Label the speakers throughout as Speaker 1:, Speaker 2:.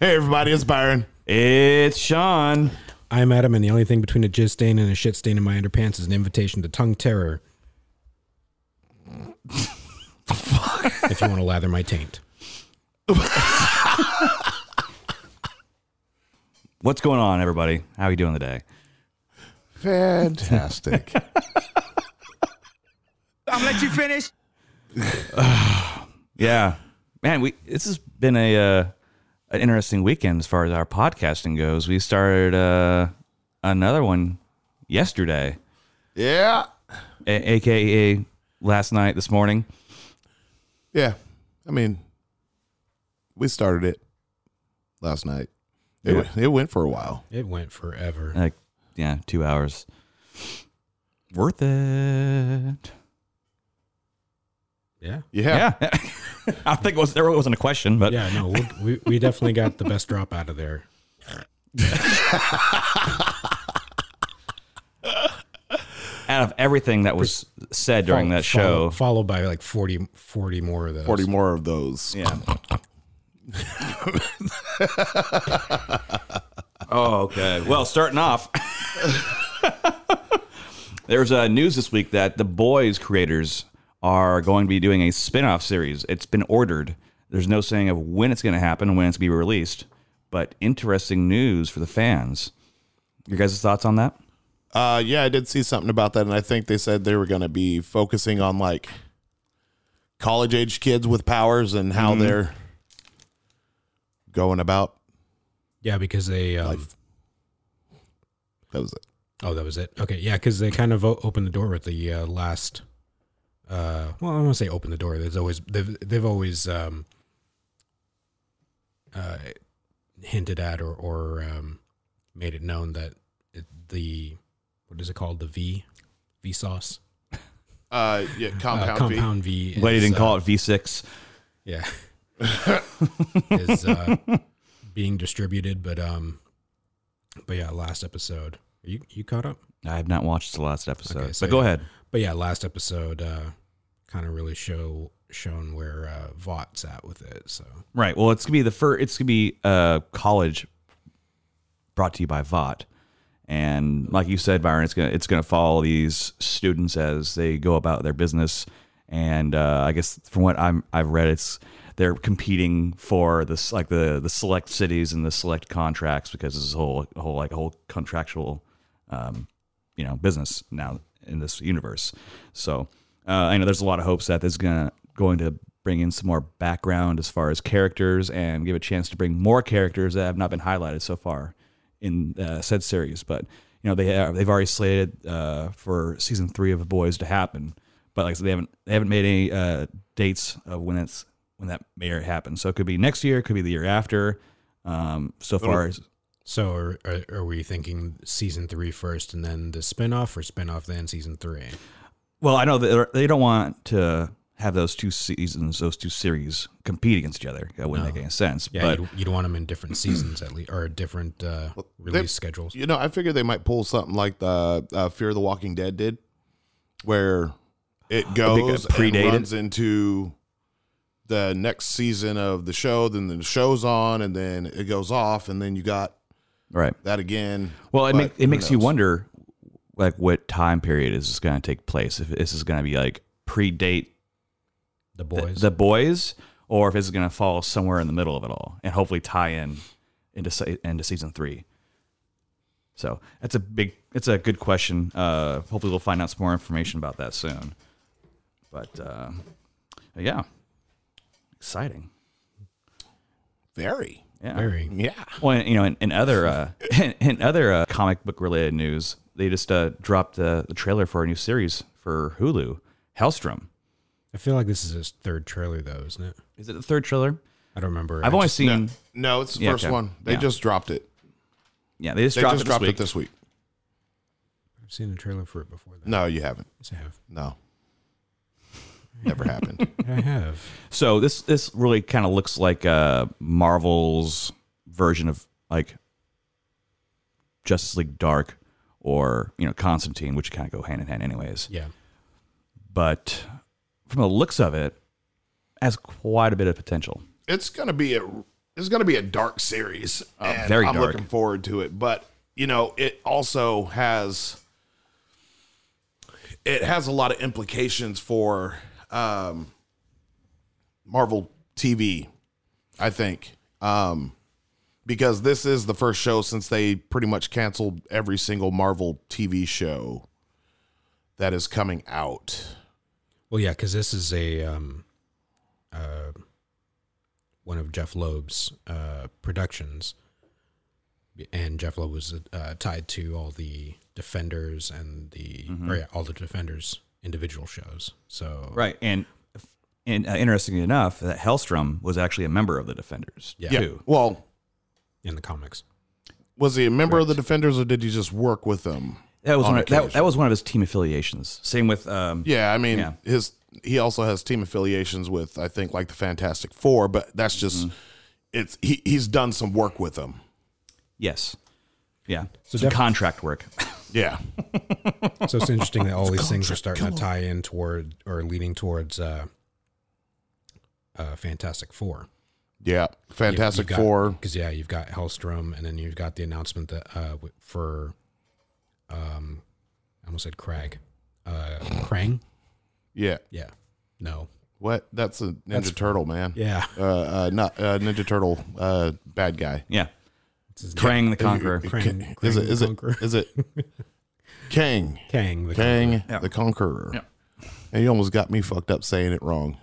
Speaker 1: Hey, everybody, it's Byron.
Speaker 2: It's Sean.
Speaker 3: I'm Adam, and the only thing between a jizz stain and a shit stain in my underpants is an invitation to tongue terror. if you want to lather my taint.
Speaker 2: What's going on, everybody? How are you doing today?
Speaker 1: Fantastic.
Speaker 2: I'll let you finish. yeah, man. We this has been a uh, an interesting weekend as far as our podcasting goes. We started uh, another one yesterday,
Speaker 1: yeah.
Speaker 2: a- aka last night, this morning.
Speaker 1: Yeah. I mean, we started it last night. It,
Speaker 2: Yeah.
Speaker 1: went- it went for a while.
Speaker 3: It went forever.
Speaker 2: Like yeah, two hours. Worth it.
Speaker 3: Yeah.
Speaker 1: Yeah.
Speaker 2: Yeah. I think it was there wasn't a question, but
Speaker 3: Yeah, no, we, we, we definitely got the best drop out of there.
Speaker 2: out of everything that was said during
Speaker 3: Fol-
Speaker 2: that
Speaker 3: follow-
Speaker 2: show,
Speaker 3: Followed by like 40, 40 more of those.
Speaker 1: 40 more of those.
Speaker 2: Yeah. oh, okay. Well, starting off, there's uh, news this week that the Boys creators are going to be doing a spin off series. It's been ordered. There's no saying of when it's going to happen and when it's going to be released, but interesting news for the fans. Your guys' thoughts on that?
Speaker 1: Uh, yeah, I did see something about that, and I think they said they were going to be focusing on like college age kids with powers and how they're going about.
Speaker 3: Yeah, because they. Um,
Speaker 1: Life. That was it.
Speaker 3: Oh, that was it. Okay, yeah, because they kind of o- opened the door with the uh, last. Uh, well, I don't want to say open the door. There's always they've they've always um, uh, hinted at or or um, made it known that it, the what is it called the V V sauce
Speaker 1: Uh, yeah, compound,
Speaker 3: uh,
Speaker 1: V.
Speaker 3: compound V.
Speaker 2: Glad you
Speaker 3: is,
Speaker 2: didn't
Speaker 3: uh,
Speaker 2: call it V6.
Speaker 3: yeah is uh, being distributed, but um, but yeah, last episode you you caught up.
Speaker 2: I have not watched the last episode,
Speaker 3: Okay, so
Speaker 2: but go
Speaker 3: yeah.
Speaker 2: ahead.
Speaker 3: But yeah, last episode uh, kind of really show shown where uh, Vought's at with it. So
Speaker 2: Right. Well, it's gonna be the first. It's gonna be uh, college, brought to you by Vought, and like you said, Byron, it's gonna it's gonna follow these students as they go about their business, and uh, I guess from what I'm I've read, it's they're competing for this like the the select cities and the select contracts because this is a whole a whole like a whole contractual um, you know business now in this universe. So uh, I know there's a lot of hopes that this is gonna going to bring in some more background as far as characters and give a chance to bring more characters that have not been highlighted so far in uh, said series. But you know they have, they've already slated uh, for season three of The Boys to happen, but like I said, they haven't they haven't made any uh, dates of when it's when that may or happen. So it could be next year, it could be the year after. Um, so far as
Speaker 3: so are, are, are we thinking season three first and then the spinoff or spinoff then season three?
Speaker 2: Well, I know that they're- they don't want to have those two seasons, those two series compete against each other. That wouldn't make any sense.
Speaker 3: Yeah,
Speaker 2: but
Speaker 3: you'd, you'd want them in different seasons at least or different uh, release schedules.
Speaker 1: You know, I figured they might pull something like the uh, Fear of the Walking Dead did, where it goes
Speaker 2: predated.
Speaker 1: and runs into the next season of the show. Then the show's on, and then it goes off, and then you got
Speaker 2: right.
Speaker 1: that again.
Speaker 2: Well, it,
Speaker 1: But
Speaker 2: make, it
Speaker 1: who
Speaker 2: makes you
Speaker 1: knows?
Speaker 2: wonder, like, what time period is this going to take place? If this is going to be like predate the-
Speaker 3: The boys.
Speaker 2: the boys, or if it's going to fall somewhere in the middle of it all, and hopefully tie in into se- into season three. So that's a big, it's a good question. Uh, hopefully, we'll find out some more information about that soon. But uh, yeah, exciting.
Speaker 1: Very.
Speaker 2: Yeah.
Speaker 3: very.
Speaker 1: Yeah.
Speaker 2: Well, you know, in, in other uh, in, in other uh, comic book related news, they just uh, dropped uh, the trailer for a new series for Hulu, Hellstrom.
Speaker 3: I feel like this is his third trailer though, isn't it?
Speaker 2: Is it the third trailer?
Speaker 3: I don't remember.
Speaker 2: I've
Speaker 3: I
Speaker 2: only
Speaker 3: just-
Speaker 2: seen.
Speaker 1: No, it's the
Speaker 2: Mm. Yeah,
Speaker 1: first
Speaker 2: okay.
Speaker 1: one. They
Speaker 2: Yeah.
Speaker 1: just dropped it.
Speaker 2: Yeah, they just
Speaker 1: They
Speaker 2: dropped,
Speaker 1: just
Speaker 2: it,
Speaker 1: dropped
Speaker 2: this
Speaker 1: it this week.
Speaker 3: I've seen a trailer for it before. Then.
Speaker 1: No, you haven't.
Speaker 3: Yes, I have.
Speaker 1: No. Never happened.
Speaker 3: I have.
Speaker 2: So this this really kind of looks like uh, Marvel's version of like Justice League Dark or you know Constantine, which kind of go hand in hand, anyways.
Speaker 3: Yeah.
Speaker 2: But from the looks of it, has quite a bit of potential.
Speaker 1: it's gonna be a it's gonna be a dark series. and
Speaker 2: Oh, very
Speaker 1: I'm
Speaker 2: dark.
Speaker 1: looking forward to it, but you know, it also has it has a lot of implications for um, Marvel TV. I think um, because this is the first show since they pretty much canceled every single Marvel TV show that is coming out.
Speaker 3: Well, yeah, because this is a um, uh, one of Jeff Loeb's uh, productions, and Jeff Loeb was uh, tied to all the Defenders and the or, yeah, all the Defenders individual shows. So
Speaker 2: Right. And and uh, interestingly enough, that Hellstrom was actually a member of the Defenders
Speaker 3: Yeah.
Speaker 2: too.
Speaker 1: Well,
Speaker 3: in the comics,
Speaker 1: was he a member of the Defenders or did he just work with them?
Speaker 2: That was
Speaker 1: On
Speaker 2: one of, that,
Speaker 1: occasion.
Speaker 2: that was one of his team affiliations. Same with um,
Speaker 1: Yeah, I mean
Speaker 2: Yeah.
Speaker 1: his he also has team affiliations with I think like the Fantastic Four, but that's just it's he, he's done some work with them.
Speaker 2: yes, yeah,
Speaker 3: So
Speaker 2: some
Speaker 3: def-
Speaker 2: contract work.
Speaker 1: Yeah.
Speaker 3: so it's interesting that all these things are starting to tie in toward or leaning towards uh, uh, Fantastic Four.
Speaker 1: Yeah. Fantastic Four.
Speaker 3: because yeah, you've got Hellstrom, and then you've got the announcement that uh, w- for um, I almost said Crag, uh, Krang.
Speaker 1: Yeah.
Speaker 3: Yeah, no,
Speaker 1: What? That's a Ninja Turtle, man.
Speaker 3: yeah,
Speaker 1: Uh, uh not uh, Ninja Turtle uh bad guy.
Speaker 2: yeah,
Speaker 3: it's his
Speaker 2: Krang the Conqueror.
Speaker 3: Krang,
Speaker 1: Is
Speaker 3: Krang
Speaker 1: it
Speaker 3: the
Speaker 1: is it
Speaker 3: Conqueror.
Speaker 1: is it Kang.
Speaker 3: Kang, the Kang.
Speaker 1: Kang the Conqueror.
Speaker 2: Yeah.
Speaker 1: And you almost got me fucked up saying it wrong.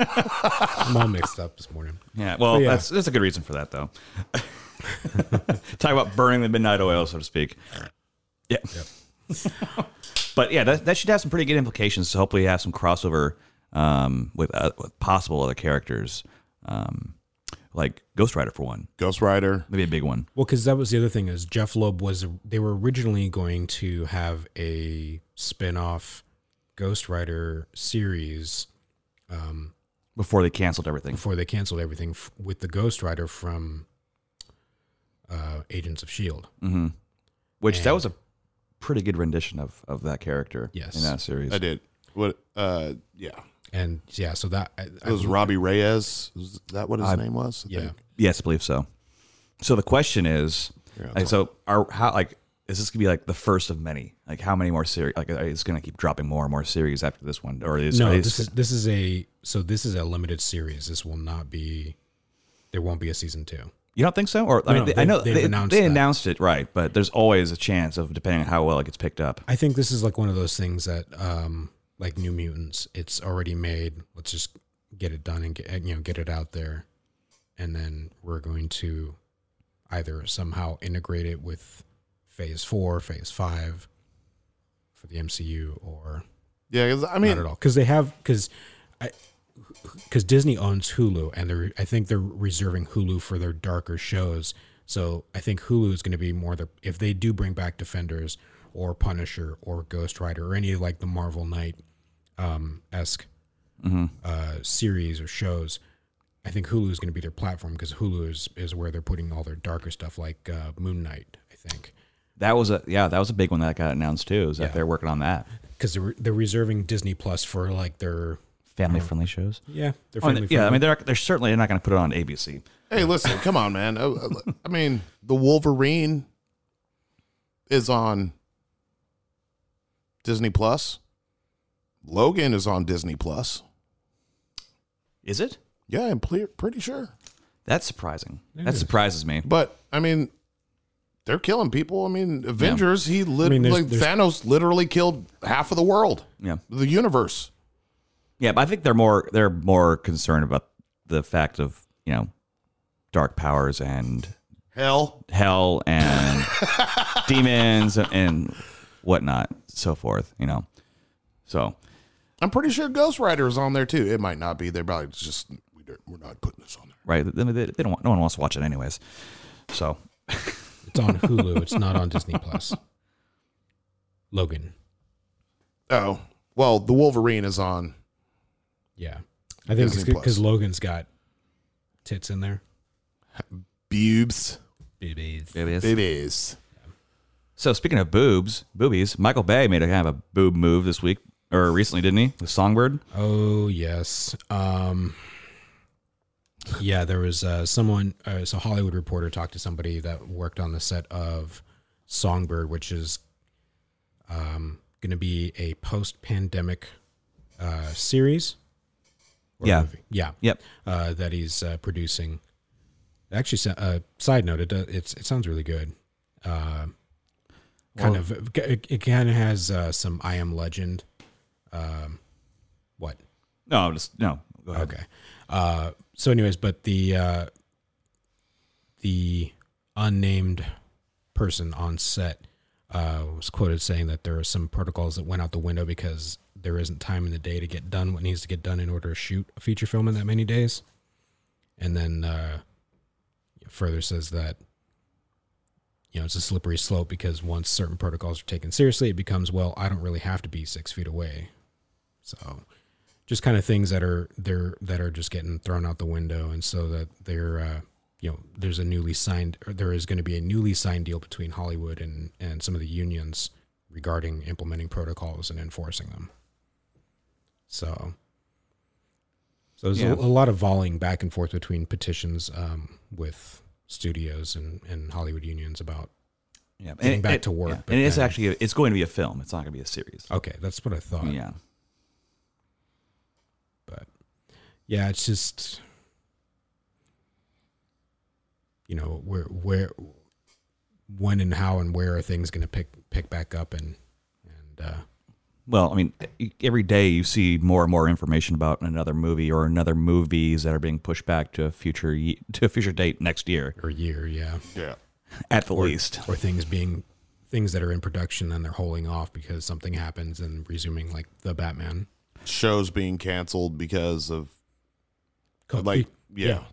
Speaker 3: I'm all mixed up this morning.
Speaker 2: Yeah, well,
Speaker 3: Yeah.
Speaker 2: that's that's a good reason for that, though. Talk about burning the midnight oil, so to speak. Yeah, but yeah, that, that should have some pretty good implications. So hopefully, have some crossover um, with, uh, with possible other characters, um, like Ghost Rider for one,
Speaker 1: Ghost Rider.
Speaker 2: maybe a big one.
Speaker 3: Well, because that was the other thing is Jeff Loeb was they were originally going to have a spin-off Ghost Rider series
Speaker 2: before they canceled everything.
Speaker 3: before they canceled everything f- with the Ghost Rider from uh, Agents of Shield.
Speaker 2: Which that was a pretty good rendition of of that character.
Speaker 3: Yes.
Speaker 2: in that series.
Speaker 1: I did. What uh yeah.
Speaker 3: And yeah, so that I,
Speaker 1: It was Robbie Reyes. Is that what his name was? I
Speaker 3: yeah.
Speaker 1: think.
Speaker 2: Yes, I believe so. So the question is,
Speaker 1: Yeah,
Speaker 2: like, so are how like is this gonna be like the first of many? Like how many more series? Like are- it's gonna keep dropping more and more series after this one, or is
Speaker 3: no,
Speaker 2: are they
Speaker 3: this
Speaker 2: just-
Speaker 3: is this is a so this is a limited series. This will not be. There won't be a season two.
Speaker 2: you don't think so? Or I mean,
Speaker 3: No,
Speaker 2: they, I
Speaker 3: they-
Speaker 2: know
Speaker 3: they've
Speaker 2: they,
Speaker 3: announced
Speaker 2: they
Speaker 3: that.
Speaker 2: announced it right, but there's always a chance of depending on how well it gets picked up.
Speaker 3: I think this is like one of those things that, um, like New Mutants, it's already made. Let's just get it done and get and, you know get it out there, and then we're going to either somehow integrate it with Phase Four, Phase Five for the MCU, or
Speaker 1: Yeah, 'cause, I
Speaker 3: not
Speaker 1: mean,
Speaker 3: at all because they have because I because Disney owns Hulu and they're I think they're reserving Hulu for their darker shows. So I think Hulu is going to be more the if they do bring back Defenders or Punisher or Ghost Rider or any like the Marvel Knight um, esque
Speaker 2: Mm-hmm.
Speaker 3: uh, series or shows. I think Hulu is going to be their platform because Hulu is, is where they're putting all their darker stuff like uh, Moon Knight. I think
Speaker 2: That was a yeah, that was a big one that got announced too. Is that
Speaker 3: Yeah.
Speaker 2: they're working on that
Speaker 3: because they're they're reserving Disney Plus for like their
Speaker 2: family friendly shows.
Speaker 3: yeah their
Speaker 2: Oh, and-
Speaker 3: family
Speaker 2: yeah, I mean they're they're certainly not gonna put it on ABC.
Speaker 1: hey, listen, come on, man. I, I- I mean, the Wolverine is on Disney Plus. Logan is on Disney Plus.
Speaker 2: Is it?
Speaker 1: Yeah, I'm ple- pretty sure.
Speaker 2: That's surprising. That surprises me.
Speaker 1: But I mean, they're killing people. I mean, Avengers. He lit-
Speaker 3: mean, there's-
Speaker 1: like,
Speaker 3: there's-
Speaker 1: Thanos literally killed half of the world,
Speaker 2: Yeah.
Speaker 1: the universe.
Speaker 2: Yeah, but I think they're more they're more concerned about the fact of you know dark powers and
Speaker 1: Hell,
Speaker 2: hell and demons and, and whatnot, so forth. You know, so
Speaker 1: I'm pretty sure Ghost Rider is on there too. It might not be. They're probably just we don't- we're not putting this on there.
Speaker 2: right, they, they they don't want, no one wants to watch it anyways. So
Speaker 3: It's on Hulu. It's not on Disney Plus. Logan.
Speaker 1: Oh, well, the Wolverine is on.
Speaker 3: Yeah. I think
Speaker 1: Disney
Speaker 3: it's because
Speaker 1: Plus.
Speaker 3: Logan's got tits in there.
Speaker 1: Boobs.
Speaker 3: Babies.
Speaker 2: maybe it's-
Speaker 1: Babies.
Speaker 2: So speaking of boobs, boobies, Michael Bay made a kind of a boob move this week or recently, didn't he? The Songbird.
Speaker 3: Oh yes. Um, yeah, there was uh, someone. Uh, so Hollywood Reporter talked to somebody that worked on the set of Songbird, which is um, going to be a post-pandemic uh, series. or
Speaker 2: Yeah.
Speaker 3: movie. Yeah.
Speaker 2: Yep.
Speaker 3: Uh, that he's uh, producing. Actually, so- uh, side note, it does, it's it sounds really good. Uh, kind of it, it kind of has uh, some I Am Legend. Um, what?
Speaker 2: No, just no. Go ahead.
Speaker 3: Okay. Uh, so, anyways, but the uh, the unnamed person on set uh, was quoted saying that there are some protocols that went out the window because there isn't time in the day to get done what needs to get done in order to shoot a feature film in that many days. And then uh, further says that you know it's a slippery slope because once certain protocols are taken seriously, it becomes well, I don't really have to be six feet away. So just kind of things that are they're that are just getting thrown out the window and so that they're uh, you know there's a newly signed or there is going to be a newly signed deal between hollywood and and some of the unions regarding implementing protocols and enforcing them so so there's
Speaker 2: Yeah.
Speaker 3: a, a lot of volleying back and forth between petitions um, with studios and and hollywood unions about
Speaker 2: Yeah. And
Speaker 3: Getting
Speaker 2: it-
Speaker 3: back
Speaker 2: it-
Speaker 3: to work,
Speaker 2: yeah.
Speaker 3: but Oh,
Speaker 2: And it's
Speaker 3: then-
Speaker 2: actually it's going to be a film. It's not going to be a series.
Speaker 3: okay that's what i thought
Speaker 2: Yeah.
Speaker 3: but yeah, it's just you know where where when and how and where are things going to pick pick back up and and uh,
Speaker 2: Well, I mean, e- every day you see more and more information about another movie or another movies that are being pushed back to a future ye- to a future date next year,
Speaker 3: or year, yeah,
Speaker 1: Yeah.
Speaker 2: at the least.
Speaker 3: or things being things that are in production and they're holding off because something happens and resuming like the Batman.
Speaker 1: Shows being canceled because of
Speaker 3: Co-
Speaker 1: like yeah.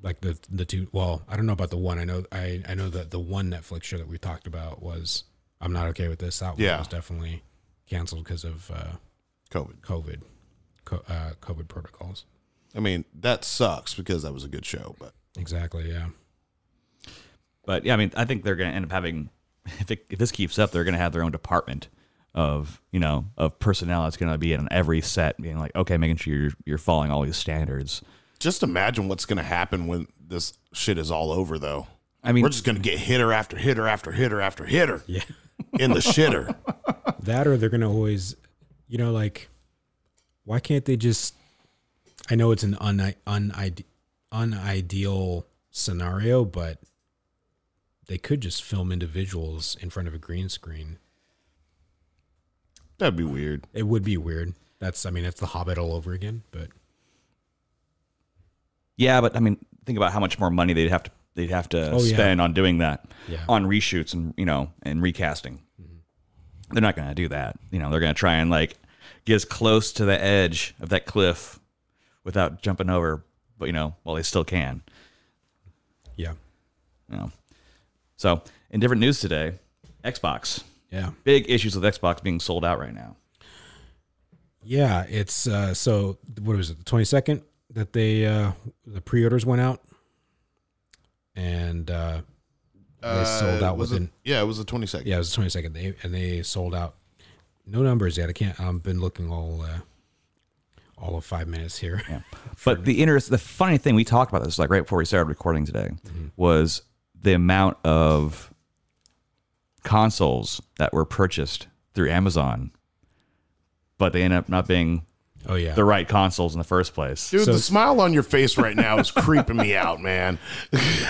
Speaker 3: like the the two. Well, I don't know about the one. I know I I know that the one Netflix show that we talked about was I'm not okay with this. That one
Speaker 1: Yeah.
Speaker 3: was definitely canceled because of. Uh,
Speaker 1: COVID.
Speaker 3: COVID, co- uh, COVID protocols.
Speaker 1: I mean, that sucks because that was a good show, but
Speaker 3: Exactly. Yeah.
Speaker 2: But yeah, I mean, I think they're going to end up having if it, if this keeps up, they're going to have their own department of you know of personnel that's going to be in every set, being like, okay, making sure you're you're following all these standards.
Speaker 1: just imagine what's going to happen when this shit is all over though.
Speaker 2: I mean,
Speaker 1: We're just going to get hitter after hitter after hitter after hitter
Speaker 3: Yeah.
Speaker 1: in the shitter.
Speaker 3: That or they're gonna always, you know, like, why can't they just? I know it's an un unide- unideal scenario, but they could just film individuals in front of a green screen.
Speaker 1: That'd be weird.
Speaker 3: It would be weird. That's I mean, it's The Hobbit all over again. But
Speaker 2: yeah, but I mean, think about how much more money they'd have to they'd have to
Speaker 3: Oh, yeah.
Speaker 2: spend on doing that,
Speaker 3: Yeah.
Speaker 2: on reshoots and you know and recasting. They're not going to do that. You know, they're going to try and like get as close to the edge of that cliff without jumping over, but you know, while they still can.
Speaker 3: yeah,
Speaker 2: You know. So, in different news today, Xbox.
Speaker 3: yeah.
Speaker 2: Big issues with Xbox being sold out right now.
Speaker 3: Yeah, it's uh, so what was it, the twenty second that they uh, the pre orders went out, and uh, they sold out
Speaker 1: Uh, was
Speaker 3: within.
Speaker 1: it, yeah, it was the 22nd.
Speaker 3: yeah, it was the twenty second. They and they sold out. No numbers yet. I can't. I've been looking all uh, all of five minutes here.
Speaker 2: But the interest, the funny thing we talked about this like right before we started recording today
Speaker 1: Mm-hmm.
Speaker 2: was the amount of consoles that were purchased through Amazon, but they end up not being
Speaker 3: Oh yeah,
Speaker 2: the right consoles in the first place.
Speaker 1: Dude,
Speaker 3: So-
Speaker 1: the smile on your face right now is creeping me out, man.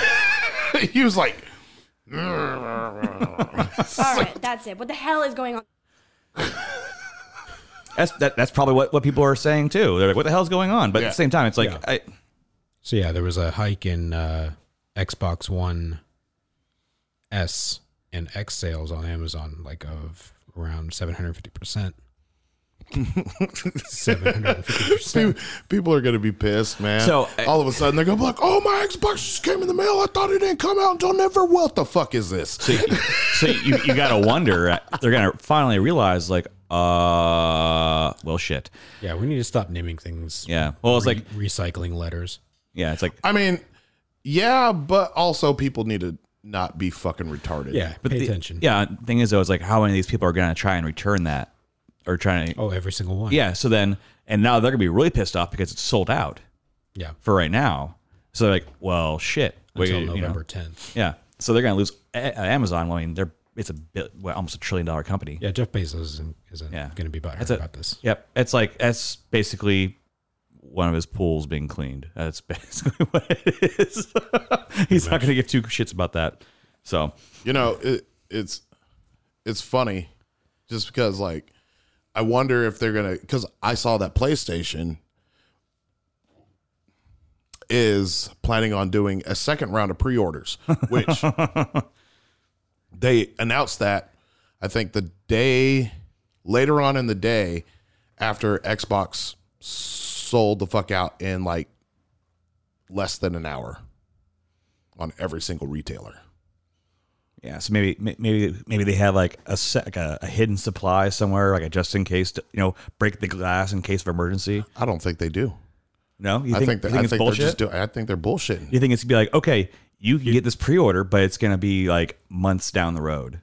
Speaker 1: he was like,
Speaker 4: All right, that's it. What the hell is going on?
Speaker 2: That's that, that's probably what, what people are saying too. They're like, "What the hell's going on?" But
Speaker 1: Yeah.
Speaker 2: at the same time, it's like,
Speaker 3: Yeah.
Speaker 2: I,
Speaker 3: So yeah, there was a hike in uh, Xbox One S and X sales on Amazon, like of around seven hundred fifty percent. Seven hundred fifty percent.
Speaker 1: people are gonna be pissed, man.
Speaker 2: So, uh,
Speaker 1: all of a sudden they're gonna be like, "Oh, my Xbox just came in the mail. I thought it didn't come out until never. What the fuck is this?"
Speaker 2: so you, so you, you gotta wonder. uh, They're gonna finally realize, like, uh, well, shit,
Speaker 3: Yeah, we need to stop naming things.
Speaker 2: yeah. Well, it's
Speaker 3: Re-
Speaker 2: like,
Speaker 3: recycling letters.
Speaker 2: yeah, it's like
Speaker 1: I mean, yeah, but also people need to not be fucking retarded.
Speaker 3: Yeah, pay
Speaker 2: the-
Speaker 3: attention.
Speaker 2: Yeah, thing is though, it's like how many of these people are gonna try and return that or trying to
Speaker 3: Oh, every single one.
Speaker 2: Yeah, so then and now they're gonna be really pissed off because it's sold out
Speaker 3: Yeah.
Speaker 2: for right now. So they're like, well shit. we-
Speaker 3: Until
Speaker 2: you know.
Speaker 3: November 10th.
Speaker 2: Yeah. So they're gonna lose A- Amazon, I mean they're it's a bit well, almost a trillion dollar company.
Speaker 3: Yeah, Jeff Bezos isn't, isn't
Speaker 2: Yeah.
Speaker 3: going to be butthurt
Speaker 2: That's it.
Speaker 3: about this.
Speaker 2: Yep. It's like that's basically one of his pools being cleaned. That's basically what it is. He's not going to give two shits about that. So
Speaker 1: you know it, it's it's funny just because like i wonder if they're gonna because i saw that playstation is planning on doing a second round of pre-orders which they announced that i think the day later on in the day after xbox sold the fuck out in like less than an hour on every single retailer
Speaker 2: yeah, so maybe may- maybe maybe they have like a sec, like a, a hidden supply somewhere, like a just in case, to, you know, break the glass in case of emergency.
Speaker 1: i don't think they do
Speaker 2: No, you
Speaker 1: I
Speaker 2: think,
Speaker 1: think, that
Speaker 2: you think
Speaker 1: I
Speaker 2: it's
Speaker 1: think
Speaker 2: bullshit?
Speaker 1: they're just doing. I think they're bullshitting.
Speaker 2: you think it's gonna be like okay, you can get this pre-order, but it's gonna be like months down the road.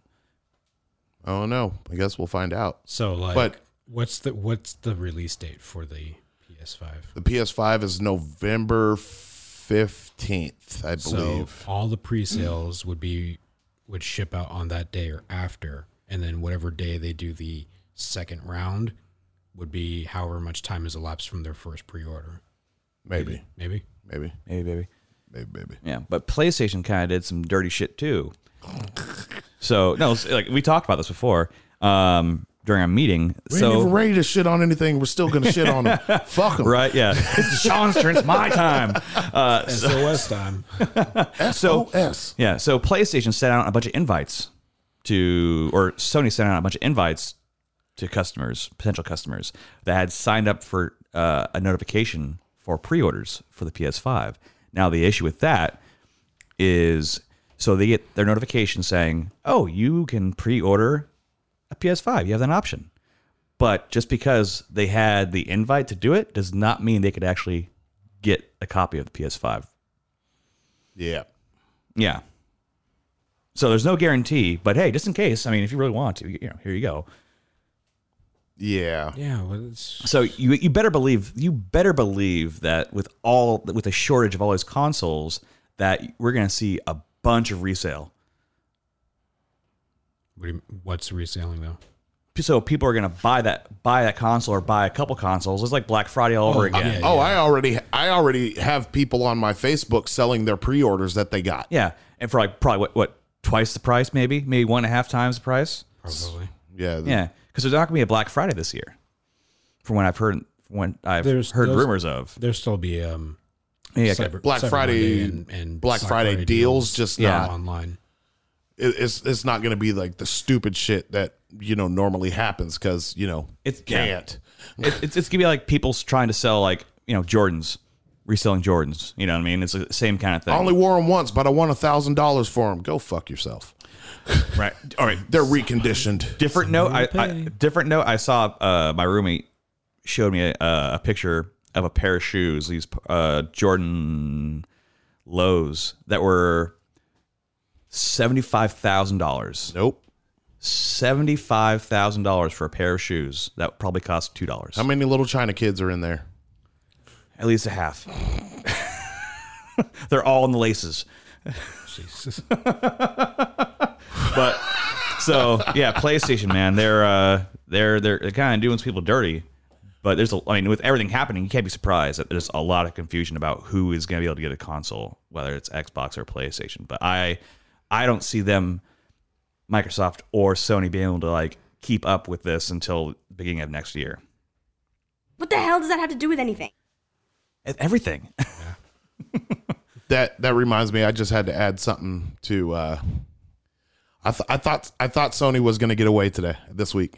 Speaker 1: Oh no! I guess we'll find out.
Speaker 3: So, like,
Speaker 1: But-
Speaker 3: what's the what's the release date for the PS5?
Speaker 1: The PS5 is November fifteenth, I
Speaker 3: So
Speaker 1: believe.
Speaker 3: all the pre-sales would be would ship out on that day or after, and then whatever day they do the second round would be however much time has elapsed from their first pre-order.
Speaker 1: maybe,
Speaker 3: Maybe.
Speaker 1: maybe,
Speaker 2: Maybe, maybe.
Speaker 1: maybe, maybe.
Speaker 2: Yeah, but PlayStation kind of did some dirty shit too. so no, it's like we talked about this before um, during our meeting.
Speaker 1: We
Speaker 2: so
Speaker 1: ain't even ready to shit on anything. We're still gonna shit on them. Fuck them.
Speaker 2: right, yeah, it's Sean's turn. It's my time. Oh, Uh,
Speaker 3: SOS time.
Speaker 1: So S.
Speaker 2: yeah, so PlayStation sent out a bunch of invites to, or Sony sent out a bunch of invites to customers, potential customers that had signed up for uh, a notification for pre-orders for the PS5. Now the issue with that is so they get their notification saying, "Oh, you can pre-order a PS5. You have that option." But just because they had the invite to do it does not mean they could actually get a copy of the PS5.
Speaker 1: Yeah.
Speaker 2: Yeah. So there's no guarantee, but hey, just in case, I mean, if you really want to, you know, here you go.
Speaker 1: Yeah.
Speaker 3: Yeah, well, it's
Speaker 2: So you you better believe you better believe that with all with the shortage of all these consoles that we're going to see a bunch of resale.
Speaker 3: what do you, what's reselling though?
Speaker 2: So people are going to buy that buy that console or buy a couple consoles. It's like Black Friday all over
Speaker 3: Oh,
Speaker 2: again.
Speaker 3: yeah.
Speaker 1: Oh, I already, I already have people on my Facebook selling their pre-orders that they got.
Speaker 2: Yeah, and for like probably what what twice the price, maybe maybe one and a half times the price.
Speaker 3: Probably.
Speaker 1: Yeah.
Speaker 2: Yeah, because there's not going to be a Black Friday this year, from what I've heard. From what I've
Speaker 3: There's-
Speaker 2: heard
Speaker 3: those-
Speaker 2: rumors of.
Speaker 3: There'll still be um
Speaker 2: Yeah,
Speaker 3: Cyber-
Speaker 1: Black
Speaker 3: Cyber
Speaker 1: Friday-
Speaker 3: Monday and, and
Speaker 1: Black Friday deals, just uh,
Speaker 2: Yeah.
Speaker 1: yeah.
Speaker 2: not-
Speaker 3: online.
Speaker 1: It, it's it's not gonna be like the stupid shit that you know normally happens because you know
Speaker 2: It's- yeah.
Speaker 1: can't.
Speaker 2: it, it's, it's gonna be like people trying to sell like you know Jordans, reselling Jordans. You know what I mean? It's the same kind of thing.
Speaker 1: I only wore them once, but I won a thousand dollars for them. Go fuck yourself.
Speaker 2: right. All right.
Speaker 1: They're reconditioned.
Speaker 2: Different note. I, I different note. I saw uh, my roommate showed me a, uh, a picture of a pair of shoes. These uh, Jordan lows that were seventy five thousand dollars.
Speaker 1: Nope.
Speaker 2: Seventy five thousand dollars for a pair of shoes that probably cost two dollars.
Speaker 1: How many little China kids are in there?
Speaker 2: At least a half. They're all in the laces.
Speaker 3: Jesus.
Speaker 2: But so yeah, PlayStation man, they're uh, they're they're, they're kind of doing people dirty. But there's a, I mean, with everything happening, you can't be surprised that there's a lot of confusion about who is going to be able to get a console, whether it's Xbox or PlayStation. But I I don't see them, Microsoft or Sony, being able to like keep up with this until beginning of next year.
Speaker 4: What the hell does that have to do with anything?
Speaker 2: And E-, Everything.
Speaker 1: That that reminds me, I just had to add something to. Uh, I th- I thought I thought Sony was going to get away today this week.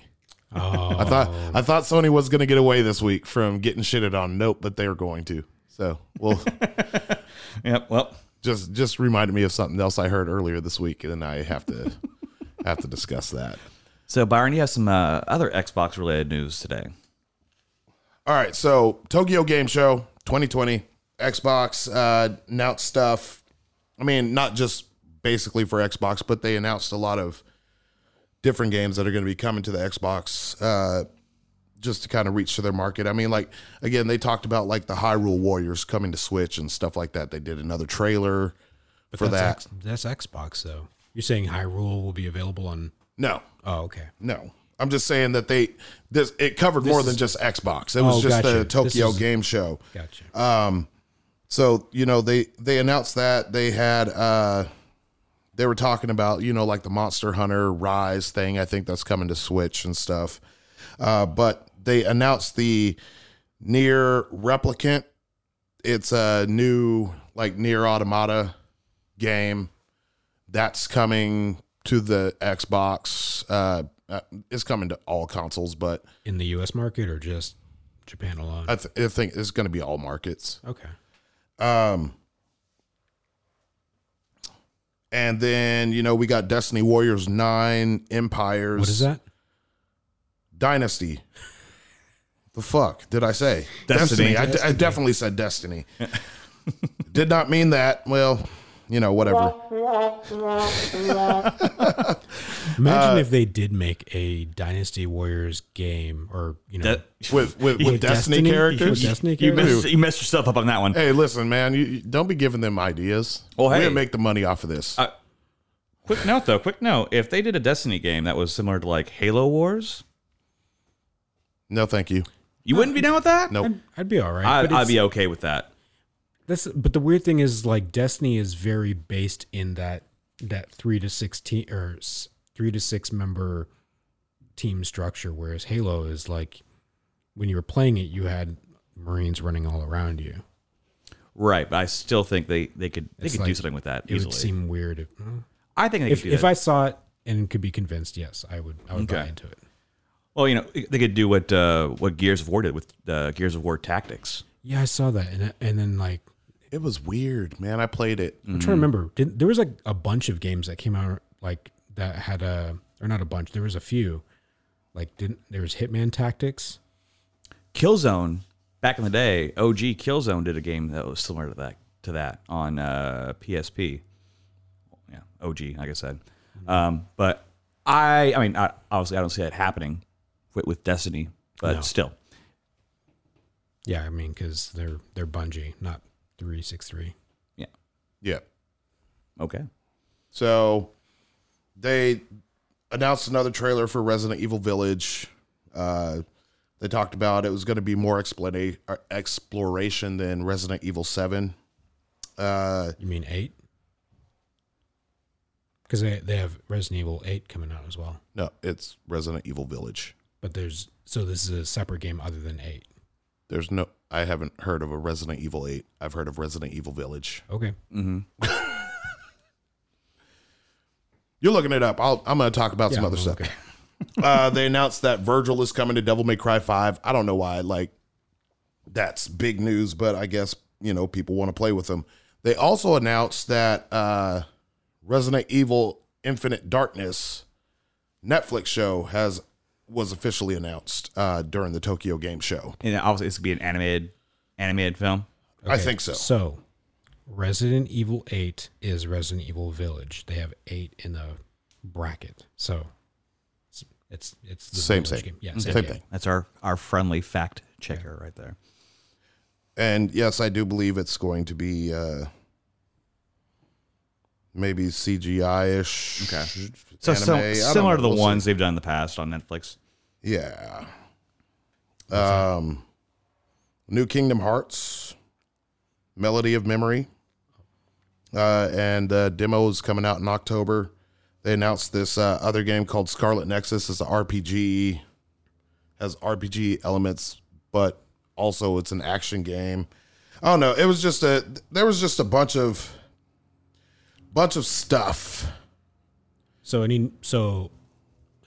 Speaker 3: Oh,
Speaker 1: I thought I thought Sony was going to get away this week from getting shitted on. Nope, but they're going to. So well,
Speaker 2: yep. Well,
Speaker 1: just just reminded me of something else I heard earlier this week, and I have to have to discuss that.
Speaker 2: so Byron, you have some uh, other Xbox related news today.
Speaker 1: All right, so Tokyo Game Show 2020, Xbox uh, announced stuff. I mean, not just basically for Xbox, but they announced a lot of different games that are going to be coming to the Xbox uh, just to kind of reach to their market. I mean, like again, they talked about like the Hyrule Warriors coming to Switch and stuff like that. They did another trailer for that.
Speaker 3: that's X, that's Xbox though. You're saying Hyrule will be available on?
Speaker 1: no,
Speaker 3: Oh, okay.
Speaker 1: no. I'm just saying that they this it covered more than just Xbox. It was
Speaker 3: Oh,
Speaker 1: just
Speaker 3: gotcha.
Speaker 1: the
Speaker 3: This
Speaker 1: Tokyo
Speaker 3: is-
Speaker 1: Game Show.
Speaker 3: Gotcha.
Speaker 1: Uh, Um, So you know they they announced that they had uh they were talking about you know like the Monster Hunter Rise thing. I think that's coming to Switch and stuff. Uh, but they announced the near replicant. It's a new like near automata game that's coming to the Xbox. Uh, uh, it's coming to all consoles, but
Speaker 3: in the U.S. market or just Japan alone?
Speaker 1: I, th- I think it's going to be all markets.
Speaker 3: okay.
Speaker 1: Um, and then you know we got Destiny Warriors Nine Empires.
Speaker 3: What is that?
Speaker 1: Dynasty. The fuck did I say?
Speaker 2: Destiny.
Speaker 1: I, d- I definitely said Destiny. did not mean that. Well, you know whatever. uh,
Speaker 3: Imagine if they did make a Dynasty Warriors game, or you know,
Speaker 2: That-
Speaker 1: With with, with Destiny,
Speaker 3: Destiny-
Speaker 1: characters.
Speaker 3: with Destiny
Speaker 2: you,
Speaker 3: characters?
Speaker 2: messed, you messed yourself up on that one.
Speaker 1: Hey, listen, man. You, you- don't be giving them ideas.
Speaker 2: Well,
Speaker 1: we
Speaker 2: hey.
Speaker 1: didn't make the money off of this.
Speaker 2: Uh, Quick note, though. Quick note. If they did a Destiny game that was similar to like Halo Wars,
Speaker 1: no, thank you.
Speaker 2: you wouldn't be down with that.
Speaker 1: Nope.
Speaker 3: I'd, I'd be all right.
Speaker 2: I,
Speaker 3: but
Speaker 2: I'd
Speaker 3: it's-
Speaker 2: be okay with that.
Speaker 3: That's but the weird thing is like Destiny is very based in that that three to sixteen or s- three to six member team structure, whereas Halo is like when you were playing it, you had Marines running all around you.
Speaker 2: Right, but I still think they they could they
Speaker 3: It's
Speaker 2: could do
Speaker 3: like-
Speaker 2: something with that
Speaker 3: It
Speaker 2: easily.
Speaker 3: would seem weird if
Speaker 2: I think they
Speaker 3: if,
Speaker 2: could do
Speaker 3: if
Speaker 2: that.
Speaker 3: I saw it and could be convinced. Yes, I would. I would buy
Speaker 2: Okay.
Speaker 3: into it.
Speaker 2: well, you know, they could do what uh, what Gears of War did with uh, Gears of War Tactics.
Speaker 3: Yeah, I saw that, and and then like
Speaker 1: It was weird, man. I played it.
Speaker 3: I'm
Speaker 2: Hmm.
Speaker 3: trying to remember. Did, there was like a bunch of games that came out like that had a or not a bunch. There was a few. Like didn't there was Hitman Tactics.
Speaker 2: Killzone back in the day, OG Killzone did a game that was similar to that to that on uh, PSP. Yeah, OG, like I said.
Speaker 3: Mm-hmm.
Speaker 2: Um, but I, I mean, I, obviously, I don't see that happening with, with Destiny, but
Speaker 3: No.
Speaker 2: still,
Speaker 3: Yeah, I mean because they're they're Bungie, not three six three.
Speaker 2: yeah,
Speaker 1: Yeah.
Speaker 2: okay.
Speaker 1: So they announced another trailer for Resident Evil Village. Uh, they talked about it was going to be more explana- uh, exploration than Resident Evil 7. Uh,
Speaker 3: You mean eight? Because they they have Resident Evil eight coming out as well.
Speaker 1: no, it's Resident Evil Village.
Speaker 3: But there's so this is a separate game other than eight.
Speaker 1: There's no, I haven't heard of a Resident Evil 8. I've heard of Resident Evil Village.
Speaker 3: Okay.
Speaker 1: You're looking it up. I'll, I'm going to talk about some
Speaker 3: Yeah,
Speaker 1: other
Speaker 3: okay.
Speaker 1: stuff. uh, they announced that Virgil is coming to Devil May Cry 5. I don't know why, like, that's big news, but I guess, you know, people want to play with them. They also announced that uh, Resident Evil Infinite Darkness Netflix show has was officially announced uh, during the Tokyo Game Show.
Speaker 2: And obviously, it's gonna be an animated animated film.
Speaker 1: I
Speaker 3: Okay,
Speaker 1: think so.
Speaker 3: So, Resident Evil 8 is Resident Evil Village. They have 8 in the bracket. So, it's it's, it's the
Speaker 1: Same,
Speaker 3: Village
Speaker 1: same.
Speaker 3: game. Yeah, same,
Speaker 1: Same
Speaker 3: game.
Speaker 1: thing.
Speaker 2: That's our our friendly fact checker right there.
Speaker 1: And yes, I do believe it's going to be uh, maybe CGI ish.
Speaker 2: Okay. So, so- similar to the ones they've done in the past on Netflix.
Speaker 1: Yeah. Um, New Kingdom Hearts, Melody of Memory, uh, and uh, demo is coming out in October. They announced this uh, other game called Scarlet Nexus. It's an RPG, has RPG elements, but also it's an action game. I don't know. It was just a there was just a bunch of bunch of stuff.
Speaker 3: So, any so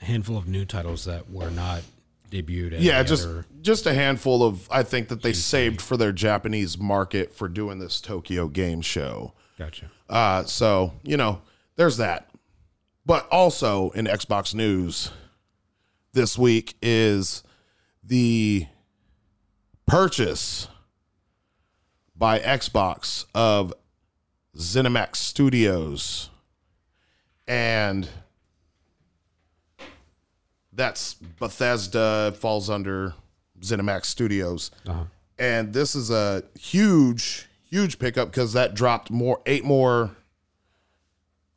Speaker 3: a handful of new titles that were not debuted at
Speaker 1: yeah
Speaker 3: any
Speaker 1: just
Speaker 3: other-
Speaker 1: just a handful of i think that they saved for their japanese market for doing this tokyo game show
Speaker 3: gotcha.
Speaker 1: uh so you know there's that but also in xbox news this week is the purchase by xbox of zenimax studios and that's Bethesda falls under ZeniMax Studios, and this is a huge, huge pickup because that dropped more eight more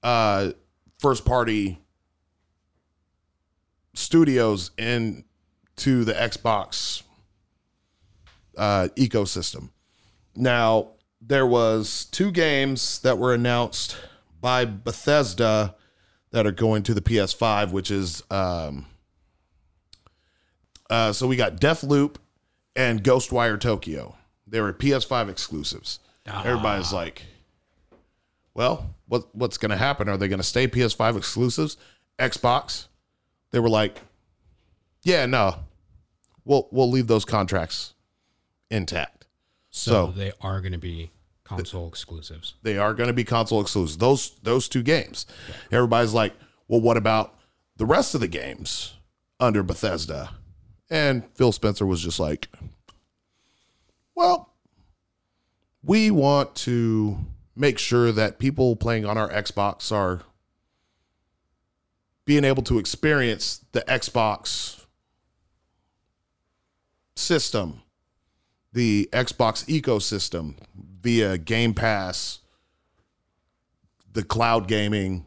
Speaker 1: uh, first party studios into the Xbox uh, ecosystem. Now there was two games that were announced by Bethesda that are going to the PS5, which is um, uh, so we got Deathloop and Ghostwire Tokyo. They were PS5 exclusives. Everybody's like, well, what what's going to happen? Are they going to stay PS5 exclusives? Xbox. They were like, yeah, no, we'll we'll leave those contracts intact.
Speaker 3: So,
Speaker 1: So-
Speaker 3: they are going to be console exclusives.
Speaker 1: They are going to be console exclusives. Those those two games. Everybody's like, well, what about the rest of the games under Bethesda? And Phil Spencer was just like, well, we want to make sure that people playing on our Xbox are being able to experience the Xbox system the Xbox ecosystem via Game Pass, the cloud gaming,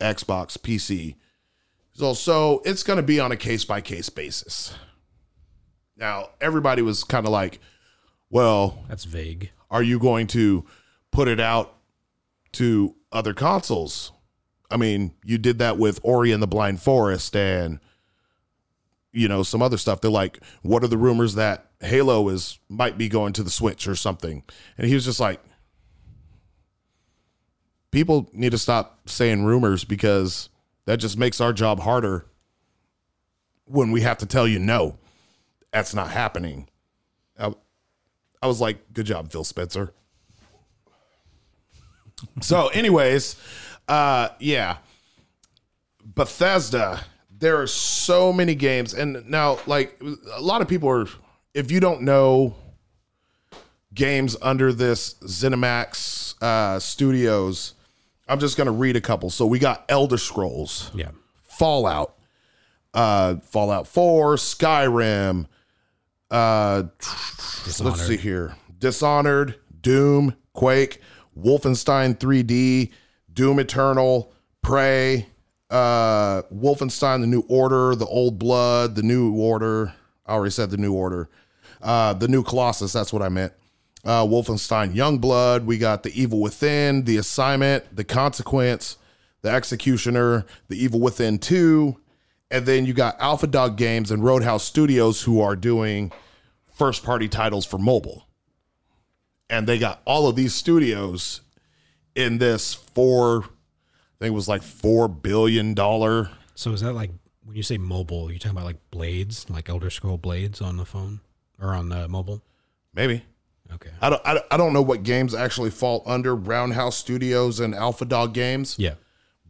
Speaker 1: Xbox, PC. So, so it's going to be on a case by case basis. Now, everybody was kind of like, well,
Speaker 3: That's vague.
Speaker 1: are you going to put it out to other consoles? I mean, you did that with Ori and the Blind Forest and you know some other stuff. They're like, what are the rumors that Halo is might be going to the Switch or something? And he was just like, people need to stop saying rumors because that just makes our job harder when we have to tell you no, that's not happening. I- I was like, good job, Phil Spencer. so, anyways, uh, yeah. Bethesda, there are so many games. And now, like, a lot of people are, if you don't know games under this Zenimax uh, Studios, I'm just going to read a couple. So, we got Elder Scrolls.
Speaker 3: Yeah.
Speaker 1: Fallout, uh, Fallout Four, Skyrim. Uh, let's see here: Dishonored, Doom, Quake, Wolfenstein 3D, Doom Eternal, Prey, uh, Wolfenstein: The New Order, The Old Blood, The New Order. I already said The New Order. Uh, the New Colossus. That's what I meant. Uh, Wolfenstein Youngblood. We got The Evil Within, The Assignment, The Consequence, The Executioner, The Evil Within 2. And then you got Alpha Dog Games and Roadhouse Studios who are doing first party titles for mobile. And they got all of these studios in this four, I think it was like $4 billion.
Speaker 3: So is that like when you say mobile, you're talking about like blades, like Elder Scroll blades on the phone or on the mobile?
Speaker 1: Maybe.
Speaker 3: Okay.
Speaker 1: I don't, I don't, I don't know what games actually fall under Roundhouse Studios and Alpha Dog Games.
Speaker 3: Yeah.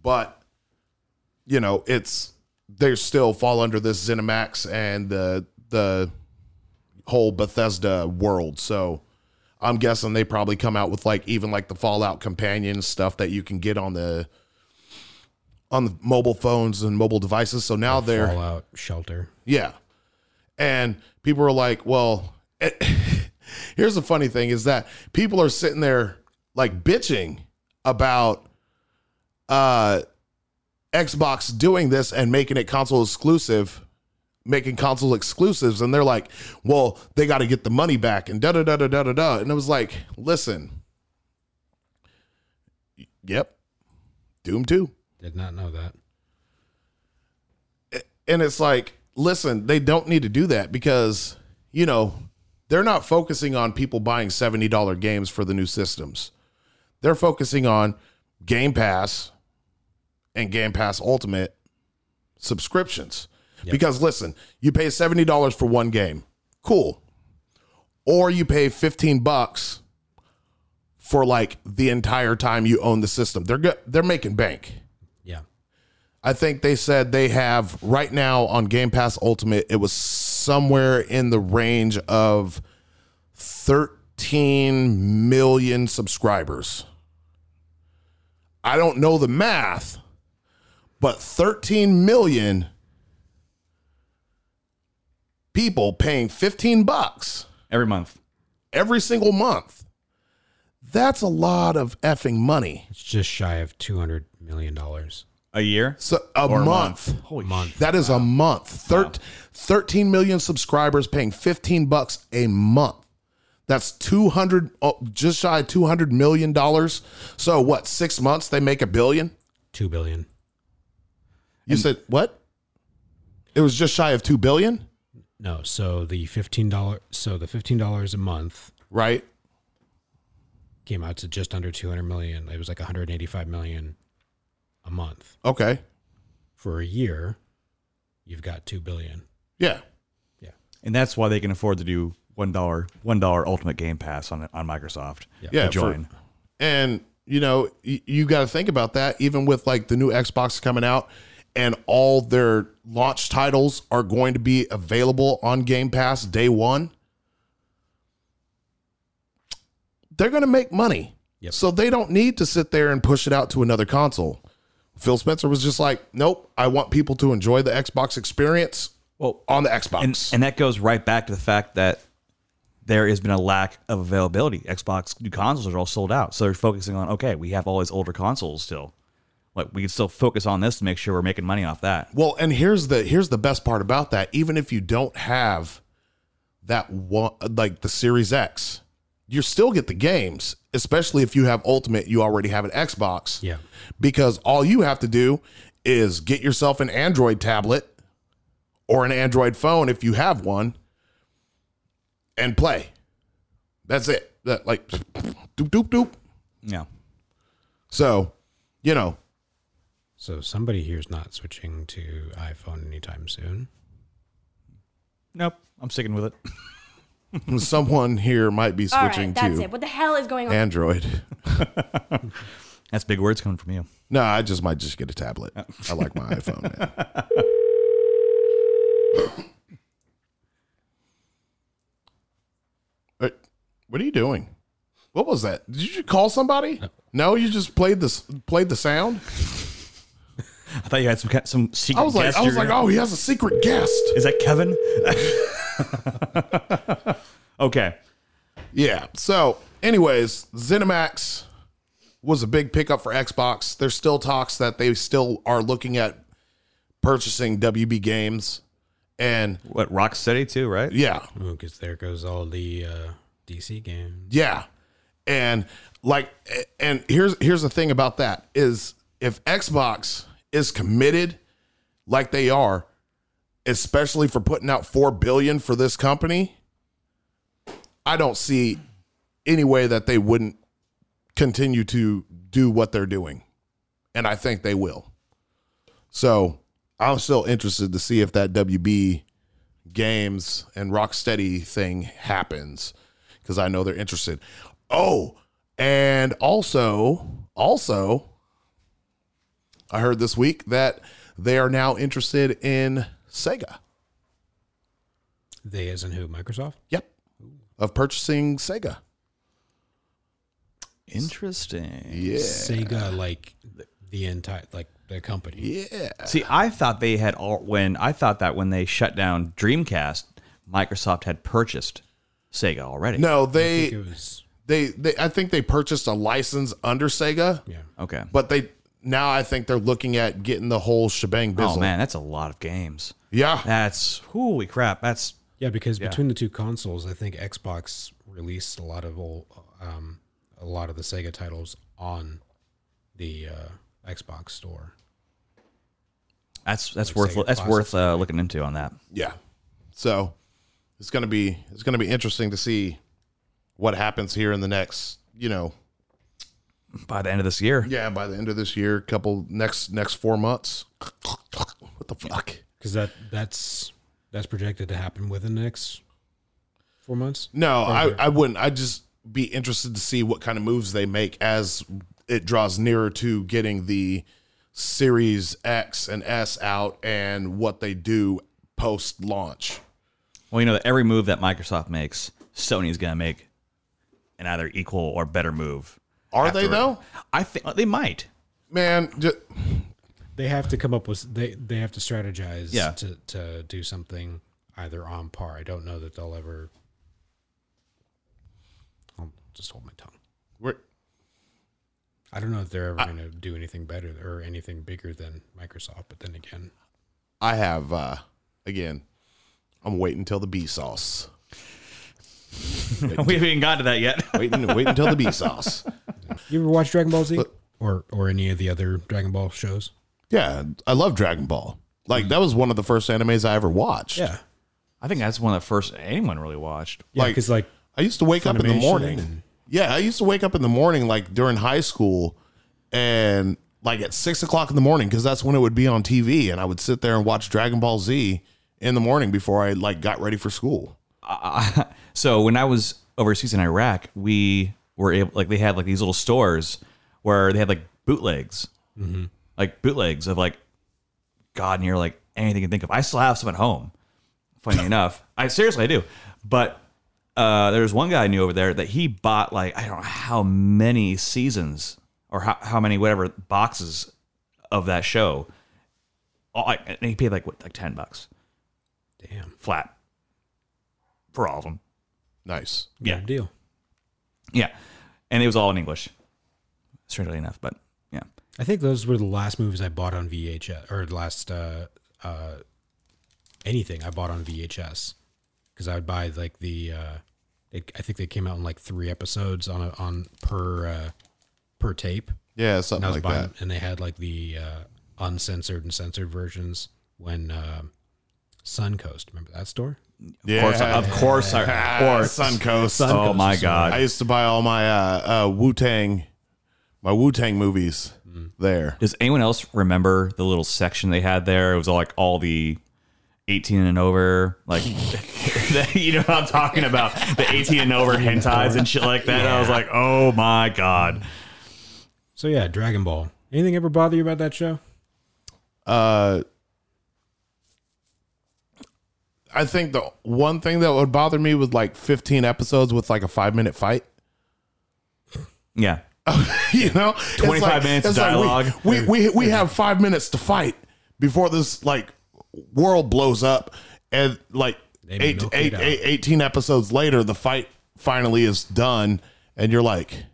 Speaker 1: but you know it's they still fall under this ZeniMax and the the whole Bethesda world. So I'm guessing they probably come out with like even like the Fallout companion stuff that you can get on the on the mobile phones and mobile devices. So now they're
Speaker 3: Fallout shelter.
Speaker 1: yeah. And people are like, well, it- here's the funny thing is that people are sitting there like bitching about uh Xbox doing this and making it console exclusive, making console exclusives and they're like, "Well, they got to get the money back." And da da da da da da da. And it was like, "Listen. Yep. Doom 2."
Speaker 3: Did not know that.
Speaker 1: and it's like listen they don't need to do that because you know they're not focusing on people buying $70 games for the new systems they're focusing on game pass and game pass ultimate subscriptions because listen you pay $70 for one game cool or you pay 15 bucks for like the entire time you own the system they're good they're making bank
Speaker 3: Yeah.
Speaker 1: I think they said they have right now on Game Pass Ultimate, it was somewhere in the range of 13 million subscribers. I don't know the math, but 13 million people paying 15 bucks
Speaker 2: every month.
Speaker 1: every single month. That's a lot of effing money.
Speaker 3: It's just shy of two hundred million dollars.
Speaker 2: A year?
Speaker 1: So a
Speaker 2: Or
Speaker 1: month.
Speaker 2: Holy
Speaker 3: Month.
Speaker 1: That is a month. Thir- 13 million subscribers paying 15 bucks a month. That's 200 oh, just shy of 200 million dollars. So what, 6 months they make a billion?
Speaker 3: Two billion.
Speaker 1: You said what? It was just shy of 2 billion,
Speaker 3: No, so the fifteen dollar so the fifteen dollars a month
Speaker 1: right?
Speaker 3: came out to just under two hundred million. It was like one hundred eighty five million a month
Speaker 1: Okay.
Speaker 3: for a year. You've got two billion.
Speaker 1: Yeah.
Speaker 2: And that's why they can afford to do one dollar, one dollar Ultimate Game Pass on on Microsoft. Yeah,
Speaker 1: Yeah,
Speaker 2: to join.
Speaker 1: And you know, you, you got to think about that even with like the new Xbox coming out and all their launch titles are going to be available on Game Pass day 1. They're going to make money.
Speaker 3: Yep.
Speaker 1: So they don't need to sit there and push it out to another console. Phil Spencer was just like, "Nope, I want people to enjoy the Xbox experience
Speaker 2: well,
Speaker 1: on the Xbox."
Speaker 2: and and that goes right back to the fact that there has been a lack of availability. Xbox new consoles are all sold out, so they're focusing on okay, we have all these older consoles still. Like we can still focus on this to make sure we're making money off that.
Speaker 1: Well, and here's the here's the best part about that. Even if you don't have that one, like the Series X, you still get the games. Especially if you have Ultimate, you already have an Xbox.
Speaker 3: Yeah.
Speaker 1: Because all you have to do is get yourself an Android tablet or an Android phone if you have one, and play. That's it. That like doop doop doop.
Speaker 2: Yeah.
Speaker 1: So, you know,
Speaker 3: So somebody here's not switching to iPhone anytime soon.
Speaker 2: Nope. I'm sticking with it.
Speaker 1: someone here might be
Speaker 4: All
Speaker 1: switching
Speaker 4: right, that's
Speaker 1: to
Speaker 4: it. What the hell is going on?
Speaker 1: Android.
Speaker 2: That's big words coming from you.
Speaker 1: No, I just might just get a tablet. I like my iPhone. Man. Uh, what are you doing? What was that? Did you call somebody? No, you just played this played the sound.
Speaker 2: I thought you had some some secret.
Speaker 1: I was like,
Speaker 2: guest
Speaker 1: I was
Speaker 2: you're
Speaker 1: like,
Speaker 2: gonna-
Speaker 1: oh, he has a secret guest.
Speaker 2: Is that Kevin? okay.
Speaker 1: Yeah. So, anyways, ZeniMax was a big pickup for Xbox. There's still talks that they still are looking at purchasing WB Games, and
Speaker 2: What Rocksteady too, right?
Speaker 1: yeah,
Speaker 3: Because there goes all the uh, DC games.
Speaker 1: Yeah. And like and here's here's the thing about that is if Xbox is committed like they are, especially for putting out 4 billion for this company, I don't see any way that they wouldn't continue to do what they're doing. And I think they will. So, I'm still interested to see if that WB games and Rocksteady thing happens because I know they're interested. Oh, and also, also, I heard this week that they are now interested in Sega.
Speaker 3: They isn't who Microsoft.
Speaker 1: Yep, of purchasing Sega.
Speaker 2: Interesting.
Speaker 1: Yeah,
Speaker 3: Sega like the entire like the company.
Speaker 1: yeah.
Speaker 2: See, I thought they had all when I thought that when they shut down Dreamcast, Microsoft had purchased Sega already.
Speaker 1: No,
Speaker 3: I think
Speaker 1: they,
Speaker 3: it was
Speaker 1: they, they. I think they purchased a license under Sega,
Speaker 3: yeah.
Speaker 2: Okay.
Speaker 1: but they now I think they're looking at getting the whole shebang. Bizzle.
Speaker 2: oh man, that's a lot of games.
Speaker 1: yeah,
Speaker 2: That's holy crap. That's
Speaker 3: Yeah, because between the two consoles, I think Xbox released a lot of old, um, a lot of the Sega titles on the uh, Xbox store.
Speaker 2: that's that's worth
Speaker 3: Sega
Speaker 2: that's worth uh, looking into on that.
Speaker 1: yeah so it's gonna be it's gonna be interesting to see what happens here in the next you know
Speaker 2: By the end of this year.
Speaker 1: yeah by the end of this year couple next next four months what the fuck
Speaker 3: Because that that's that's projected to happen within the next four months.
Speaker 1: no i i wouldn't i'd just be interested to see what kind of moves they make as it draws nearer to getting the series x and s out and what they do post launch
Speaker 2: Well, you know that every move that Microsoft makes, Sony's gonna make an either equal or better move.
Speaker 1: are they though
Speaker 2: I think uh, they might.
Speaker 1: man, just,
Speaker 3: They have to come up with they they have to strategize
Speaker 2: Yeah.
Speaker 3: to to do something either on par. I don't know that they'll ever. I'll just hold my tongue.
Speaker 1: we're,
Speaker 3: I don't know if they're ever going to do anything better or anything bigger than Microsoft. But then again,
Speaker 1: I have uh again. I'm waiting until the bee sauce.
Speaker 2: we haven't even gotten to that yet.
Speaker 1: Waiting, waiting until the bee sauce.
Speaker 3: you ever watch Dragon Ball Z or or any of the other Dragon Ball shows?
Speaker 1: Yeah, I love Dragon Ball. Like that was one of the first animes I ever watched.
Speaker 3: Yeah,
Speaker 2: I think that's one of the first anyone really watched.
Speaker 3: yeah,
Speaker 1: Like-
Speaker 3: because like
Speaker 1: I used to wake up in the
Speaker 3: Funimation
Speaker 1: morning.
Speaker 3: and-
Speaker 1: yeah, I used to wake up in the morning, like during high school, and like at six o'clock in the morning, because that's when it would be on TV, and I would sit there and watch Dragon Ball Z in the morning before I like got ready for school.
Speaker 2: So when I was overseas in Iraq, we were able like they had like these little stores where they had like bootlegs, like bootlegs of like God near like anything you can think of. I still have some at home. Funny enough, I seriously I do. But uh, there was one guy I knew over there that he bought like I don't know how many seasons or how, how many whatever boxes of that show. All, like, and he paid like what like ten bucks
Speaker 3: damn,
Speaker 2: flat for all of them.
Speaker 1: Nice.
Speaker 2: Yeah.
Speaker 3: good deal.
Speaker 2: Yeah. And it was all in English, strangely enough. But yeah.
Speaker 3: I think those were the last movies I bought on VHS or the last uh, uh, anything I bought on VHS because I would buy like the uh, it, I think they came out in like three episodes on a, on per uh, per tape.
Speaker 1: Yeah,
Speaker 3: And
Speaker 1: something
Speaker 3: I was
Speaker 1: like
Speaker 3: buying,
Speaker 1: that.
Speaker 3: and they had like the uh, uncensored and censored versions when um Suncoast. Remember that store?
Speaker 1: Yeah, Ah,
Speaker 2: Of course, of course, I- of course.
Speaker 1: Suncoast.
Speaker 2: oh my
Speaker 1: I
Speaker 2: God.
Speaker 1: used to buy all my uh, uh, Wu Tang, my Wu Tang movies
Speaker 2: Mm.
Speaker 1: there.
Speaker 2: Does anyone else remember the little section they had there? It was all like all the 18 and over, like, you know what I'm talking about? The 18 and over hentais and shit like that. I was like, oh my God.
Speaker 3: So yeah, Dragon Ball. Anything ever bother you about that show?
Speaker 1: Uh, I think the one thing that would bother me was like 15 episodes with like a five minute fight.
Speaker 2: Yeah.
Speaker 1: you know, It's
Speaker 2: 25 minutes of
Speaker 1: it's like we-
Speaker 2: dialogue.
Speaker 1: we, we we have five minutes to fight before this like world blows up, and like
Speaker 3: They
Speaker 1: eight,
Speaker 3: milk
Speaker 1: eight,
Speaker 3: it out.
Speaker 1: eight- 18 episodes later, the fight finally is done, and you're like,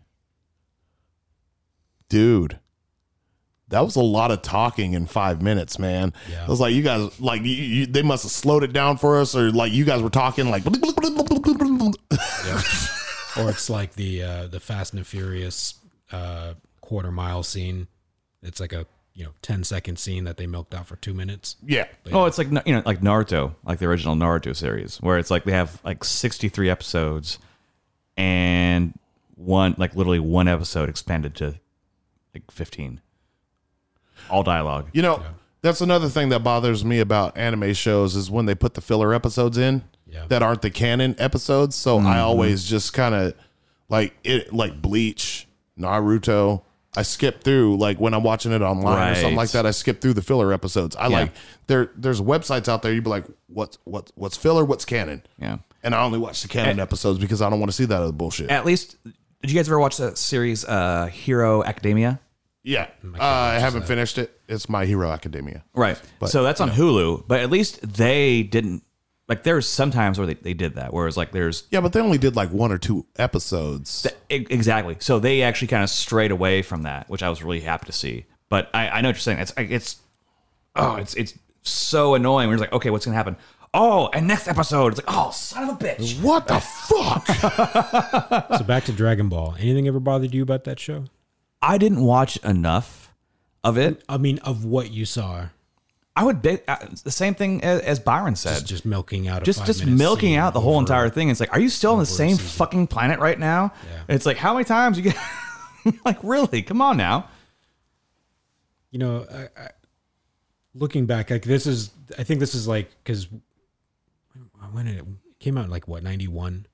Speaker 1: dude. That was a lot of talking in five minutes, man.
Speaker 3: Yeah.
Speaker 1: I was like, you guys, like, you, you, they must have slowed it down for us, or like, you guys were talking like,
Speaker 3: or it's like the uh, the Fast and the Furious uh, quarter mile scene. It's like a you know 10 second scene that they milked out for two minutes.
Speaker 1: yeah,
Speaker 2: Oh, it's like you know, like Naruto, like the original Naruto series, where it's like they have like sixty three episodes, and one like literally one episode expanded to like fifteen, all dialogue.
Speaker 1: You know, that's another thing that bothers me about anime shows is when they put the filler episodes in
Speaker 3: Yeah.
Speaker 1: that aren't the canon episodes. So I always just kind of like it, like Bleach, Naruto. I skip through like when I'm watching it online or something
Speaker 2: Right.
Speaker 1: like that. I skip through the filler episodes. I like there. There's websites out there. You'd be like, what's what's what's filler? What's canon?
Speaker 2: Yeah.
Speaker 1: And I only watch the canon episodes because I don't want to see that other bullshit.
Speaker 2: At least, did you guys ever watch that series, uh, Hero Academia?
Speaker 1: yeah, uh, I haven't finished it. It's My Hero Academia.
Speaker 2: Right. so that's on Hulu, but at least they didn't. Like there's sometimes where they, they did that, whereas like there's
Speaker 1: Yeah, but they only did like one or two episodes.
Speaker 2: E- Exactly. So they actually kind of strayed away from that, which I was really happy to see. But I, I know what you're saying. It's I- it's oh, it's it's so annoying. We're just like, okay, what's gonna happen? Oh, and next episode, it's like, oh, son of a bitch.
Speaker 1: What the fuck?
Speaker 3: So back to Dragon Ball. Anything ever bothered you about that show?
Speaker 2: I didn't watch enough of it.
Speaker 3: I mean, of what you saw,
Speaker 2: I would be uh, the same thing as, as Byron said.
Speaker 3: just, just milking out. A
Speaker 2: just
Speaker 3: five
Speaker 2: just
Speaker 3: minute
Speaker 2: milking
Speaker 3: scene
Speaker 2: out the whole
Speaker 3: over-
Speaker 2: entire thing. It's like, are you still on the same fucking planet right now?
Speaker 3: Yeah.
Speaker 2: It's like, how many times you get? like, really? Come on now.
Speaker 3: You know, I, I, looking back, like this is. I think this is like because when did it, it came out, like what ninety one,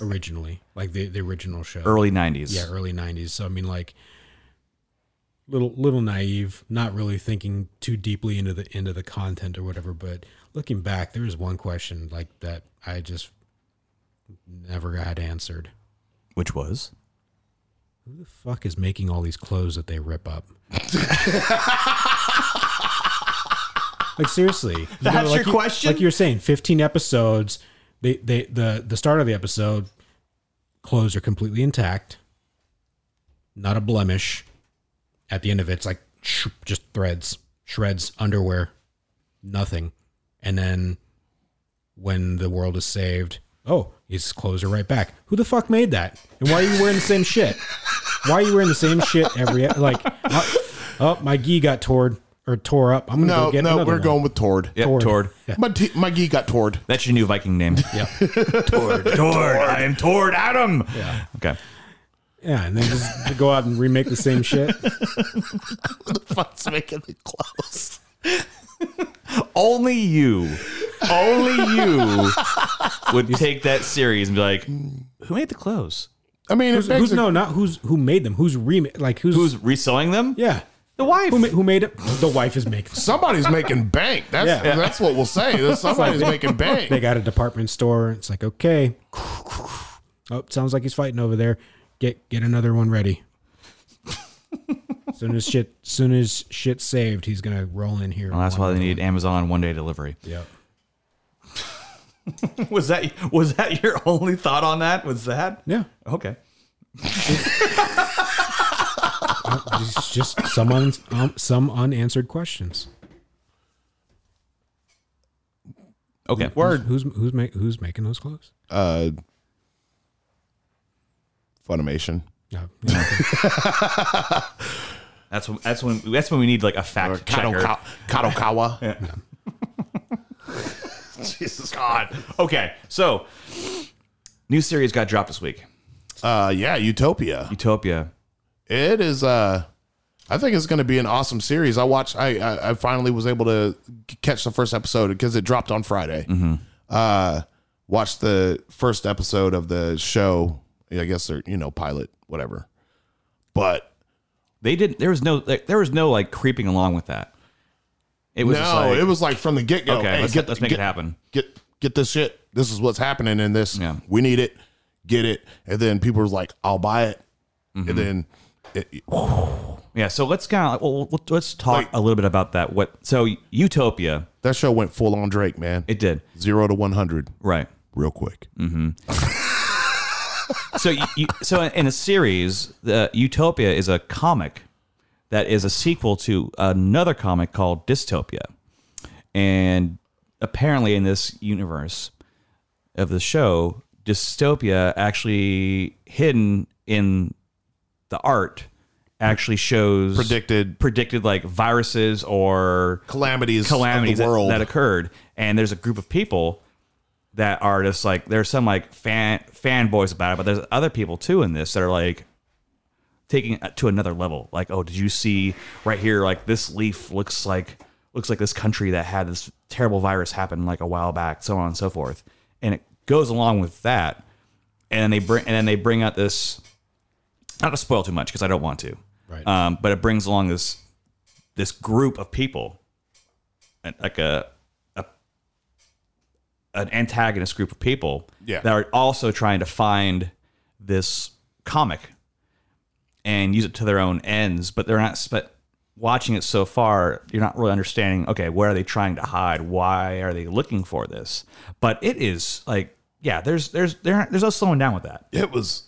Speaker 3: originally, like the the original show.
Speaker 2: Early '90s.
Speaker 3: yeah er early 90s so i mean like little little naive not really thinking too deeply into the into the content or whatever but looking back there was one question like that i just never got answered
Speaker 2: Which was
Speaker 3: Who the fuck is making all these clothes that they rip up? like seriously, you
Speaker 5: That's
Speaker 3: like
Speaker 5: your
Speaker 3: you-
Speaker 5: question?
Speaker 3: Like you were saying, fifteen episodes. They they the the start of the episode, clothes are completely intact, not a blemish. At the end of it, it's like sh- just threads, shreds, underwear, nothing. And then when the world is saved, oh, his clothes are right back. Who the fuck made that? And why are you wearing the same shit? Why are you wearing the same shit every like? Oh, oh, my gi got torn or tore up. I'm gonna
Speaker 1: No,
Speaker 3: go get
Speaker 1: no,
Speaker 3: another
Speaker 1: we're
Speaker 3: one.
Speaker 1: going with Tord.
Speaker 2: Yep,
Speaker 3: Tord.
Speaker 2: Tord.
Speaker 1: My t- my gi got Tord.
Speaker 2: That's your new Viking name.
Speaker 3: Yeah,
Speaker 2: Tord. Tord. I am Tord Adam. Yeah. Okay.
Speaker 3: yeah, and then just go out and remake the same shit.
Speaker 1: Fuck's making the clothes.
Speaker 2: Only you, only you would take that series and be like, "Hmm, who made the clothes?
Speaker 1: I mean,
Speaker 3: Who's,
Speaker 1: it begs
Speaker 3: who's
Speaker 1: the-
Speaker 3: no, not who's who made them. Who's remake? Like who's,
Speaker 2: Who's reselling them?
Speaker 3: yeah?
Speaker 2: The wife.
Speaker 3: Who ma- who made it? The wife is making.
Speaker 1: somebody's making bank. That's
Speaker 3: Yeah.
Speaker 1: that's what we'll say. That Somebody's making
Speaker 3: They
Speaker 1: bank.
Speaker 3: got a department store. It's like okay. Oh, sounds like he's fighting over there. Get get another one ready. soon as shit, soon as shit saved, he's gonna roll in here.
Speaker 2: well, that's why they need Amazon one day delivery.
Speaker 3: Yep.
Speaker 2: Was that was that your only thought on that? Was that?
Speaker 3: Yeah.
Speaker 2: Okay.
Speaker 3: It's Uh, just some un, um, some unanswered questions.
Speaker 2: Okay.
Speaker 1: Word.
Speaker 3: Who's who's ma- who's making those clothes?
Speaker 1: Uh, Funimation.
Speaker 3: Yeah. yeah.
Speaker 2: That's when that's when that's when we need like a
Speaker 1: Or
Speaker 2: fact checker.
Speaker 1: Kadoka- Kadokawa.
Speaker 2: Jesus God. Okay. So, new series got dropped this week.
Speaker 1: Uh, yeah, Utopia.
Speaker 2: Utopia.
Speaker 1: It is. Uh, I think it's going to be an awesome series. I watched. I, I I finally was able to c- catch the first episode because it dropped on Friday.
Speaker 2: Mm-hmm.
Speaker 1: Uh, watched the first episode of the show. I guess they're you know pilot whatever, but
Speaker 2: They didn't. There was no. Like, there was no like creeping along with that. It was. just
Speaker 1: no,
Speaker 2: like,
Speaker 1: it was like from the Oh, get go.
Speaker 2: okay. let's let's make it happen.
Speaker 1: Get get this shit. This is what's happening in this.
Speaker 2: Yeah.
Speaker 1: We need it. Get it. And then people were like, "I'll buy it."
Speaker 2: Mm-hmm.
Speaker 1: And then it,
Speaker 2: Yeah. So let's kind of well, we'll- let's talk
Speaker 1: Like-
Speaker 2: a little bit about that. What? So Utopia.
Speaker 1: that show went full on Drake, man.
Speaker 2: It did.
Speaker 1: Zero to one hundred,
Speaker 2: Right.
Speaker 1: real quick.
Speaker 2: so you, you, so in a series, the Utopia is a comic that is a sequel to another comic called Dystopia, and apparently in this universe of the show, dystopia actually hidden in the art actually shows
Speaker 1: Predicted
Speaker 2: predicted like viruses or
Speaker 1: calamities,
Speaker 2: calamities
Speaker 1: of the
Speaker 2: that,
Speaker 1: world.
Speaker 2: that occurred, and there's a group of people that are just like there's some like fan fanboys about it, but there's other people too in this that are like taking it to another level. Like, oh, did you see right here? Like this leaf looks like looks like this country that had this terrible virus happen like a while back, so on and so forth, and it goes along with that, and then they bring and then they bring out this not to spoil too much because I don't want to.
Speaker 3: Right.
Speaker 2: Um, but it brings along this this group of people, and like a, a an antagonist group of people
Speaker 1: Yeah.
Speaker 2: that are also trying to find this comic and use it to their own ends. But they're not. But watching it so far, you're not really understanding. Okay, where are they trying to hide? Why are they looking for this? But it is like, yeah, there's there's there, there's no slowing down with that.
Speaker 1: it was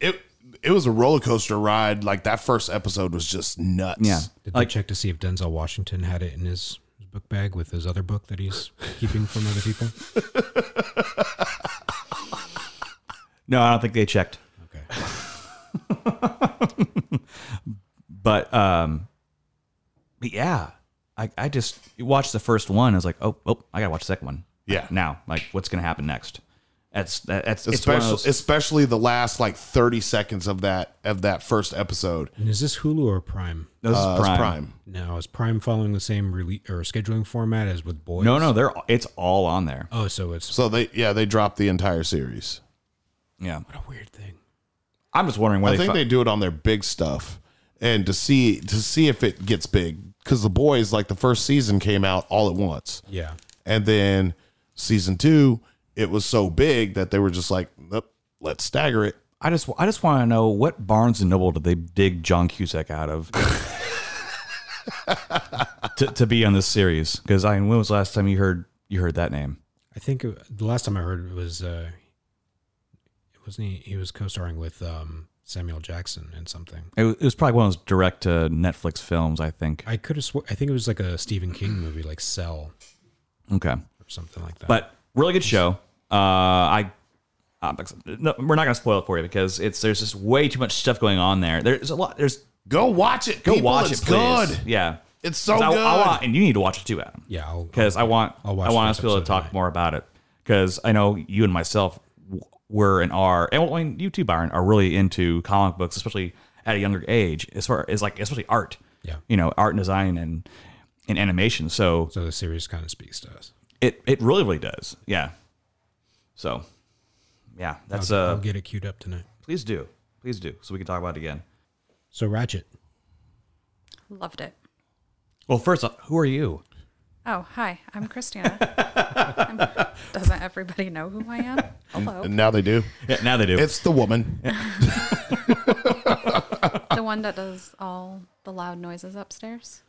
Speaker 1: it it was a roller coaster ride. Like that first episode was just nuts.
Speaker 2: Yeah,
Speaker 3: Did they check to see if Denzel Washington had it in his, his book bag with his other book that he's keeping from other people?
Speaker 2: No, I don't think they checked.
Speaker 3: Okay.
Speaker 2: But um, but yeah, I I just watched the first one. I was like, oh, oh, I gotta watch the second one.
Speaker 1: Yeah.
Speaker 2: now, like, what's gonna happen next? That's that, that's it's one of
Speaker 1: Especially,
Speaker 2: those-
Speaker 1: especially the last like 30 seconds of that of that first episode
Speaker 3: And is this Hulu or Prime?
Speaker 2: those is
Speaker 1: uh, prime. prime
Speaker 3: Now is Prime following the same rele or scheduling format as with Boys?
Speaker 2: No, no, they're it's all on there.
Speaker 3: Oh, so it's
Speaker 1: so they yeah they dropped the entire series
Speaker 2: Yeah,
Speaker 3: what a weird thing.
Speaker 2: I'm just wondering where
Speaker 1: i
Speaker 2: they,
Speaker 1: think
Speaker 2: fi-
Speaker 1: they do it on their big stuff and to see to see if it gets big because the boys like the first season came out all at once
Speaker 3: Yeah.
Speaker 1: and then season two it was so big that they were just like nope let's stagger it
Speaker 2: I just I just want to know what Barnes and Noble did they dig John Cusack out of to, to be on this series? Because I mean, when was the last time you heard you heard that name?
Speaker 3: I think it, the last time I heard it was uh, it wasn't he, he was co-starring with um, Samuel Jackson and something.
Speaker 2: It was, it was probably one of those direct to Netflix films, I think.
Speaker 3: I could have sworn I think it was like a Stephen King movie, like Cell
Speaker 2: Okay,
Speaker 3: or something like that.
Speaker 2: but really good show. Uh, I. I'm ex- no, we're not going to spoil it for you because it's there's just way too much stuff going on there. There's a lot. There's
Speaker 1: Go watch it.
Speaker 2: go
Speaker 1: people.
Speaker 2: watch
Speaker 1: It's
Speaker 2: it, please.
Speaker 1: good.
Speaker 2: Yeah,
Speaker 1: It's so
Speaker 2: 'Cause I,
Speaker 1: good.
Speaker 2: I want, and you need to watch it too, Adam.
Speaker 3: yeah, I'll,
Speaker 2: because I want I
Speaker 3: I'll watch
Speaker 2: want
Speaker 3: the
Speaker 2: us to be able to
Speaker 3: episode
Speaker 2: talk
Speaker 3: tonight.
Speaker 2: more about it because I know you and myself w- were and are, and well, I mean, you too, Byron, are really into comic books, especially at a younger age, as far as like especially art.
Speaker 3: Yeah.
Speaker 2: you know, art and design and and animation. So
Speaker 3: so the series kind of speaks to us.
Speaker 2: it it really really does. Yeah. So, yeah, that's
Speaker 3: I'll
Speaker 2: uh.
Speaker 3: get it queued up tonight.
Speaker 2: Please do, please do, so we can talk about it again.
Speaker 3: So Ratchet,
Speaker 5: Loved it.
Speaker 2: Well, first off, who are you?
Speaker 5: Oh, hi. I'm Christina. I'm- doesn't everybody know who I am? Hello.
Speaker 1: And now they do.
Speaker 2: Yeah, now they do.
Speaker 1: It's the woman.
Speaker 5: The one that does all the loud noises upstairs.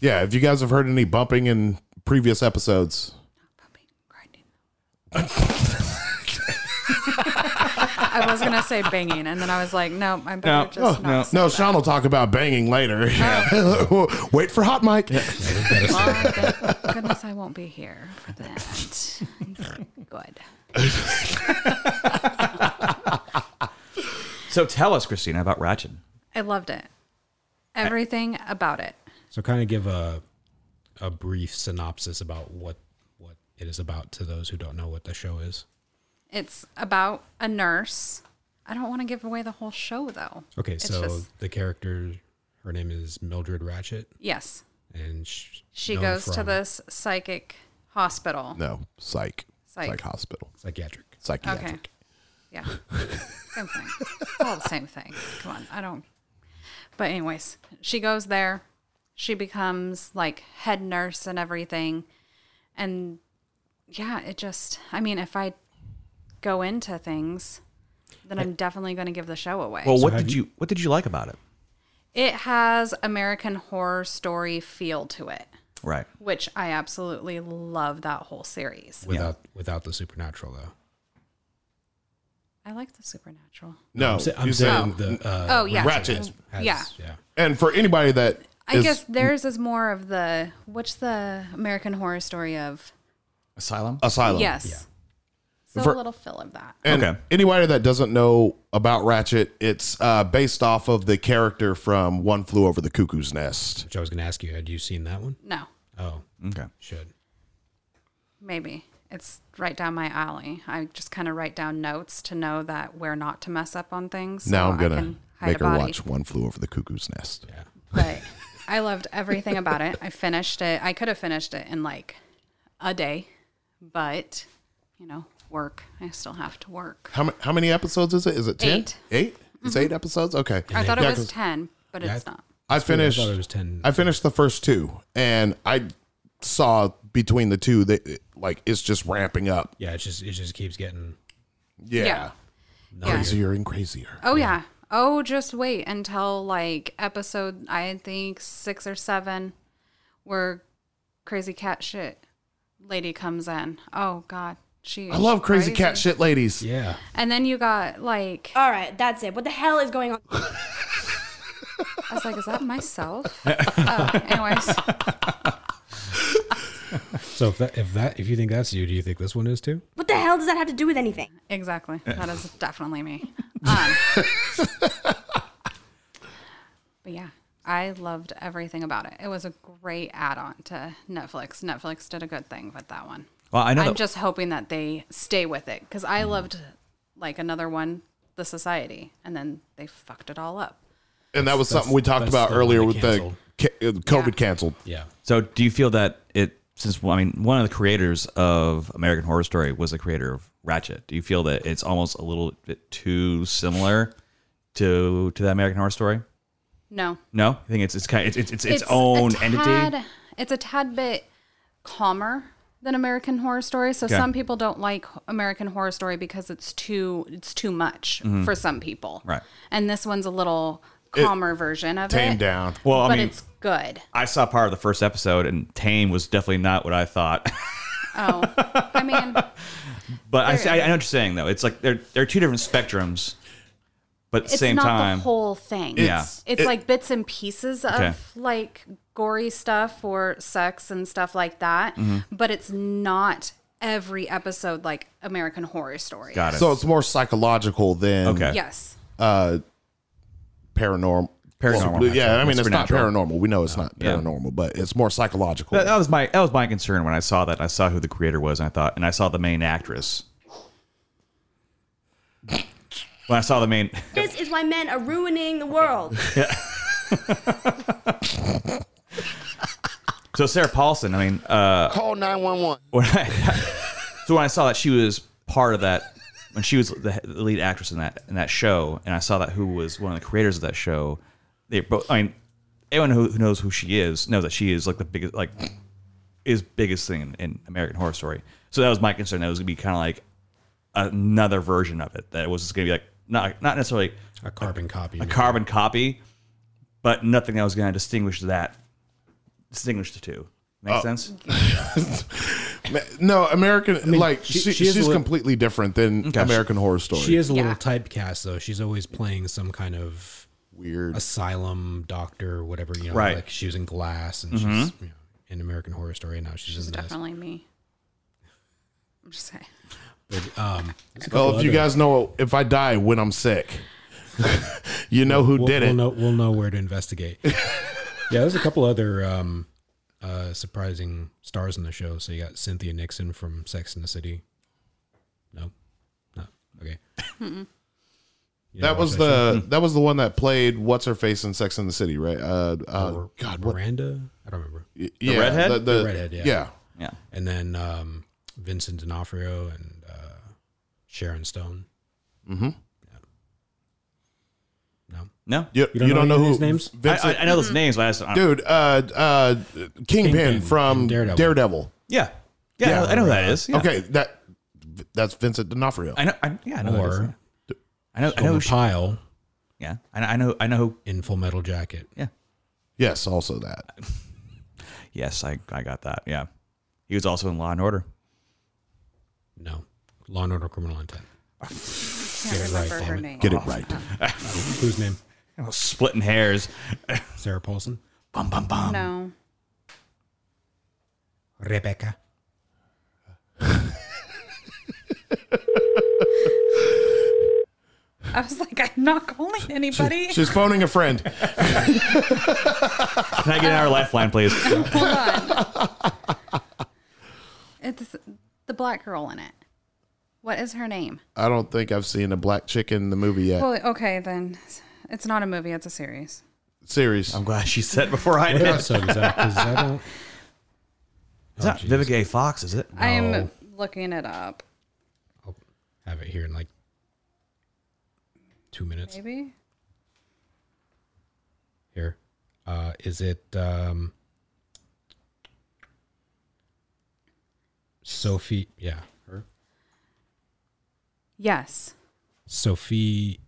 Speaker 1: Yeah. If you guys have heard any bumping in previous episodes,
Speaker 5: Pumping, grinding. I was gonna say banging, and then I was like, no, I better
Speaker 2: No.
Speaker 5: just
Speaker 2: Oh,
Speaker 5: not. say
Speaker 1: no,
Speaker 5: that.
Speaker 1: Sean will talk about banging later. Wait for hot mic.
Speaker 5: Oh, thank goodness, I won't be here for that. Good.
Speaker 2: so tell us, Christina, about Ratchet.
Speaker 5: I loved it. Everything about it.
Speaker 3: so kind of give a a brief synopsis about what what it is about to those who don't know what the show is.
Speaker 5: It's about a nurse. I don't want to give away the whole show though.
Speaker 3: Okay,
Speaker 5: It's
Speaker 3: so
Speaker 5: just-
Speaker 3: the character, her name is Mildred Ratchet,
Speaker 5: Yes.
Speaker 3: and sh-
Speaker 5: She
Speaker 3: known
Speaker 5: goes to
Speaker 3: from
Speaker 5: this psychic hospital.
Speaker 1: No, psych.
Speaker 5: Psych.
Speaker 1: hospital.
Speaker 3: psychiatric.
Speaker 1: Psychiatric.
Speaker 5: Okay. Yeah. same thing. It's all the same thing. Come on. I don't. But, anyways, she goes there. She becomes like head nurse and everything. And yeah, it just, I mean, if I go into things, then I'm definitely going to give the show away.
Speaker 2: Well, what
Speaker 3: have
Speaker 2: did you what did you like about it?
Speaker 5: it has American horror story feel to it,
Speaker 2: Right.
Speaker 5: which I absolutely love that whole series.
Speaker 3: Without without the supernatural though.
Speaker 5: I like the supernatural.
Speaker 1: No,
Speaker 3: I'm, sa- I'm
Speaker 1: you
Speaker 3: saying
Speaker 1: said-
Speaker 3: the uh,
Speaker 5: Oh, yeah.
Speaker 1: Ratchet.
Speaker 3: has-
Speaker 5: Yeah.
Speaker 3: yeah.
Speaker 1: And for anybody that
Speaker 5: I
Speaker 1: is-
Speaker 5: guess theirs is more of the what's the American horror story of?
Speaker 2: Asylum.
Speaker 1: Asylum.
Speaker 5: Yes. So
Speaker 1: For-
Speaker 5: a little fill of that.
Speaker 1: And
Speaker 2: Okay.
Speaker 1: anybody that doesn't know about Ratchet, it's uh, based off of the character from One Flew Over the Cuckoo's Nest.
Speaker 3: Which I was going to ask you, had you seen that one?
Speaker 5: No,
Speaker 3: Oh,
Speaker 2: Okay.
Speaker 3: should.
Speaker 5: maybe. It's right down my alley. I just kind of write down notes to know that where not to mess up on things. so
Speaker 1: now I'm
Speaker 5: I
Speaker 1: gonna
Speaker 5: can hide
Speaker 1: make
Speaker 5: a
Speaker 1: her
Speaker 5: body.
Speaker 1: watch One Flew Over the Cuckoo's Nest.
Speaker 5: But I loved everything about it. I finished it. I could have finished it in like a day, but you know, work. I still have to work.
Speaker 1: How, ma- how many episodes is it? Is it ten?
Speaker 5: Eight. Mm-hmm.
Speaker 1: Eight? It's eight episodes. Okay.
Speaker 5: I thought it
Speaker 1: Yeah,
Speaker 5: was
Speaker 1: 'cause
Speaker 5: ten, but it's not.
Speaker 1: I finished.
Speaker 3: I thought it was 10.
Speaker 1: I finished the first two, and I saw between the two that it- like it's just ramping up.
Speaker 3: yeah, it just it just keeps getting
Speaker 1: Yeah.
Speaker 5: Yeah.
Speaker 1: Crazier and crazier.
Speaker 5: Oh yeah. Oh, just wait until like episode I think six or seven, where crazy cat shit lady comes in. Oh God, she.
Speaker 1: I love crazy, cat shit ladies.
Speaker 3: yeah.
Speaker 5: And then you got like
Speaker 4: All right, that's it. What the hell is going on?
Speaker 5: I was like, is that myself? oh, anyways,
Speaker 3: So if that if that if you think that's you, do you think this one is too?
Speaker 4: What the hell does that have to do with anything?
Speaker 5: exactly. That is definitely me. Um, but yeah. I loved everything about it. It was a great add-on to Netflix. Netflix did a good thing with that one.
Speaker 2: Well, I know
Speaker 5: I'm
Speaker 2: that,
Speaker 5: just hoping that they stay with it because I loved like another one, The Society, and then they fucked it all up.
Speaker 1: And that was
Speaker 3: That's-
Speaker 1: something we talked
Speaker 3: that's
Speaker 1: about
Speaker 3: the one
Speaker 1: earlier
Speaker 3: that
Speaker 1: with the
Speaker 3: canceled.
Speaker 1: ca- uh, COVID canceled.
Speaker 3: Yeah.
Speaker 2: So, do you feel that it, since well, I mean, one of the creators of American Horror Story was the creator of Ratchet. Do you feel that it's almost a little bit too similar to to that American Horror Story?
Speaker 5: No,
Speaker 2: No, I think it's it's kind of, it's, it's it's its
Speaker 5: a
Speaker 2: own
Speaker 5: tad-
Speaker 2: entity.
Speaker 5: It's a tad bit calmer than American Horror Story. So
Speaker 2: Okay.
Speaker 5: some people don't like American Horror Story because it's too it's too much for some people.
Speaker 2: Mm-hmm. Right.
Speaker 5: And this one's a little calmer version of
Speaker 1: Tamed
Speaker 5: it.
Speaker 1: down.
Speaker 2: Well, I
Speaker 5: but
Speaker 2: mean,
Speaker 5: it's good.
Speaker 2: I saw part of the first episode, and Tame was definitely not what I thought.
Speaker 5: Oh, I mean,
Speaker 2: but I, see- I, I know what you're saying, though. It's like they're they're two different spectrums, but at the
Speaker 5: it's
Speaker 2: same
Speaker 5: not
Speaker 2: time,
Speaker 5: the whole thing.
Speaker 2: Yeah.
Speaker 5: It's, it's
Speaker 1: it-
Speaker 5: like bits and pieces of
Speaker 2: Okay.
Speaker 5: like gory stuff or sex and stuff like that.
Speaker 2: Mm-hmm.
Speaker 5: But it's not every episode like American Horror Story.
Speaker 2: got it.
Speaker 1: So it's more psychological than
Speaker 2: okay,
Speaker 5: Yes.
Speaker 1: uh, paranormal.
Speaker 2: Paranormal,
Speaker 1: Well, yeah, I
Speaker 2: actually.
Speaker 1: mean, it's,
Speaker 2: It's
Speaker 1: not
Speaker 2: supernatural.
Speaker 1: paranormal. We know it's not
Speaker 2: yeah.
Speaker 1: paranormal, but it's more psychological.
Speaker 2: That, that was my that was my concern when I saw that. I saw who the creator was, and I thought, and I saw the main actress. When I saw the main,
Speaker 4: This is why men are ruining the world.
Speaker 2: so Sarah Paulson. I mean, uh,
Speaker 6: Call 911.
Speaker 2: when I, so when I saw that she was part of that, when she was the, the lead actress in that in that show, and I saw that who was one of the creators of that show, they both. I mean, anyone who, who knows who she is knows that she is like the biggest, like is biggest thing in, in American Horror Story. So that was my concern. That it was gonna be kind of like another version of it. That it was just gonna be like not not necessarily
Speaker 3: A carbon copy.
Speaker 2: a carbon copy, but nothing that was gonna distinguish that distinguish the two. Make sense?
Speaker 1: no, American like
Speaker 3: she-
Speaker 1: she,
Speaker 3: she is
Speaker 1: she's
Speaker 3: a li-
Speaker 1: completely different than American Horror Story.
Speaker 3: She is a little
Speaker 5: Yeah.
Speaker 3: typecast though. She's always playing some kind of
Speaker 1: weird.
Speaker 3: asylum doctor, whatever you know.
Speaker 2: Right.
Speaker 3: Like she was in Glass, and she's you know, in American Horror Story, and now she's,
Speaker 5: It's
Speaker 3: in this.
Speaker 5: definitely me. I'm just saying.
Speaker 3: But, um, there's a couple
Speaker 1: Well, if you
Speaker 3: other-
Speaker 1: guys know, if I die when I'm sick, you know who
Speaker 3: we'll,
Speaker 1: did
Speaker 3: we'll
Speaker 1: it.
Speaker 3: Know, we'll know where to investigate. yeah, there's a couple other um, uh, surprising stars in the show. So you got Cynthia Nixon from Sex and the City. No, no, okay. You
Speaker 1: That
Speaker 3: never
Speaker 1: was
Speaker 3: watched
Speaker 1: the that was the one that played what's her face in Sex and the City, right? Uh,
Speaker 3: show?
Speaker 1: uh
Speaker 3: Or Miranda. I don't remember.
Speaker 1: y- yeah,
Speaker 2: redhead?
Speaker 1: the, the-
Speaker 3: The redhead, yeah.
Speaker 2: Yeah.
Speaker 3: And then um, Vincent D'Onofrio and uh, Sharon Stone.
Speaker 1: Mhm.
Speaker 3: No,
Speaker 2: No.
Speaker 1: You, you don't, know,
Speaker 3: any
Speaker 1: who
Speaker 3: of these names?
Speaker 2: I,
Speaker 1: Vincent,
Speaker 2: I, I know those names, but I just, I don't-
Speaker 1: dude, uh, uh, Kingpin,
Speaker 3: Kingpin
Speaker 1: from
Speaker 3: and Daredevil.
Speaker 1: Daredevil.
Speaker 2: yeah, yeah, I know- I know who that is. Yeah.
Speaker 1: Okay, that that's Vincent D'Onofrio.
Speaker 2: I know. I, yeah, I know. who that is,
Speaker 3: Or-
Speaker 2: yeah. I know. I know.
Speaker 3: Toma
Speaker 2: who She,
Speaker 3: Pyle
Speaker 2: yeah, I know. I know. I know. who-
Speaker 3: in Full Metal Jacket.
Speaker 2: Yeah.
Speaker 1: yes, also that.
Speaker 2: Yes, I I got that. Yeah, he was also in Law and Order.
Speaker 3: No, Law and Order: Criminal Intent.
Speaker 5: Can't
Speaker 3: Get it right,
Speaker 5: remember
Speaker 3: damn
Speaker 5: her
Speaker 3: it.
Speaker 5: name.
Speaker 1: Get it right.
Speaker 3: Whose name?
Speaker 2: I was Oh, splitting hairs.
Speaker 3: Sarah Paulson.
Speaker 2: Bum bum bum.
Speaker 5: No.
Speaker 3: Rebecca.
Speaker 5: I was like, I'm not calling anybody.
Speaker 1: She's phoning a friend.
Speaker 2: Can I get our lifeline, please?
Speaker 5: Hold on. It's the black girl in it. What is her name?
Speaker 1: I don't think I've seen a black chick in the movie yet.
Speaker 5: Well, okay, then it's not a movie, it's a series.
Speaker 1: Series.
Speaker 2: I'm glad she said before I
Speaker 3: What
Speaker 2: did.
Speaker 3: episode is that? 'Cause I don't.
Speaker 2: It's not Vivica A. Fox, is it?
Speaker 5: I am
Speaker 3: No.
Speaker 5: looking it up.
Speaker 3: I'll have it here in like two minutes.
Speaker 5: Maybe?
Speaker 3: Here, uh, is it um, Sophie? Yeah, her
Speaker 5: Yes.
Speaker 3: Sophie.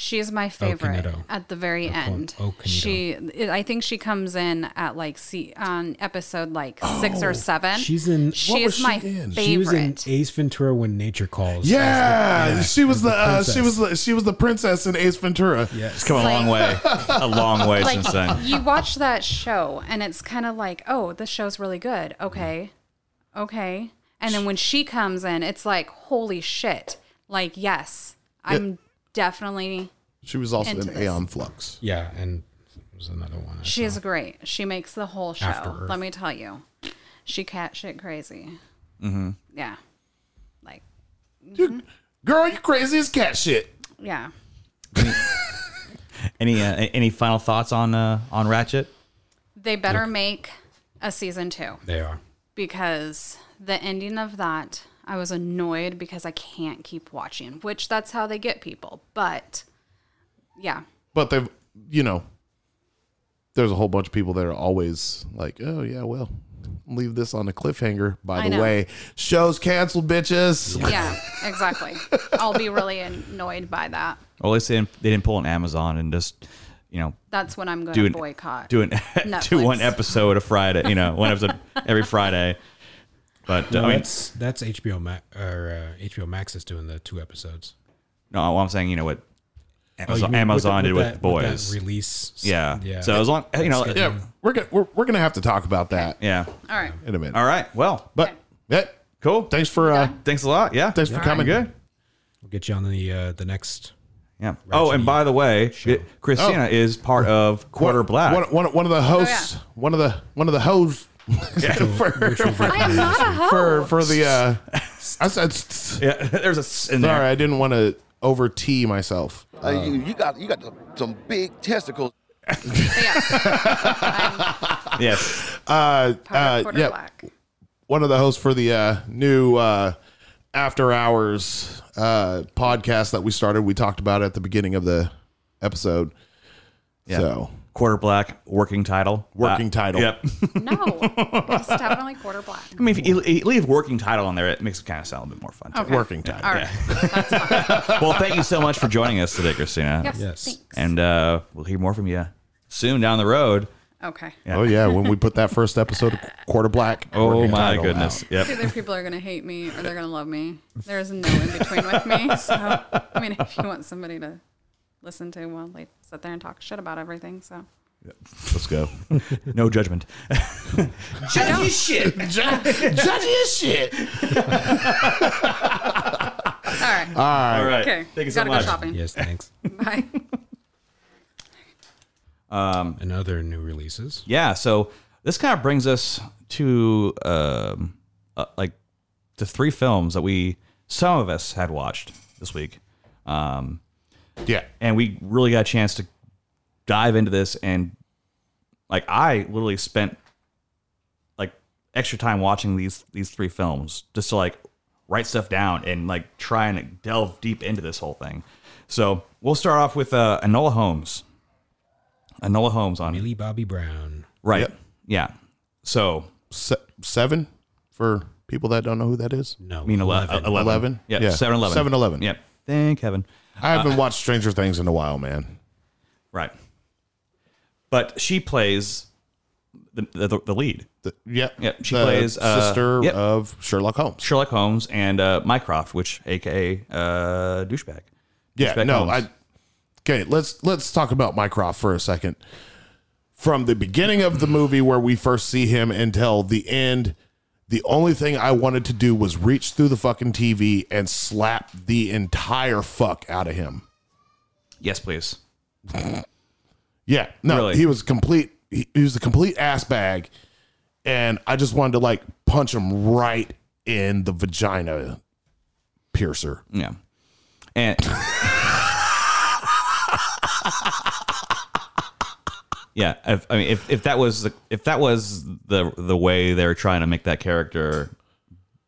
Speaker 5: She's
Speaker 3: Oh,
Speaker 5: my favorite
Speaker 3: Okonedo.
Speaker 5: at the very end.
Speaker 3: Okonedo.
Speaker 5: She, I think she comes in at like see on episode like six or seven.
Speaker 3: Oh, she's in-
Speaker 5: She
Speaker 1: what
Speaker 5: is
Speaker 1: was she
Speaker 5: my
Speaker 1: in?
Speaker 5: favorite.
Speaker 3: She was in Ace Ventura: When Nature Calls. as the-
Speaker 1: Yeah,
Speaker 3: yeah,
Speaker 1: she was
Speaker 3: as
Speaker 1: the, uh, she
Speaker 3: princess.
Speaker 1: was the she was the princess in Ace Ventura.
Speaker 2: It's come a long way. A long way
Speaker 5: like
Speaker 2: since then.
Speaker 5: you watch that show and it's kind of like, oh, this show's really good. Okay, okay. And then when she comes in, it's like, holy shit! Like, yes, I'm definitely.
Speaker 1: She was also in
Speaker 5: Interesting.
Speaker 1: Aeon Flux.
Speaker 3: yeah, and there was another one. I
Speaker 5: She is great. She makes the whole show.
Speaker 3: After Earth.
Speaker 5: Let me tell you, she cat shit crazy. Mm-hmm. Yeah, like Mm-hmm.
Speaker 1: You- girl, you crazy as cat shit.
Speaker 5: yeah.
Speaker 2: Any uh, any final thoughts on uh, on Ratchet?
Speaker 5: They better make a season two.
Speaker 3: They are.
Speaker 5: because the ending of that, I was annoyed because I can't keep watching, which that's how they get people. But yeah,
Speaker 1: But they've you know, there's a whole bunch of people that are always like, oh yeah, well, leave this on a cliffhanger. By
Speaker 5: I
Speaker 1: the
Speaker 5: know.
Speaker 1: way, show's canceled, bitches.
Speaker 5: Yeah, exactly. I'll be really annoyed by that.
Speaker 2: Well, they said they didn't pull an Amazon and just, you know,
Speaker 5: That's when I'm going
Speaker 2: do
Speaker 5: to
Speaker 2: an
Speaker 5: boycott.
Speaker 2: do an do
Speaker 5: Netflix.
Speaker 2: one episode a Friday. You know, one episode every Friday. But
Speaker 3: No,
Speaker 2: I mean,
Speaker 3: that's that's HBO Max or uh, HBO Max is doing the two episodes.
Speaker 2: no, what I'm saying, you know what
Speaker 3: Oh, you
Speaker 2: Amazon,
Speaker 3: mean with
Speaker 2: Amazon
Speaker 3: the-
Speaker 2: did with,
Speaker 3: that- that
Speaker 2: boys.
Speaker 3: release. s-
Speaker 2: yeah.
Speaker 3: yeah.
Speaker 2: So as long, you know, yeah.
Speaker 1: Yeah, we're gonna we're, we're gonna have to talk about that
Speaker 5: All right.
Speaker 1: in a minute.
Speaker 2: All right. Well,
Speaker 1: But yeah,
Speaker 2: cool.
Speaker 1: thanks for uh,
Speaker 2: Thanks a lot. Yeah.
Speaker 1: thanks for coming.
Speaker 2: Good.
Speaker 3: we'll get you on the uh, the next.
Speaker 2: Yeah. Oh, and by the way, Christina
Speaker 3: Oh.
Speaker 2: is part of Quarter
Speaker 1: One-
Speaker 2: Black.
Speaker 1: One, one, one of the hosts. One of the one of the hoes for, for,
Speaker 5: I am not a hoe.
Speaker 1: for for the. Uh, I said s-
Speaker 2: yeah, there's a s in
Speaker 1: sorry.
Speaker 2: there.
Speaker 1: I didn't want to over tee myself.
Speaker 6: Uh, you, you got you got some, some big testicles.
Speaker 5: yes.
Speaker 2: Yes.
Speaker 1: Uh,
Speaker 5: Uh,
Speaker 1: uh, yeah,
Speaker 5: black.
Speaker 1: one of the hosts for the uh, new uh, After Hours uh, podcast that we started. We talked about at the beginning of the episode.
Speaker 2: Yeah.
Speaker 1: So
Speaker 2: Quarter Black working title.
Speaker 1: Working
Speaker 2: Uh,
Speaker 1: title.
Speaker 2: Yep.
Speaker 5: No, it's definitely quarter black.
Speaker 2: I mean, if you, you leave working title on there, it makes it kind of sound a bit more fun. too.
Speaker 1: working time.
Speaker 5: All right.
Speaker 2: Well, thank you so much for joining us today, Christina.
Speaker 5: Yes.
Speaker 3: Yes.
Speaker 5: Thanks.
Speaker 2: And uh, we'll hear more from you soon down the road.
Speaker 5: okay.
Speaker 1: Oh yeah, when we put that first episode of Quarter Black.
Speaker 2: Oh
Speaker 1: Working
Speaker 2: my
Speaker 1: Title
Speaker 2: goodness.
Speaker 1: out.
Speaker 2: Yep.
Speaker 5: Either people are going to hate me or they're going to love me. There's no in between with me. So, I mean, if you want somebody to listen to, well, they sit there and talk shit about everything. So,
Speaker 1: Let's go.
Speaker 2: No judgment.
Speaker 5: I don't.
Speaker 1: Judge is shit.
Speaker 5: All right.
Speaker 2: All right.
Speaker 5: okay.
Speaker 2: Thank you so
Speaker 5: Gotta
Speaker 2: much.
Speaker 5: go shopping.
Speaker 3: Yes, thanks.
Speaker 5: Bye.
Speaker 3: and other new releases.
Speaker 2: Yeah. So this kind of brings us to um, uh, like the three films that we some of us had watched this week, um,
Speaker 1: Yeah.
Speaker 2: and we really got a chance to dive into this. And like I literally spent like extra time watching these these three films just to like write stuff down and like try and delve deep into this whole thing. So we'll start off with uh, Enola Holmes. Enola Holmes on
Speaker 3: Millie Bobby Brown.
Speaker 2: Right. Yeah. So
Speaker 1: Se- seven for people that don't know who that is.
Speaker 3: No,
Speaker 2: I mean, ele- uh,
Speaker 3: 11.
Speaker 2: eleven.
Speaker 1: Eleven?
Speaker 2: Yeah.
Speaker 1: Yeah.
Speaker 2: Seven eleven.
Speaker 1: 7-Eleven.
Speaker 2: Yep. Thank heaven.
Speaker 1: I haven't watched Stranger Things in a while, man.
Speaker 2: Right. But she plays the the, the lead.
Speaker 1: The, yep.
Speaker 2: Yep, she
Speaker 1: The
Speaker 2: plays, uh,
Speaker 1: sister
Speaker 2: yep.
Speaker 1: of Sherlock Holmes.
Speaker 2: Sherlock Holmes and uh, Mycroft, which AKA uh, douchebag.
Speaker 1: Yeah,
Speaker 2: Respect
Speaker 1: no,
Speaker 2: Holmes.
Speaker 1: I okay. Let's let's talk about Mycroft for a second. From the beginning of the movie where we first see him until the end, the only thing I wanted to do was reach through the fucking TV and slap the entire fuck out of him.
Speaker 2: Yes, please.
Speaker 1: Yeah, no,
Speaker 2: Really?
Speaker 1: he was complete. He, he was a complete ass bag, and I just wanted to like punch him right in the vagina piercer.
Speaker 2: Yeah. And Yeah, if, I mean, if, if that was the, if that was the the way they were trying to make that character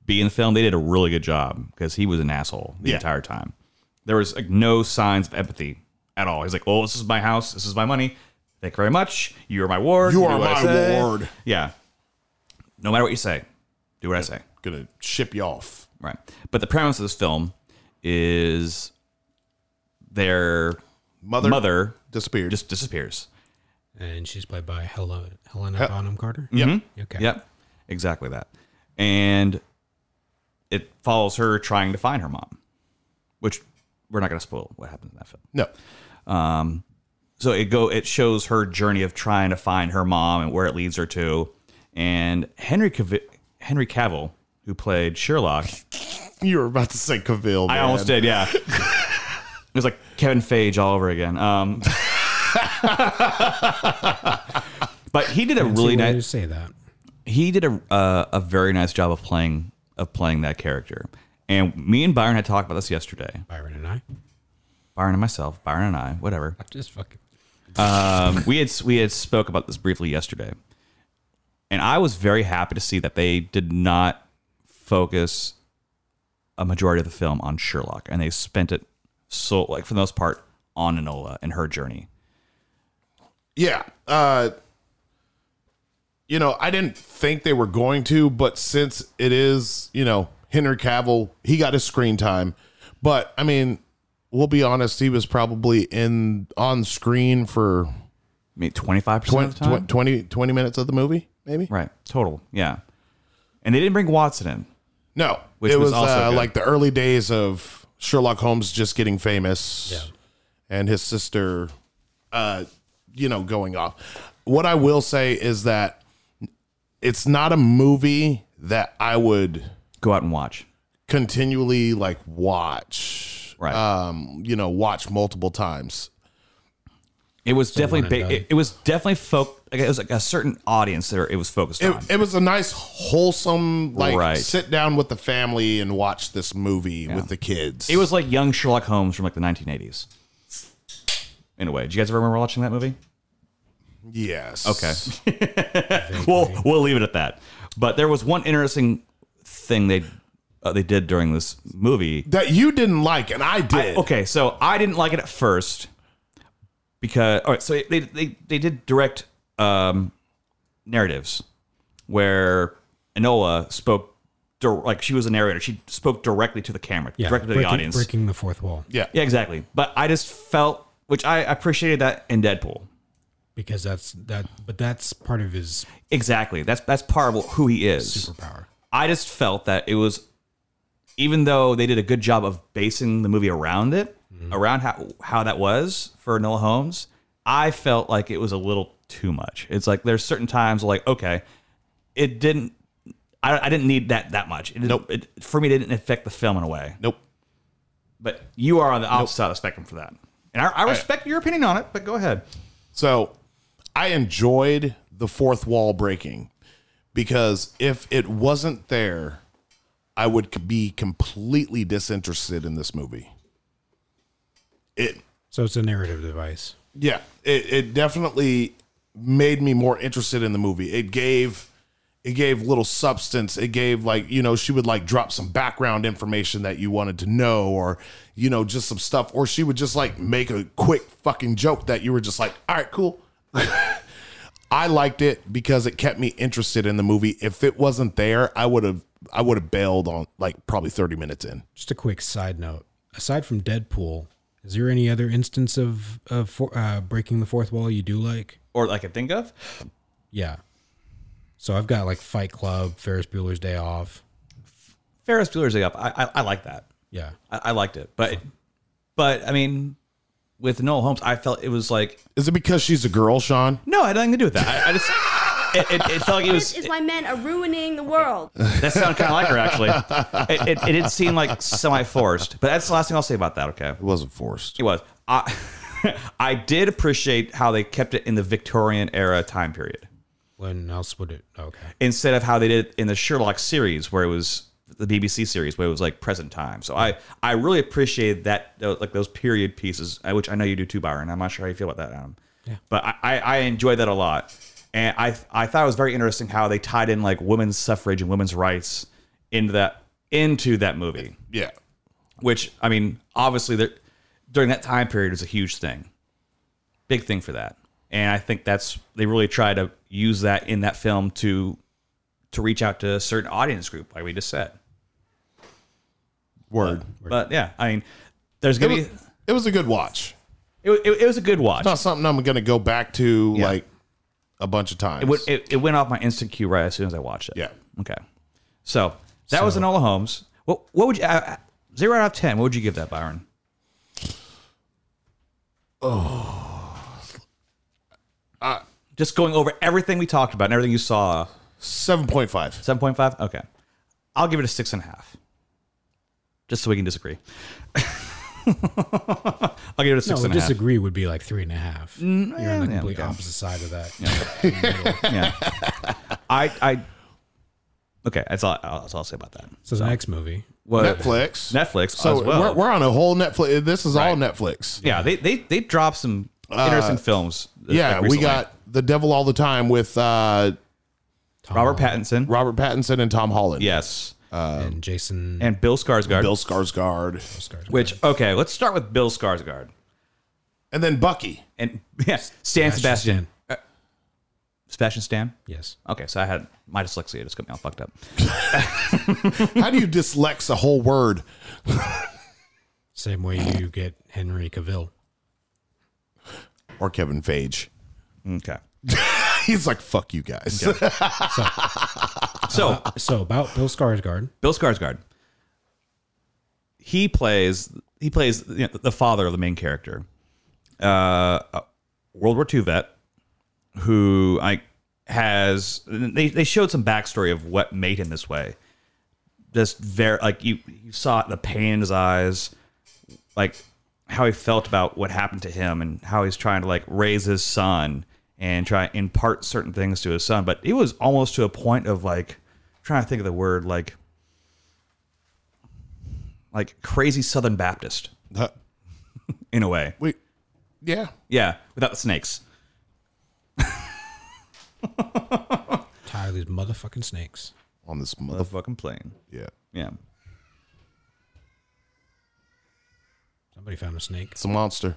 Speaker 2: be in the film, they did a really good job because he was an asshole the
Speaker 1: Yeah.
Speaker 2: entire time. There was like no signs of empathy at all. He's like, "Well, this is my house. This is my money. Thank you very much. You are my ward.
Speaker 1: You
Speaker 2: do
Speaker 1: are
Speaker 2: what I
Speaker 1: my
Speaker 2: say."
Speaker 1: ward.
Speaker 2: Yeah. No matter what you say, do what I say.
Speaker 1: Gonna ship you off.
Speaker 2: Right. But the premise of this film is their
Speaker 1: Mother,
Speaker 2: mother
Speaker 1: disappeared.
Speaker 2: just disappears.
Speaker 3: and she's played by Helen Helena Bonham Carter.
Speaker 1: yep.
Speaker 3: Okay.
Speaker 2: Mm-hmm. Yep. Exactly that. And it follows her trying to find her mom, which we're not going to spoil what happens in that film.
Speaker 1: No.
Speaker 2: so it go it shows her journey of trying to find her mom and where it leads her to and henry Cav- henry cavill who played sherlock
Speaker 1: You were about to say Cavill.
Speaker 2: i
Speaker 1: man.
Speaker 2: almost did yeah it was like kevin Feige all over again um but he did a really
Speaker 3: See, why
Speaker 2: nice
Speaker 3: did you say that.
Speaker 2: he did a uh, a very nice job of playing of playing that character and me and byron had talked about this yesterday
Speaker 3: Byron and I.
Speaker 2: byron and myself byron and i whatever
Speaker 3: I'm just fucking.
Speaker 2: um, we had we had spoke about this briefly yesterday, and I was very happy to see that they did not focus a majority of the film on Sherlock, and they spent it so like for the most part on Enola and her journey.
Speaker 1: Yeah. Uh, you know, I didn't think they were going to, but since it is, you know, Henry Cavill, he got his screen time. But I mean, we'll be honest, he was probably in on screen for
Speaker 2: I mean, 25% of
Speaker 1: 20,
Speaker 2: the time?
Speaker 1: 20 20 minutes of the movie, maybe?
Speaker 2: Right. Total. Yeah. And they didn't bring Watson in.
Speaker 1: No,
Speaker 2: Which
Speaker 1: it
Speaker 2: was
Speaker 1: was,
Speaker 2: also
Speaker 1: uh,
Speaker 2: good.
Speaker 1: like the early days of Sherlock Holmes just getting famous,
Speaker 3: Yeah.
Speaker 1: and his sister, uh, you know, going off. What I will say is that it's not a movie that I would
Speaker 2: Go out and watch.
Speaker 1: continually like watch,
Speaker 2: Right.
Speaker 1: Um, you know, watch multiple times.
Speaker 2: It was definitely
Speaker 3: one and
Speaker 2: big.
Speaker 3: done.
Speaker 2: It, it was definitely folk. Like, it was like a certain audience that it was focused
Speaker 1: It,
Speaker 2: on.
Speaker 1: it was a nice, wholesome, like
Speaker 2: Right.
Speaker 1: sit down with the family and watch this movie with the kids.
Speaker 2: It was like young Sherlock Holmes from like the 1980s. In a way, do you guys ever remember watching that movie?
Speaker 1: yes,
Speaker 2: Okay. We'll we'll leave it at that. But there was one interesting thing they uh, they did during this movie.
Speaker 1: that you didn't like, and I did.
Speaker 2: Okay, so I didn't like it at first because all right, so they they they did direct um, narratives where Enola spoke dir- like she was a narrator. She spoke directly to the camera,
Speaker 3: Yeah,
Speaker 2: directly to
Speaker 3: breaking,
Speaker 2: the audience.
Speaker 3: breaking the fourth wall
Speaker 1: Yeah.
Speaker 2: Yeah, exactly. But I just felt, which I appreciated that in Deadpool.
Speaker 3: because that's that. But that's part of his
Speaker 2: Exactly. That's that's part of who he is.
Speaker 3: superpower.
Speaker 2: I just felt that it was, even though they did a good job of basing the movie around it, around how how that was for Noah Holmes, I felt like it was a little too much. It's like there's certain times like okay, it didn't. I, I didn't need that that much. It didn't-
Speaker 1: Nope.
Speaker 2: It, for me, it didn't affect the film in a way.
Speaker 1: Nope.
Speaker 2: But you are on the opposite side of the spectrum for that, and I, I respect your opinion on it. But go ahead.
Speaker 1: So I enjoyed the fourth wall breaking because if it wasn't there, I would c- be completely disinterested in this movie. It,
Speaker 3: So it's a narrative device.
Speaker 1: yeah, it, it definitely made me more interested in the movie. It gave. It gave little substance. It gave like you know she would like drop some background information that you wanted to know, or you know just some stuff, or she would just like make a quick fucking joke that you were just like, all right, cool. I liked it because it kept me interested in the movie. If it wasn't there, I would have I would have bailed on like probably 30 minutes in.
Speaker 3: Just a quick side note. Aside from Deadpool, is there any other instance of of for, uh, breaking the fourth wall you do like?
Speaker 2: Or like I can think of
Speaker 3: Yeah. So I've got like Fight Club, Ferris Bueller's Day Off.
Speaker 2: Ferris Bueller's Day Off. I, I I like that.
Speaker 3: Yeah.
Speaker 2: I, I liked it, but but I mean, with Noel Holmes, I felt it was like
Speaker 1: Is it because she's a girl, Sean?
Speaker 2: no, I had nothing to do with that. I, I just it, it, it felt like it was.
Speaker 4: Is why men are ruining the world.
Speaker 2: that sounded kind of like her actually. It, it, it did seem like semi forced, but that's the last thing I'll say about that. Okay,
Speaker 1: It wasn't forced.
Speaker 2: it was. I I did appreciate how they kept it in the Victorian era time period
Speaker 3: When else would it? Okay.
Speaker 2: instead of how they did it in the Sherlock series where it was the BBC series where it was like present time. So I I really appreciated that tho- like those period pieces, uh, which I know you do too, Byron. I'm not sure how you feel about that, Adam. Yeah. But I I, I enjoyed that a lot, and I I thought it was very interesting how they tied in like women's suffrage and women's rights into that into that movie,
Speaker 1: Yeah.
Speaker 2: which I mean obviously there, during that time period was a huge thing, big thing for that, and I think that's they really try to use that in that film to to reach out to a certain audience group, like we just said.
Speaker 1: Word.
Speaker 2: But yeah, I mean, there's
Speaker 1: It
Speaker 2: gonna
Speaker 1: was,
Speaker 2: be
Speaker 1: it was a good watch.
Speaker 2: it, wa- it, it was a good watch.
Speaker 1: Not something I'm going to go back to
Speaker 2: Yeah.
Speaker 1: like a bunch of times.
Speaker 2: It, went- it, it went off my instant queue right as soon as I watched it.
Speaker 1: Yeah.
Speaker 2: Okay. So that was Enola Holmes. What what would you uh, uh, zero out of ten? What would you give that, Byron? Oh. Just going over everything we talked about and everything you saw.
Speaker 1: 7.5.
Speaker 2: Seven point five. Okay. I'll give it a six and a half. Just so we can disagree. I'll give it a six
Speaker 3: No,
Speaker 2: and a half. Mm,
Speaker 3: disagree would be like three and a half. You're on the
Speaker 2: yeah,
Speaker 3: complete
Speaker 2: okay.
Speaker 3: opposite side of that.
Speaker 2: yeah. I I okay. That's all. That's all I'll say about that.
Speaker 3: So the next movie,
Speaker 2: Well,
Speaker 1: Netflix.
Speaker 2: Netflix
Speaker 1: So
Speaker 2: as well.
Speaker 1: we're, we're on a whole Netflix. This is all Netflix.
Speaker 2: yeah, they they they dropped some interesting films. uh,
Speaker 1: Yeah,
Speaker 2: like,
Speaker 1: we
Speaker 2: recently.
Speaker 1: got The Devil All the Time with uh,
Speaker 2: Robert Pattinson.
Speaker 1: Robert Pattinson and Tom Holland.
Speaker 2: yes,
Speaker 3: and Jason
Speaker 2: and Bill Skarsgård.
Speaker 1: Bill Skarsgård.
Speaker 2: which okay, let's start with Bill Skarsgård
Speaker 1: And then Bucky.
Speaker 2: and yeah, Stan Sebastian.
Speaker 3: Sebastian.
Speaker 2: Sebastian Stan.
Speaker 3: Yes.
Speaker 2: Okay, so I had my dyslexia just got me all fucked up.
Speaker 1: How do you dyslex a whole word?
Speaker 3: Same way you get Henry Cavill.
Speaker 1: Or Kevin Feige.
Speaker 2: Okay.
Speaker 1: He's like, fuck you guys. Uh,
Speaker 2: So
Speaker 3: So about Bill Skarsgård.
Speaker 2: Bill Skarsgård. He plays he plays you know, the father of the main character, uh, a World War II vet, who I has they they showed some backstory of what made him this way. Just very like you you saw it, the pain in his eyes, like how he felt about what happened to him and how he's trying to like raise his son and try and impart certain things to his son. But it was almost to a point of like trying to think of the word like like crazy Southern Baptist
Speaker 1: Uh,
Speaker 2: in a way.
Speaker 1: wait. Yeah.
Speaker 2: Yeah, without the snakes.
Speaker 3: Tired of these motherfucking snakes.
Speaker 1: On this mother.
Speaker 2: Motherfucking plane.
Speaker 1: Yeah.
Speaker 2: Yeah.
Speaker 3: Somebody found a snake.
Speaker 1: It's a monster.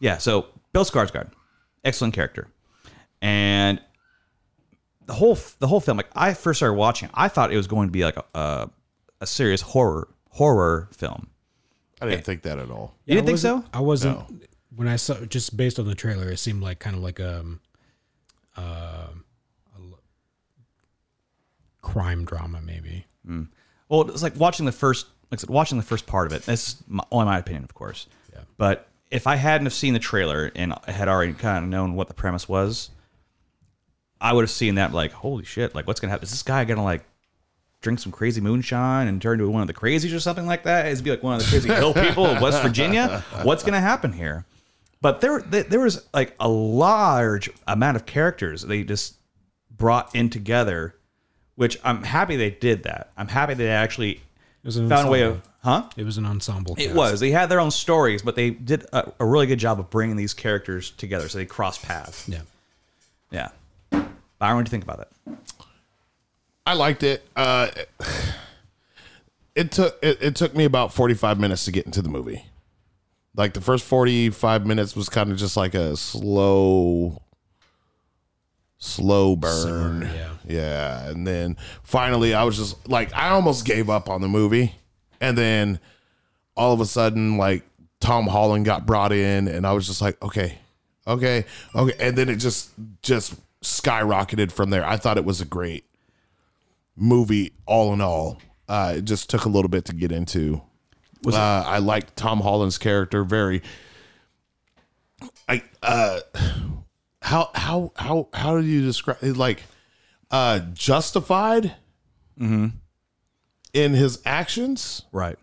Speaker 2: Yeah, so Bill Skarsgård, excellent character, and the whole the whole film. Like I first started watching, I thought it was going to be like a a, a serious horror horror film.
Speaker 1: I didn't think that at all.
Speaker 2: You
Speaker 3: Yeah,
Speaker 2: didn't
Speaker 3: I
Speaker 2: think so?
Speaker 3: wasn't- I wasn't. When I saw just based on the trailer, it seemed like kind of like um, um, a l- crime drama maybe.
Speaker 2: Well, it's like watching the first, like I said, watching the first part of it. That's my, only my opinion, of course. Yeah. But if I hadn't have seen the trailer and I had already kind of known what the premise was, I would have seen that like, holy shit! Like, what's gonna happen? Is this guy gonna like drink some crazy moonshine and turn into one of the crazies or something like that? Is he, like one of the crazy hill people of West Virginia? What's gonna happen here? But there, there there was like a large amount of characters they just brought in together, which I'm happy they did that. I'm happy they actually
Speaker 3: was an
Speaker 2: found a way of,
Speaker 3: ensemble.
Speaker 2: huh?
Speaker 3: It was an ensemble.
Speaker 2: It
Speaker 3: cast.
Speaker 2: was. They had their own stories, but they did a, a really good job of bringing these characters together, so they crossed paths.
Speaker 3: Yeah.
Speaker 2: Yeah. Byron, what do you think about that?
Speaker 1: I liked it. Uh, it took it, it took me about forty five minutes to get into the movie. Like the first forty five minutes was kind of just like a slow, slow burn.
Speaker 3: yeah.
Speaker 1: yeah, and then finally I was just like I almost gave up on the movie, and then all of a sudden like Tom Holland got brought in, and I was just like okay, okay, okay, and then it just just skyrocketed from there. I thought it was a great movie all in all. Uh, it just took a little bit to get into. uh, I liked Tom Holland's character very. I uh, how how how how do you describe like uh justified in his actions?
Speaker 2: Right.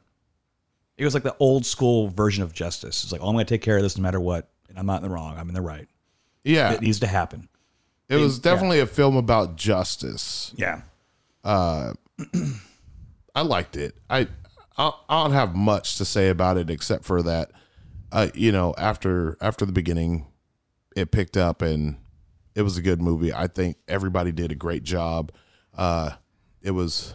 Speaker 2: It was like the old school version of justice. It's like, oh, I'm going to take care of this no matter what, and I'm not in the wrong. I'm in the right.
Speaker 1: Yeah,
Speaker 2: It needs to happen.
Speaker 1: it was definitely a film about justice.
Speaker 2: Yeah.
Speaker 1: I liked it. I I, I don't have much to say about it except for that, uh, you know, after after the beginning, it picked up and it was a good movie. I think everybody did a great job. Uh, it was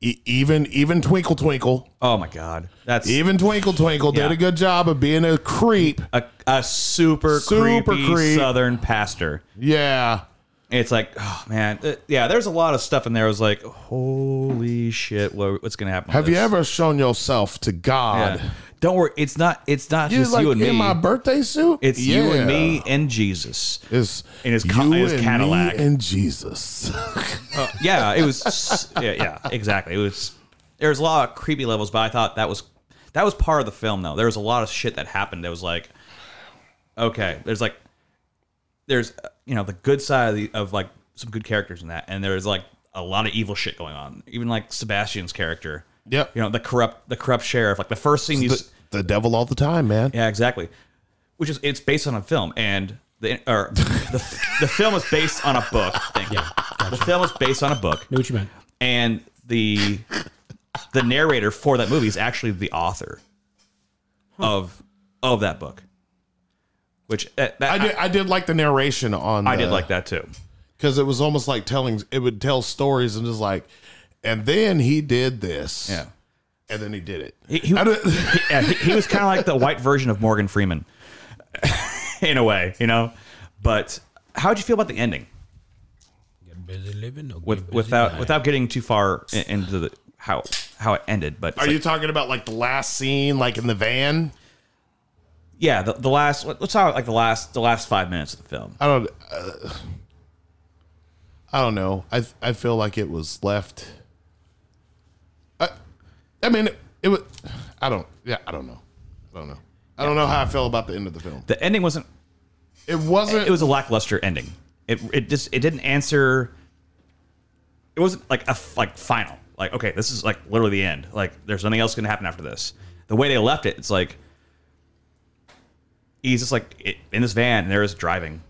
Speaker 1: e- even even Twinkle Twinkle,
Speaker 2: Oh my God. That's
Speaker 1: even Twinkle Twinkle
Speaker 2: Yeah.
Speaker 1: did a good job of being a creep.
Speaker 2: a, a super,
Speaker 1: Super
Speaker 2: creepy
Speaker 1: creep.
Speaker 2: Southern pastor.
Speaker 1: Yeah,
Speaker 2: It's like, oh man, Uh, yeah. There's a lot of stuff in there. I was like, holy shit, what, what's gonna happen? with
Speaker 1: have you
Speaker 2: this?
Speaker 1: ever shown yourself to God?
Speaker 2: Yeah. Don't worry, it's not. It's not
Speaker 1: You
Speaker 2: just
Speaker 1: like
Speaker 2: you and
Speaker 1: in
Speaker 2: me.
Speaker 1: my birthday suit?
Speaker 2: it's you and
Speaker 1: Yeah.
Speaker 2: me and Jesus.
Speaker 1: It's
Speaker 2: In his ca- in his
Speaker 1: and me
Speaker 2: Cadillac.
Speaker 1: and Jesus.
Speaker 2: yeah, it was. Yeah, yeah, exactly. It was. There was a lot of creepy levels, but I thought that was that was part of the film, though. There was a lot of shit that happened. that was like, okay, there's like, there's uh, you know the good side of the of like some good characters in that, and there's like a lot of evil shit going on. Even like Sebastian's character.
Speaker 1: Yep.
Speaker 2: You know the corrupt the corrupt sheriff. Like the first thing you.
Speaker 1: the,
Speaker 2: s-
Speaker 1: the devil all the time, man.
Speaker 2: Yeah, exactly. Which is it's based on a film, and the or the, the film is based on a book. Thank you. The film is based on a book,
Speaker 3: Know what you meant?
Speaker 2: and the the narrator for that movie is actually the author of of that book. Which uh, that, that,
Speaker 1: I did. I did like the narration on.
Speaker 2: I did like that too.
Speaker 1: because it was almost like telling. It would tell stories and just like, and then he did this.
Speaker 2: Yeah.
Speaker 1: and then he did it.
Speaker 2: He, he,
Speaker 1: I don't-
Speaker 2: he- yeah, he- he was kind of like the white version of Morgan Freeman, in a way, you know. But how would you feel about the ending?
Speaker 3: Get busy living or
Speaker 2: With
Speaker 3: get busy
Speaker 2: without
Speaker 3: dying.
Speaker 2: without getting too far i- into the how how it ended, but it's
Speaker 1: Are
Speaker 2: like-
Speaker 1: you talking about like the last scene, like in the van?
Speaker 2: yeah, the, the last let- let's talk like the last the last five minutes of the film.
Speaker 1: I don't. Uh, I don't know. I I feel like it was left. I, I mean, it, it was. I don't. Yeah, I don't know. I don't know. I don't know how I feel about the end of the film.
Speaker 2: The ending wasn't
Speaker 1: It wasn't.
Speaker 2: it was a lackluster ending. It it just it didn't answer. It wasn't like a f- like final. Like okay, this is like literally the end. Like there's nothing else gonna happen after this. The way they left it, it's like he's just like i in this van and they're just driving.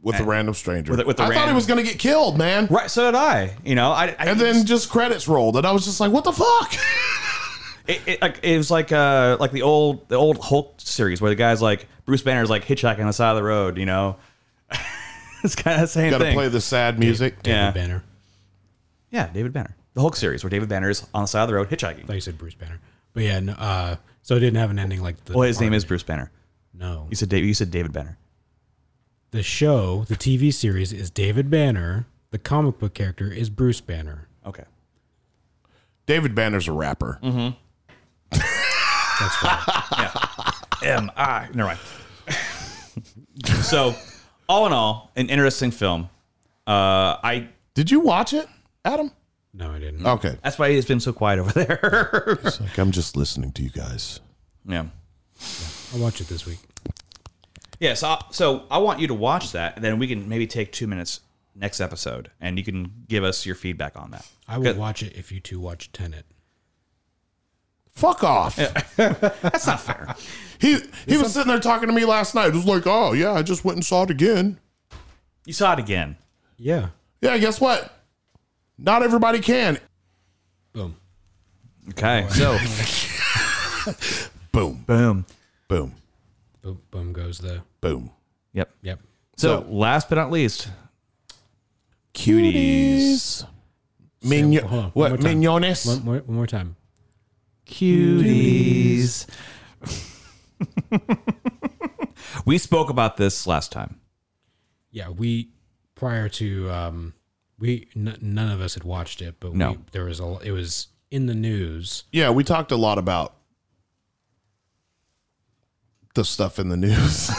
Speaker 1: with a random stranger.
Speaker 2: With a- with a
Speaker 1: I thought he
Speaker 2: random-
Speaker 1: was going to get killed, man.
Speaker 2: Right. So did I. You know. I, I
Speaker 1: And then just credits rolled, and I was just like, "What the fuck?"
Speaker 2: it, it, like, it was like uh like the old the old Hulk series where the guy's like Bruce Banner's like hitchhiking on the side of the road. You know. it's kind of the same
Speaker 1: Got to
Speaker 2: thing.
Speaker 1: play the sad music.
Speaker 2: yeah.
Speaker 3: Banner.
Speaker 2: Yeah. David Banner. The Hulk series where David Banner is on the side of the road hitchhiking.
Speaker 3: Like you said, Bruce Banner. But yeah, no, uh, so it didn't have an ending like the.
Speaker 2: Well, his name is Bruce Banner.
Speaker 3: No.
Speaker 2: You said David. You said David Banner.
Speaker 3: The show, the TV series, is David Banner. The comic book character is Bruce Banner.
Speaker 2: Okay.
Speaker 1: David Banner's a rapper.
Speaker 2: Mm-hmm.
Speaker 3: That's right.
Speaker 2: M I. Never mind. so, all in all, an interesting film. Uh, I.
Speaker 1: Did you watch it, Adam?
Speaker 3: no, I
Speaker 2: Oh.
Speaker 3: didn't.
Speaker 1: Okay,
Speaker 2: That's why it's been so quiet over there.
Speaker 1: It's like I'm just listening to you guys.
Speaker 2: yeah.
Speaker 3: I'll watch it this week.
Speaker 2: Yeah. So, I- uh, so I want you to watch that, and then we can maybe take two minutes next episode, and you can give us your feedback on that.
Speaker 3: I will
Speaker 2: Good.
Speaker 3: watch it if you two watch Tenet.
Speaker 1: Fuck off.
Speaker 2: That's not fair.
Speaker 1: He he was sitting there talking to me last night. It was like, oh yeah, I just went and saw it again.
Speaker 2: you saw it again.
Speaker 3: Yeah.
Speaker 1: Yeah, guess what? Not everybody can.
Speaker 3: Boom.
Speaker 2: Okay. So,
Speaker 1: Boom,
Speaker 2: boom.
Speaker 1: boom,
Speaker 3: Boom, boom goes the.
Speaker 1: boom.
Speaker 2: Yep.
Speaker 3: Yep.
Speaker 2: So, last but not least, cuties.
Speaker 1: Migno-
Speaker 3: hold on, one more
Speaker 1: what
Speaker 3: time.
Speaker 1: mignones?
Speaker 3: One more, one more time.
Speaker 2: cuties. we spoke about this last time.
Speaker 3: Yeah, we prior to um, we n- none of us had watched it, but
Speaker 2: No.
Speaker 3: we, there was a it was in the news.
Speaker 1: Yeah, we talked a lot about the stuff in the news.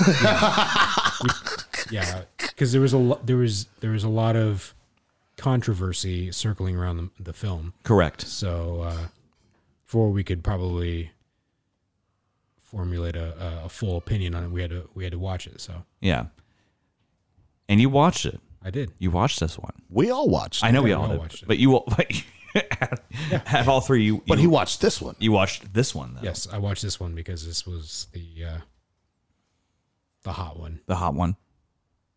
Speaker 3: Yeah, because there was a lo- there was there was a lot of controversy circling around the, the film.
Speaker 2: Correct.
Speaker 3: So uh, before we could probably formulate a, a- a full opinion on it, we had to we had to watch it. So
Speaker 2: Yeah. And you watched it.
Speaker 3: I did.
Speaker 2: You watched this one.
Speaker 1: we all watched,
Speaker 2: I know we
Speaker 3: Yeah,
Speaker 2: all
Speaker 3: we all
Speaker 2: did,
Speaker 3: watched it.
Speaker 2: but you all, but you have all three. You,
Speaker 1: but
Speaker 2: you,
Speaker 1: he watched this one.
Speaker 2: you watched this one though.
Speaker 3: Yes, I watched this one because this was the uh, the hot one.
Speaker 2: the hot one.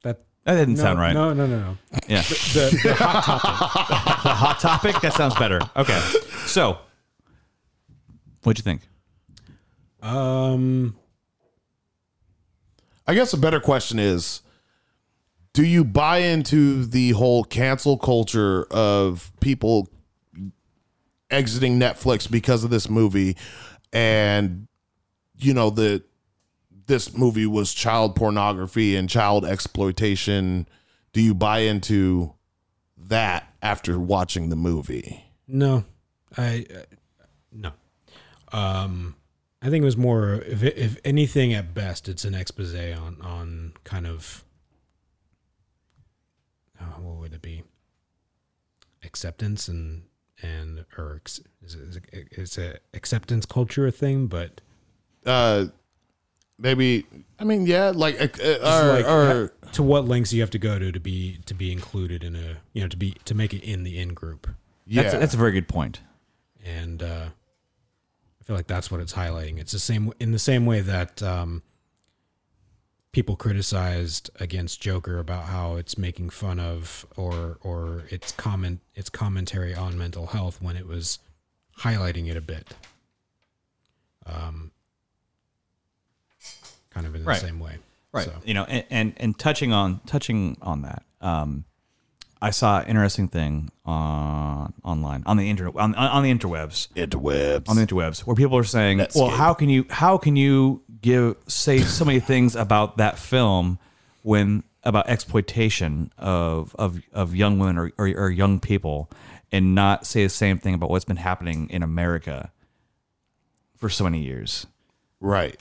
Speaker 3: That
Speaker 2: That didn't
Speaker 3: no,
Speaker 2: sound right.
Speaker 3: No, no, no, no.
Speaker 2: Yeah,
Speaker 3: The, the hot topic.
Speaker 2: the hot topic. That sounds better. Okay, so what'd you think?
Speaker 3: Um,
Speaker 1: I guess a better question is do you buy into the whole cancel culture of people exiting Netflix because of this movie and you know the this movie was child pornography and child exploitation do you buy into that after watching the movie
Speaker 3: no, I uh, no. Um, I think it was more. If if anything, at best, it's an expose on on kind of. Oh, what would it be? Acceptance and and or ex- is it, is it, it's a acceptance culture thing, but
Speaker 1: uh maybe i mean yeah like uh, uh, or,
Speaker 3: like,
Speaker 1: or
Speaker 3: to what lengths you have to go to to be to be included in a you know to be to make it in the in group
Speaker 1: yeah
Speaker 2: That's a, that's a very good point.
Speaker 3: and uh, I feel like that's what it's highlighting. It's the same in the same way that um, people criticized against Joker about how it's making fun of or or its comment its commentary on mental health when it was highlighting it a bit. Um, kind of in the
Speaker 2: Right.
Speaker 3: same way, So,
Speaker 2: you know and, and and touching on touching on that um i saw an interesting thing on online on the internet on, on the interwebs
Speaker 1: interwebs
Speaker 2: on the interwebs where people are saying
Speaker 1: Netscape.
Speaker 2: well how can you how can you give say so many things about that film when about exploitation of of, of young women or, or, or young people and not say the same thing about what's been happening in America for so many years.
Speaker 1: Right.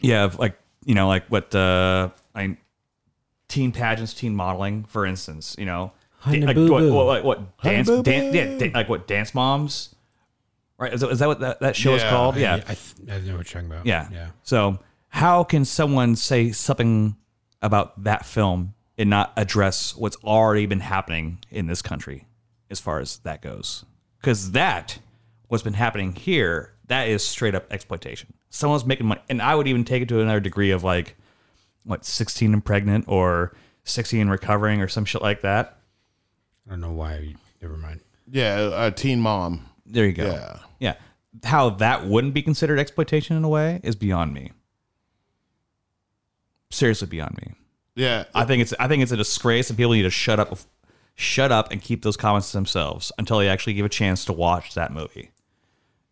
Speaker 2: Yeah, of like you know, like what uh, I teen pageants, teen modeling, for instance. You know,
Speaker 3: Honey
Speaker 2: like
Speaker 3: boo
Speaker 2: what,
Speaker 3: boo.
Speaker 2: what, what, what dance,
Speaker 1: boo
Speaker 2: dan-
Speaker 1: boo.
Speaker 2: yeah, da- like what dance moms, right? Is that, is that what that, that show is
Speaker 1: Yeah.
Speaker 2: called? Yeah,
Speaker 3: I, I, th- I know what you're talking about.
Speaker 2: yeah,
Speaker 3: Yeah.
Speaker 2: So how can someone say something about that film and not address what's already been happening in this country as far as that goes? Because that what's been happening here that is straight up exploitation. Someone's making money, and I would even take it to another degree of like what 16 and pregnant or 16 and recovering or some shit like that.
Speaker 3: I don't know why. you- Never mind.
Speaker 1: Yeah. A teen mom.
Speaker 2: There you go.
Speaker 1: Yeah.
Speaker 2: Yeah. How that wouldn't be considered exploitation in a way is beyond me. Seriously beyond me.
Speaker 1: Yeah.
Speaker 2: I think it's I think it's a disgrace and people need to shut up shut up and keep those comments to themselves until they actually give a chance to watch that movie.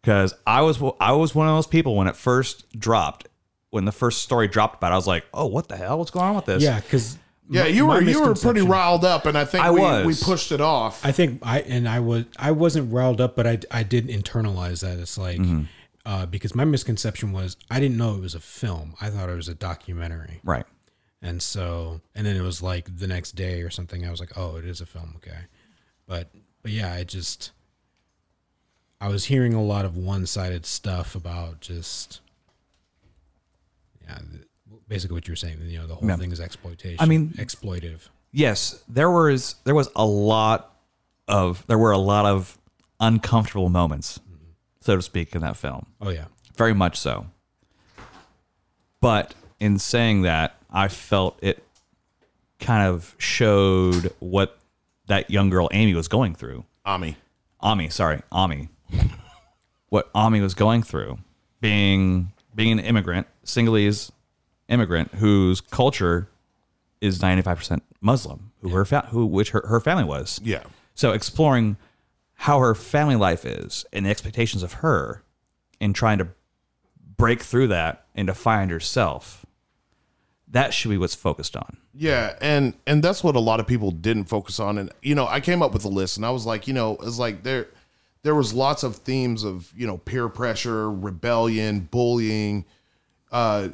Speaker 2: Cuz I was I was one of those people when it first dropped when the first story dropped about it, I was like, "Oh, what the hell? What's going on with this?"
Speaker 3: Yeah, because
Speaker 1: yeah. You were you were pretty riled up, and I think
Speaker 2: I
Speaker 1: we,
Speaker 2: was.
Speaker 1: we pushed it off.
Speaker 3: I think I and I was I wasn't riled up, but I I did internalize that. It's like
Speaker 2: Mm-hmm.
Speaker 3: uh, because my misconception was I didn't know it was a film. I thought it was a documentary,
Speaker 2: Right.
Speaker 3: and so and then it was like the next day or something. I was like, oh, it is a film, okay. But but yeah, I just I was hearing a lot of one sided stuff about just yeah, the, basically what you were saying. You know, the whole
Speaker 2: Yeah.
Speaker 3: thing is exploitation.
Speaker 2: I mean-
Speaker 3: exploitive.
Speaker 2: yes, there was there was a lot of there were a lot of uncomfortable moments, so to speak, in that film.
Speaker 3: Oh yeah,
Speaker 2: Very much so. But in saying that, I felt it kind of showed what that young girl Amy was going through.
Speaker 1: Ami.
Speaker 2: Ami, sorry, Ami. what Ami was going through, being being an immigrant, Singalese immigrant whose culture is ninety five percent Muslim, who her fa- who which her, her family was.
Speaker 1: Yeah.
Speaker 2: So exploring how her family life is and the expectations of her, and trying to break through that and to find herself. That should be what's focused on.
Speaker 1: Yeah, and and that's what a lot of people didn't focus on. And you know, I came up with a list, and I was like, you know, it's like there there was lots of themes of you know peer pressure, rebellion, bullying, uh,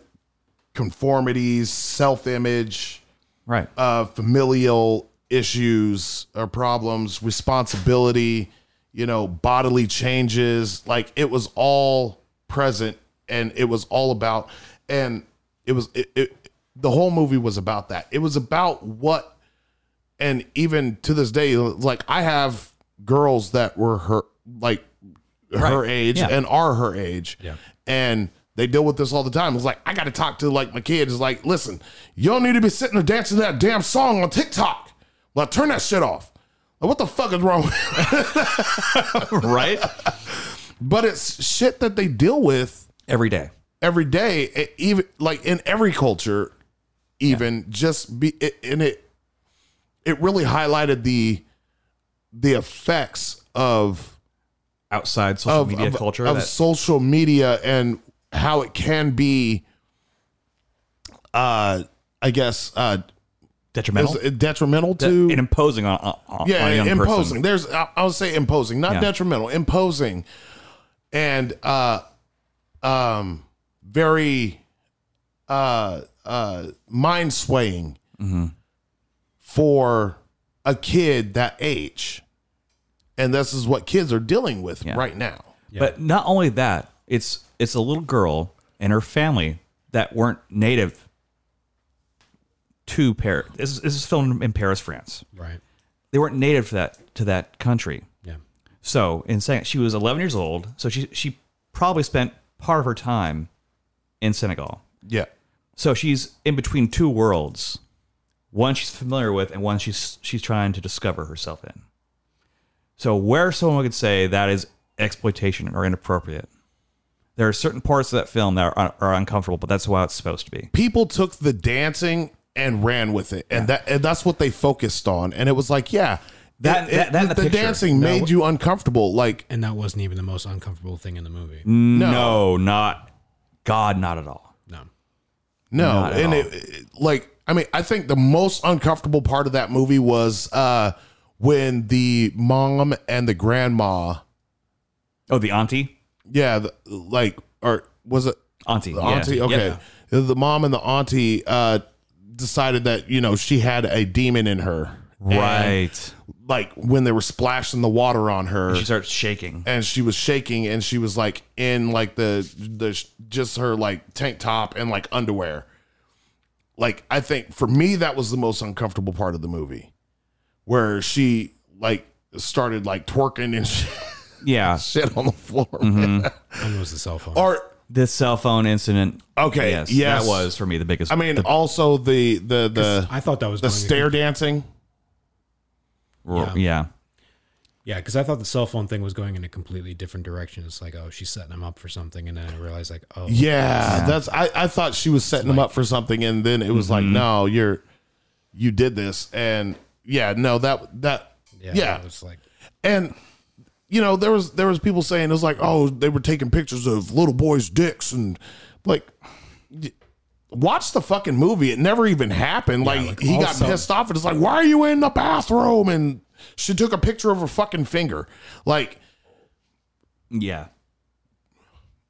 Speaker 1: conformities, self image,
Speaker 2: Right.
Speaker 1: uh, familial issues or problems, responsibility, you know, bodily changes. Like it was all present and it was all about, and it was, it, it, the whole movie was about that. It was about what, and even to this day, like I have girls that were her, like her age
Speaker 2: Yeah.
Speaker 1: and are her age.
Speaker 3: Yeah.
Speaker 1: And they deal with this all the time. It's like, I got to talk to like my kids. It's like, listen, you don't need to be sitting there dancing to that damn song on TikTok. Like, turn that shit off. Like, what the fuck is wrong? with
Speaker 2: right.
Speaker 1: But it's shit that they deal with
Speaker 2: Every day.
Speaker 1: every day, e- even like in every culture, even just be it, and it it really highlighted the the effects of
Speaker 2: Outside social media culture.
Speaker 1: of
Speaker 2: that-
Speaker 1: social media and how it can be uh i guess uh
Speaker 2: detrimental.
Speaker 1: is it detrimental to
Speaker 2: and imposing on, on, on
Speaker 1: yeah
Speaker 2: a young person.
Speaker 1: imposing there's I, I would say imposing not
Speaker 2: Yeah.
Speaker 1: detrimental imposing and uh um very uh uh mind swaying
Speaker 2: Mm-hmm.
Speaker 1: for a kid that age and this is what kids are dealing with right now
Speaker 2: But not only that, it's it's a little girl and her family that weren't native to Paris. This is, this is filmed in Paris, France.
Speaker 3: right.
Speaker 2: They weren't native to that to that country.
Speaker 3: Yeah.
Speaker 2: So in saying she was 11 years old, so she she probably spent part of her time in Senegal.
Speaker 1: yeah
Speaker 2: So she's in between two worlds, one she's familiar with and one she's she's trying to discover herself in. So where someone could say that is exploitation or inappropriate, there are certain parts of that film that are, are uncomfortable, but that's how it's supposed to be.
Speaker 1: people took the dancing and ran with it, and that and that's what they focused on. And it was like, yeah,
Speaker 2: That-
Speaker 1: it-
Speaker 2: that- that
Speaker 1: it-
Speaker 2: and the
Speaker 1: the,
Speaker 2: picture.
Speaker 1: dancing made you uncomfortable. Like,
Speaker 3: And
Speaker 1: Mm.
Speaker 3: that wasn't even the most uncomfortable thing in the movie.
Speaker 2: No, not God, not at all.
Speaker 3: No.
Speaker 1: No,
Speaker 2: Not at
Speaker 1: and
Speaker 2: all.
Speaker 1: it, it- like I mean, I think the most uncomfortable part of that movie was uh when the mom and the grandma,
Speaker 2: Oh, the auntie,
Speaker 1: yeah, the, like or was it
Speaker 2: auntie,
Speaker 1: the
Speaker 2: yeah.
Speaker 1: auntie? Okay,
Speaker 2: Yep.
Speaker 1: the mom and the auntie uh decided that you know she had a demon in her, And,
Speaker 2: right.
Speaker 1: like when they were splashing the water on her,
Speaker 2: She starts shaking.
Speaker 1: and she was shaking and she was like in like the the just her like tank top and like underwear like i think for me that was the most uncomfortable part of the movie where she like started like twerking and
Speaker 2: Yeah,
Speaker 1: shit on the floor
Speaker 3: Mine was the cell phone.
Speaker 1: or
Speaker 2: the cell phone incident.
Speaker 1: okay
Speaker 2: Yes,
Speaker 1: yes,
Speaker 2: that was for me the biggest.
Speaker 1: i mean also the the the
Speaker 3: I thought that was
Speaker 1: the
Speaker 3: going to-
Speaker 1: stair dancing
Speaker 2: r-
Speaker 3: yeah.
Speaker 2: yeah.
Speaker 3: Yeah, because I thought the cell phone thing was going in a completely different direction. It's like, oh, she's setting him up for something, and then I realized, like, oh,
Speaker 1: Yeah, that's I, I thought she was setting them up for something and then it was like, no, you're you did this and yeah, no, that that yeah.
Speaker 3: it was like,
Speaker 1: And you know, there was there was people saying it was like, oh, they were taking pictures of little boys' dicks and like y- watch the fucking movie. It never even happened. like,
Speaker 3: like,
Speaker 1: he got
Speaker 3: also-
Speaker 1: pissed off and it's like, why are you in the bathroom? And she took a picture of her fucking finger. Like
Speaker 2: Yeah.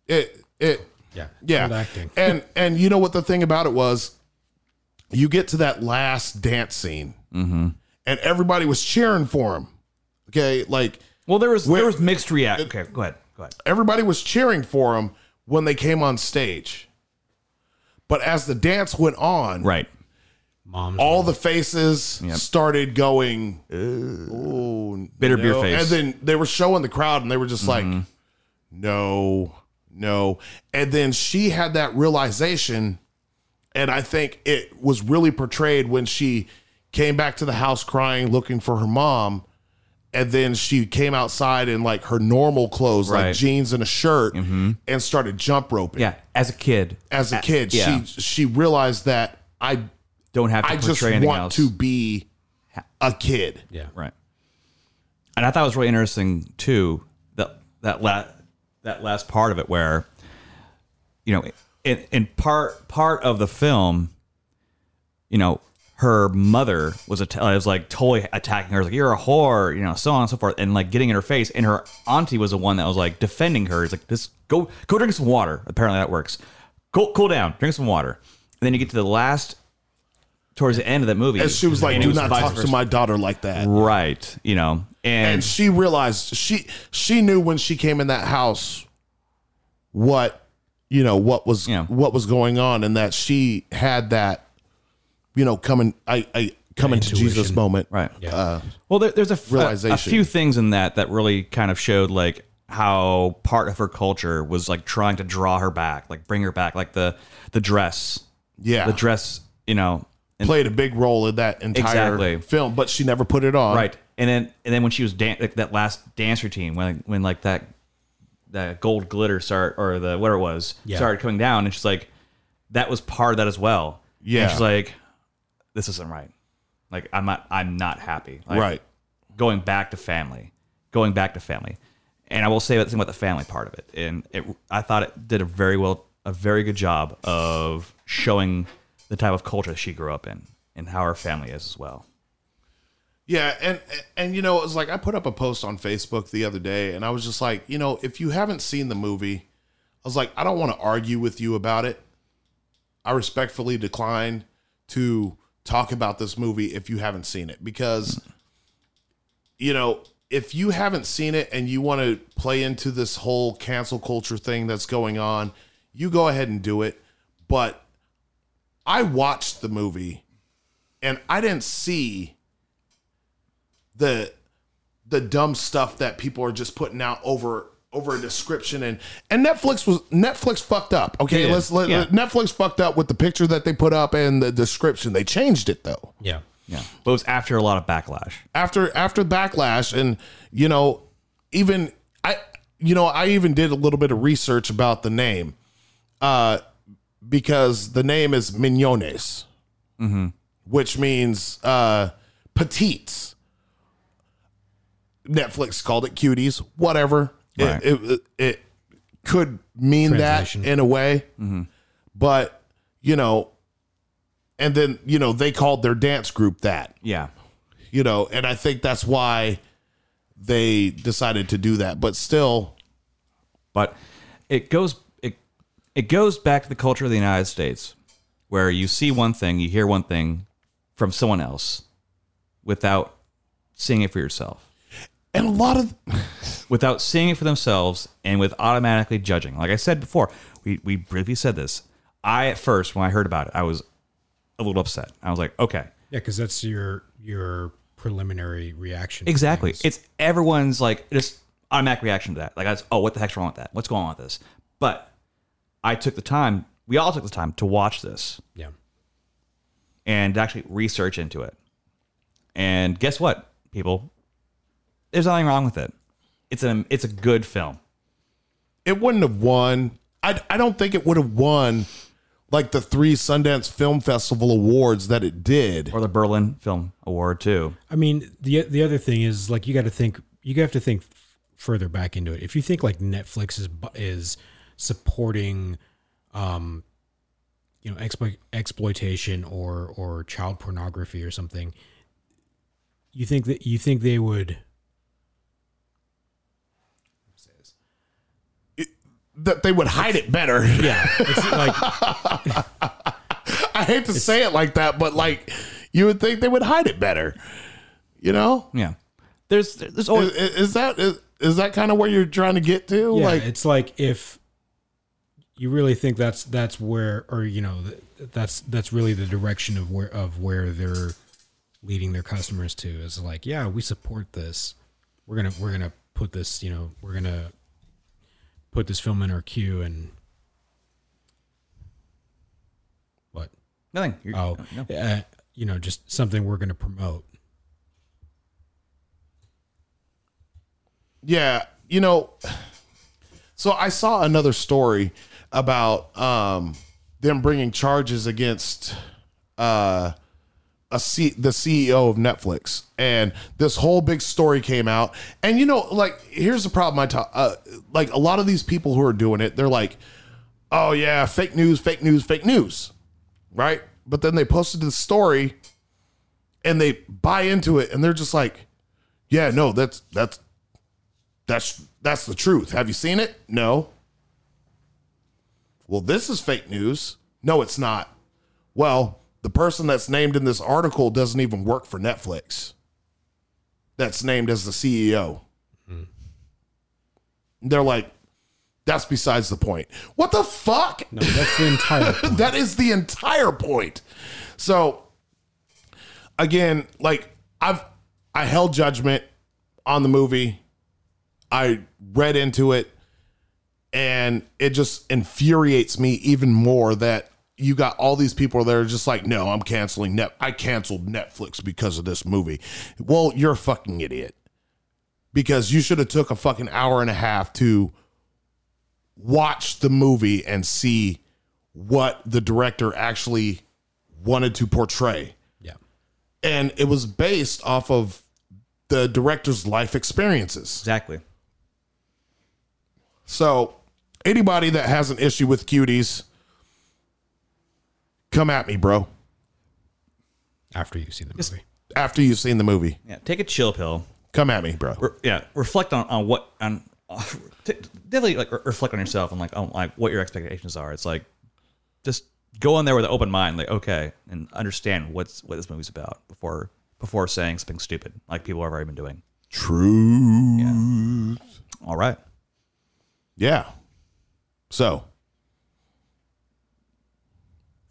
Speaker 1: it it
Speaker 3: yeah,
Speaker 1: Yeah.
Speaker 3: old acting.
Speaker 1: And and you know what the thing about it was? You get to that last dance scene,
Speaker 3: Mm-hmm.
Speaker 1: and everybody was cheering for him. Okay, like
Speaker 2: Well, there was
Speaker 1: Where-
Speaker 2: there was mixed react. Okay, go ahead. Go ahead.
Speaker 1: everybody was cheering for him when they came on stage. But as the dance went on,
Speaker 2: Right.
Speaker 3: Mom's
Speaker 1: all the faces
Speaker 2: Yep.
Speaker 1: started going, "Oh,
Speaker 2: Bitter beer
Speaker 1: no."
Speaker 2: face. Mm-hmm.
Speaker 1: And then they were showing the crowd, and they were just like, "No, no." And then she had that realization, and I think it was really portrayed when she came back to the house crying, looking for her mom. And then she came outside in like her normal clothes,
Speaker 2: Right. Mm-hmm.
Speaker 1: like jeans and a shirt, and started jump roping.
Speaker 2: Yeah. As a kid,
Speaker 1: As a kid,
Speaker 2: yeah.
Speaker 1: she she realized that I
Speaker 2: don't have to
Speaker 1: I
Speaker 2: portray
Speaker 1: just
Speaker 2: anything
Speaker 1: want
Speaker 2: else.
Speaker 1: to be a kid.
Speaker 3: yeah,
Speaker 2: Right. And I thought it was really interesting too that that la- that last part of it where you know in in part part of the film you know her mother was att- uh, was like totally attacking her was like you're a whore you know so on and so forth and like getting in her face and her auntie was the one that was like defending her it's like just go go drink some water apparently that works cool cool down drink some water and then you get to the last towards the end of that movie
Speaker 1: And she was like,
Speaker 2: it
Speaker 1: "Do
Speaker 2: was
Speaker 1: not
Speaker 2: vice
Speaker 1: talk to
Speaker 2: versa."
Speaker 1: my daughter like that."
Speaker 2: Right. You know, and,
Speaker 1: And she realized she she knew when she came in that house what you know what was
Speaker 2: Yeah.
Speaker 1: what was going on, and that she had that you know coming I I coming to
Speaker 3: Intuition.
Speaker 1: Jesus moment.
Speaker 2: right.
Speaker 3: yeah,
Speaker 2: Well, there, there's a, f- a- a
Speaker 1: Uh, Realization.
Speaker 2: few things in that that really kind of showed like how part of her culture was like trying to draw her back, like bring her back, like the the dress,
Speaker 1: Yeah,
Speaker 2: the dress, you know, and
Speaker 1: played a big role in that entire
Speaker 2: Exactly.
Speaker 1: film, but she never put it on.
Speaker 2: right. And then and then when she was dan- like that last dance routine when when like that that gold glitter start or the whatever it was
Speaker 3: Yeah.
Speaker 2: started coming down, and she's like, that was part of that as well.
Speaker 1: Yeah.
Speaker 2: and she's like, this isn't right. Like I'm not I'm not happy. Like,
Speaker 1: right.
Speaker 2: going back to family, going back to family. And I will say that thing about the family part of it, and it, I thought it did a very well, a very good job of showing the type of culture she grew up in and how her family is as well.
Speaker 1: Yeah, and and you know, it was like I put up a post on Facebook the other day and I was just like, you know, if you haven't seen the movie, I was like, I don't want to argue with you about it. I respectfully decline to talk about this movie if you haven't seen it because you know, if you haven't seen it and you want to play into this whole cancel culture thing that's going on, you go ahead and do it, but I watched the movie and I didn't see the the dumb stuff that people are just putting out over over a description and and Netflix was Netflix fucked up. Okay,
Speaker 2: Yeah.
Speaker 1: let's let,
Speaker 2: Yeah.
Speaker 1: Netflix fucked up with the picture that they put up and the description. They changed it though.
Speaker 3: yeah.
Speaker 2: Yeah, but it was after a lot of backlash.
Speaker 1: After after backlash and you know even I you know I even did a little bit of research about the name uh because the name is Mignones. Which means uh petites. Netflix called it cuties, whatever. It-
Speaker 2: Right.
Speaker 1: It, it, it could mean that
Speaker 3: Translation.
Speaker 1: in a way. But you know, and then, you know, they called their dance group that,
Speaker 2: Yeah.
Speaker 1: you know, and I think that's why they decided to do that. But still,
Speaker 2: But it goes it it goes back to the culture of the United States where you see one thing, you hear one thing from someone else without seeing it for yourself.
Speaker 1: and a lot of
Speaker 2: without seeing it for themselves and with automatically judging. Like I said before, we, we briefly said this. I, at first, when I heard about it, I was a little upset. I was like, okay,
Speaker 3: Yeah, because that's your your preliminary reaction. to
Speaker 2: exactly.
Speaker 3: things.
Speaker 2: It's everyone's like, just automatic reaction to that. Like, I was, oh, what the heck's wrong with that? What's going on with this? But I took the time, we all took the time to watch this
Speaker 3: yeah.
Speaker 2: and actually research into it. And guess what, people? There's nothing wrong with it. It's an it's a good film.
Speaker 1: it wouldn't have won. I, I don't think it would have won like the three Sundance Film Festival awards that it did.
Speaker 2: Or the Berlin Film Award too.
Speaker 3: I mean, the the other thing is like you got to think you have to think f- further back into it. If you think like Netflix is bu- is supporting um you know explo- exploitation or or child pornography or something, you think that you think they would
Speaker 1: That they would hide it better.
Speaker 3: yeah, it's like
Speaker 1: I hate to say it like that, but like you would think they would hide it better. You know?
Speaker 2: Yeah. Uh, There's there's
Speaker 1: Is,
Speaker 2: always
Speaker 1: is that is, is that kind of where you're trying to get to?
Speaker 3: Yeah,
Speaker 1: like
Speaker 3: it's like if you really think that's that's where, or you know, th- that's that's really the direction of where of where they're leading their customers to is like, yeah, we support this. We're gonna we're gonna put this, you know, we're gonna put this film in our queue and what?
Speaker 2: nothing. You're-
Speaker 3: Oh,
Speaker 2: no.
Speaker 3: uh, you know, just something we're gonna promote.
Speaker 1: Yeah, you know. So I saw another story about um, them bringing charges against uh, a C- the CEO of Netflix, and this whole big story came out. And you know, like here's the problem: I talk uh, like a lot of these people who are doing it, they're like, "Oh yeah, fake news, fake news, fake news," right? But then they posted the story, and they buy into it, and they're just like, "Yeah, no, that's that's that's that's the truth. Have you seen it? No. Well, this is fake news. No, it's not. Well, the person that's named in this article doesn't even work for Netflix. That's named as the CEO. They're like, that's besides the point. What the fuck?
Speaker 3: No, that's the entire. Point.
Speaker 1: that is the entire point. So again, like I've I held judgment on the movie. I read into it and it just infuriates me even more that you got all these people that are just like, no, I'm canceling net. I canceled Netflix because of this movie. Well, you're a fucking idiot because you should have took a fucking hour and a half to watch the movie and see what the director actually wanted to portray.
Speaker 3: yeah.
Speaker 1: And it was based off of the director's life experiences.
Speaker 2: Exactly.
Speaker 1: So, anybody that has an issue with cuties, come at me, bro,
Speaker 3: After you see the movie.
Speaker 1: after you've seen the movie.
Speaker 2: Yeah. Take a chill pill.
Speaker 1: Come at me, bro.
Speaker 2: Re- yeah. Reflect on, on what on t- definitely like re- reflect on yourself and like on like what your expectations are. It's like just go in there with an open mind, like okay, and understand what's what this movie's about before before saying something stupid like people have already been doing.
Speaker 1: True.
Speaker 2: All right.
Speaker 1: Yeah. So,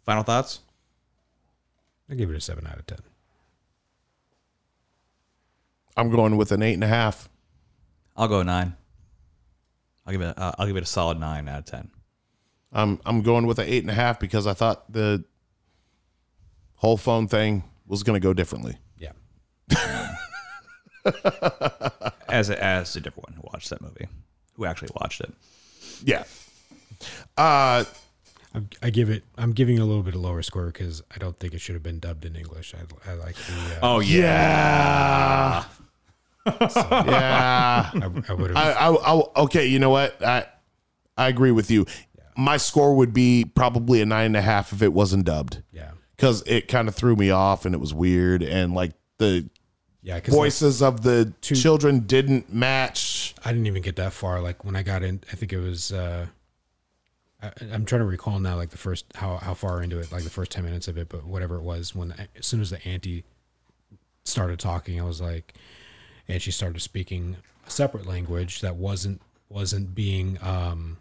Speaker 2: Final thoughts.
Speaker 3: I give it a seven out of ten.
Speaker 1: I'm going with an eight and a half.
Speaker 2: I'll go nine. I'll give it. Uh, I'll give it a solid nine out of ten.
Speaker 1: I'm I'm going with an eight and a half because I thought the whole phone thing was going to go differently.
Speaker 3: Yeah.
Speaker 2: As as did everyone who watched that movie, who actually watched it.
Speaker 1: Yeah. Uh,
Speaker 3: I'm, I give it. I'm giving it a little bit of lower score because I don't think it should have been dubbed in English. I, I like the. Uh,
Speaker 2: Oh
Speaker 1: yeah. yeah.
Speaker 3: I, I would
Speaker 1: I,
Speaker 3: have.
Speaker 1: I, I, okay, you know what? I I agree with you. my score would be probably a nine and a half if it wasn't dubbed
Speaker 3: Yeah.
Speaker 1: because it kind of threw me off and it was weird and like the
Speaker 3: Yeah. Cause like,
Speaker 1: voices of the children didn't match.
Speaker 3: I didn't even get that far. Like when I got in, I think it was, uh, I, I'm trying to recall now, like the first, how, how far into it, like the first 10 minutes of it, but whatever it was when, as soon as the auntie started talking, I was like, and she started speaking a separate language that wasn't, wasn't being, um,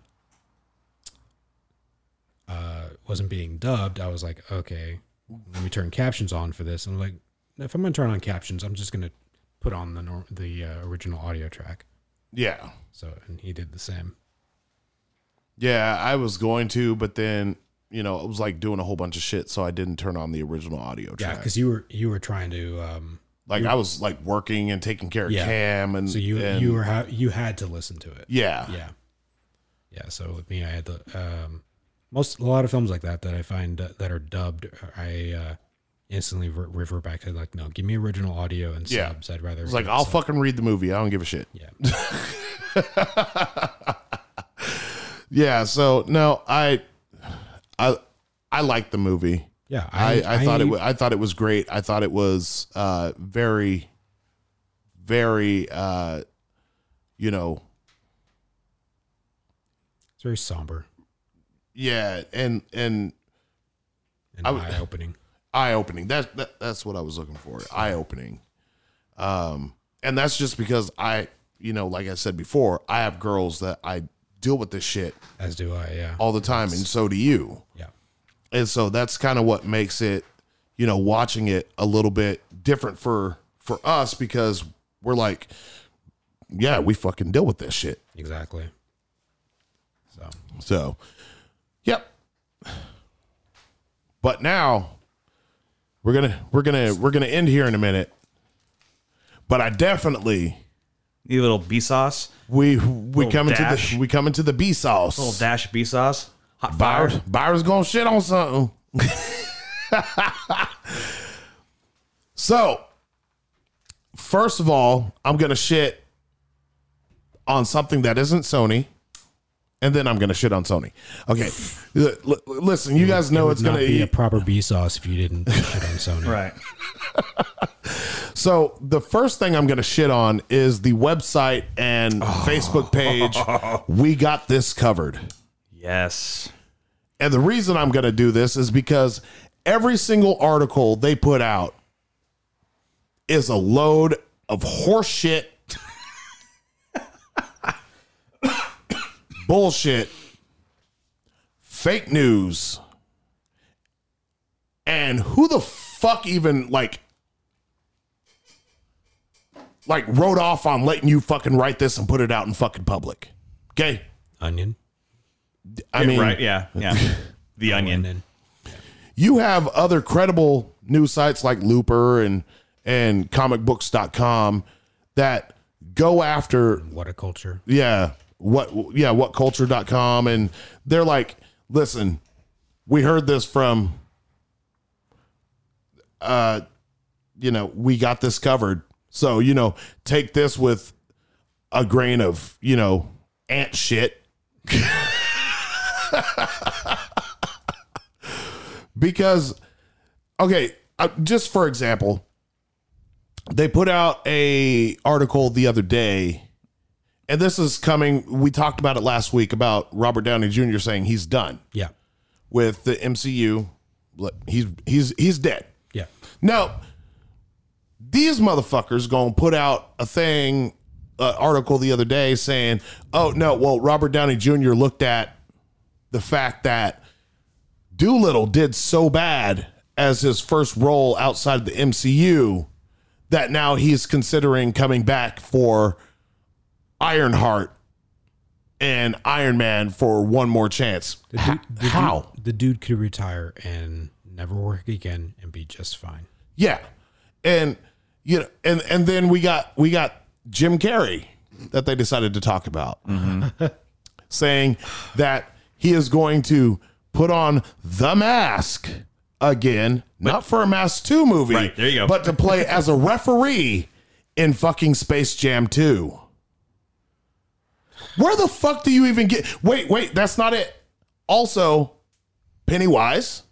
Speaker 3: uh, wasn't being dubbed. I was like, okay, let me turn captions on for this. And I'm like, if I'm going to turn on captions, I'm just going to put on the norm, the uh, original audio track.
Speaker 1: Yeah.
Speaker 3: So, and he did the same.
Speaker 1: Yeah, I was going to, but then, you know, it was like doing a whole bunch of shit, so I didn't turn on the original audio
Speaker 3: Yeah,
Speaker 1: track.
Speaker 3: because you were you were trying to. Um,
Speaker 1: like I was like working and taking care of
Speaker 3: Yeah.
Speaker 1: Cam and
Speaker 3: so you
Speaker 1: and-
Speaker 3: you were ha- you had to listen to it.
Speaker 1: yeah.
Speaker 3: yeah, yeah. So with me, I had to. Um, most a lot of films like that that I find that are dubbed, I uh, instantly re- revert back to like, no, give me original audio and
Speaker 1: Yeah.
Speaker 3: subs. I'd rather.
Speaker 1: It's like
Speaker 3: get
Speaker 1: I'll
Speaker 3: sub-
Speaker 1: fucking read the movie. I don't give a shit.
Speaker 3: Yeah,
Speaker 1: Yeah, so no, I I I liked the movie.
Speaker 3: yeah.
Speaker 1: I, I, thought it was, I thought it was great. I thought it was uh, very, very, uh, you know,
Speaker 3: it's very somber
Speaker 1: yeah, and and
Speaker 3: and
Speaker 1: I would-
Speaker 3: eye opening.
Speaker 1: eye opening. That, that that's what I was looking for. Eye opening. Um, and that's just because I, you know, like I said before, I have girls that I deal with this shit
Speaker 3: As do I. Yeah,
Speaker 1: all the time, and so do you.
Speaker 3: yeah,
Speaker 1: and so that's kind of what makes it you know watching it a little bit different for for us because we're like yeah we fucking deal with this shit
Speaker 3: exactly. So
Speaker 1: so yep but now we're gonna we're gonna we're gonna end here in a minute but i definitely
Speaker 2: Need a little B sauce,
Speaker 1: we we
Speaker 2: Little
Speaker 1: coming
Speaker 2: dash.
Speaker 1: to the we coming to the b
Speaker 2: a little
Speaker 1: sauce
Speaker 2: dash B sauce, hot fire.
Speaker 1: Byron, Byron's gonna shit on something. so, first of all, I'm gonna shit on something that isn't Sony, and then I'm gonna shit on Sony. Okay, L- l- listen, you guys know
Speaker 3: would
Speaker 1: it's
Speaker 3: not
Speaker 1: gonna
Speaker 3: be a proper B sauce if you didn't shit on Sony.
Speaker 2: Right.
Speaker 1: So the first thing I'm going to shit on is the website and
Speaker 3: Oh.
Speaker 1: Facebook page. We got this covered.
Speaker 2: Yes.
Speaker 1: And the reason I'm going to do this is because every single article they put out is a load of horseshit, bullshit, fake news, and who the fuck even like like wrote off on letting you fucking write this and put it out in fucking public. Okay,
Speaker 3: Onion.
Speaker 1: I mean,
Speaker 2: right. Yeah. Yeah. The
Speaker 3: And
Speaker 2: onion.
Speaker 3: then
Speaker 1: you have other credible news sites like Looper and and comicbooks.com that go after
Speaker 3: what a culture.
Speaker 1: yeah what yeah whatculture.com and they're like listen we heard this from uh you know we got this covered so you know take this with a grain of you know ant shit because okay uh, just for example they put out a article the other day and this is coming we talked about it last week about robert downey jr saying he's done
Speaker 3: Yeah,
Speaker 1: with the mcu Look, he's he's he's dead
Speaker 3: yeah.
Speaker 1: no these motherfuckers gonna put out a thing uh, article the other day saying oh no well robert downey jr looked at the fact that doolittle did so bad as his first role outside the mcu that now he's considering coming back for ironheart and iron man for one more chance Ho- how
Speaker 3: The dude could retire and never work again and be just fine.
Speaker 1: Yeah. And you know, and and then we got we got Jim Carrey that they decided to talk about.
Speaker 2: Mm-hmm.
Speaker 1: saying that he is going to put on the mask again, not for a Mask 2 movie,
Speaker 2: Right, there you go.
Speaker 1: but to play as a referee in fucking Space Jam 2. Where the fuck do you even get Wait, wait, that's not it. Also, Pennywise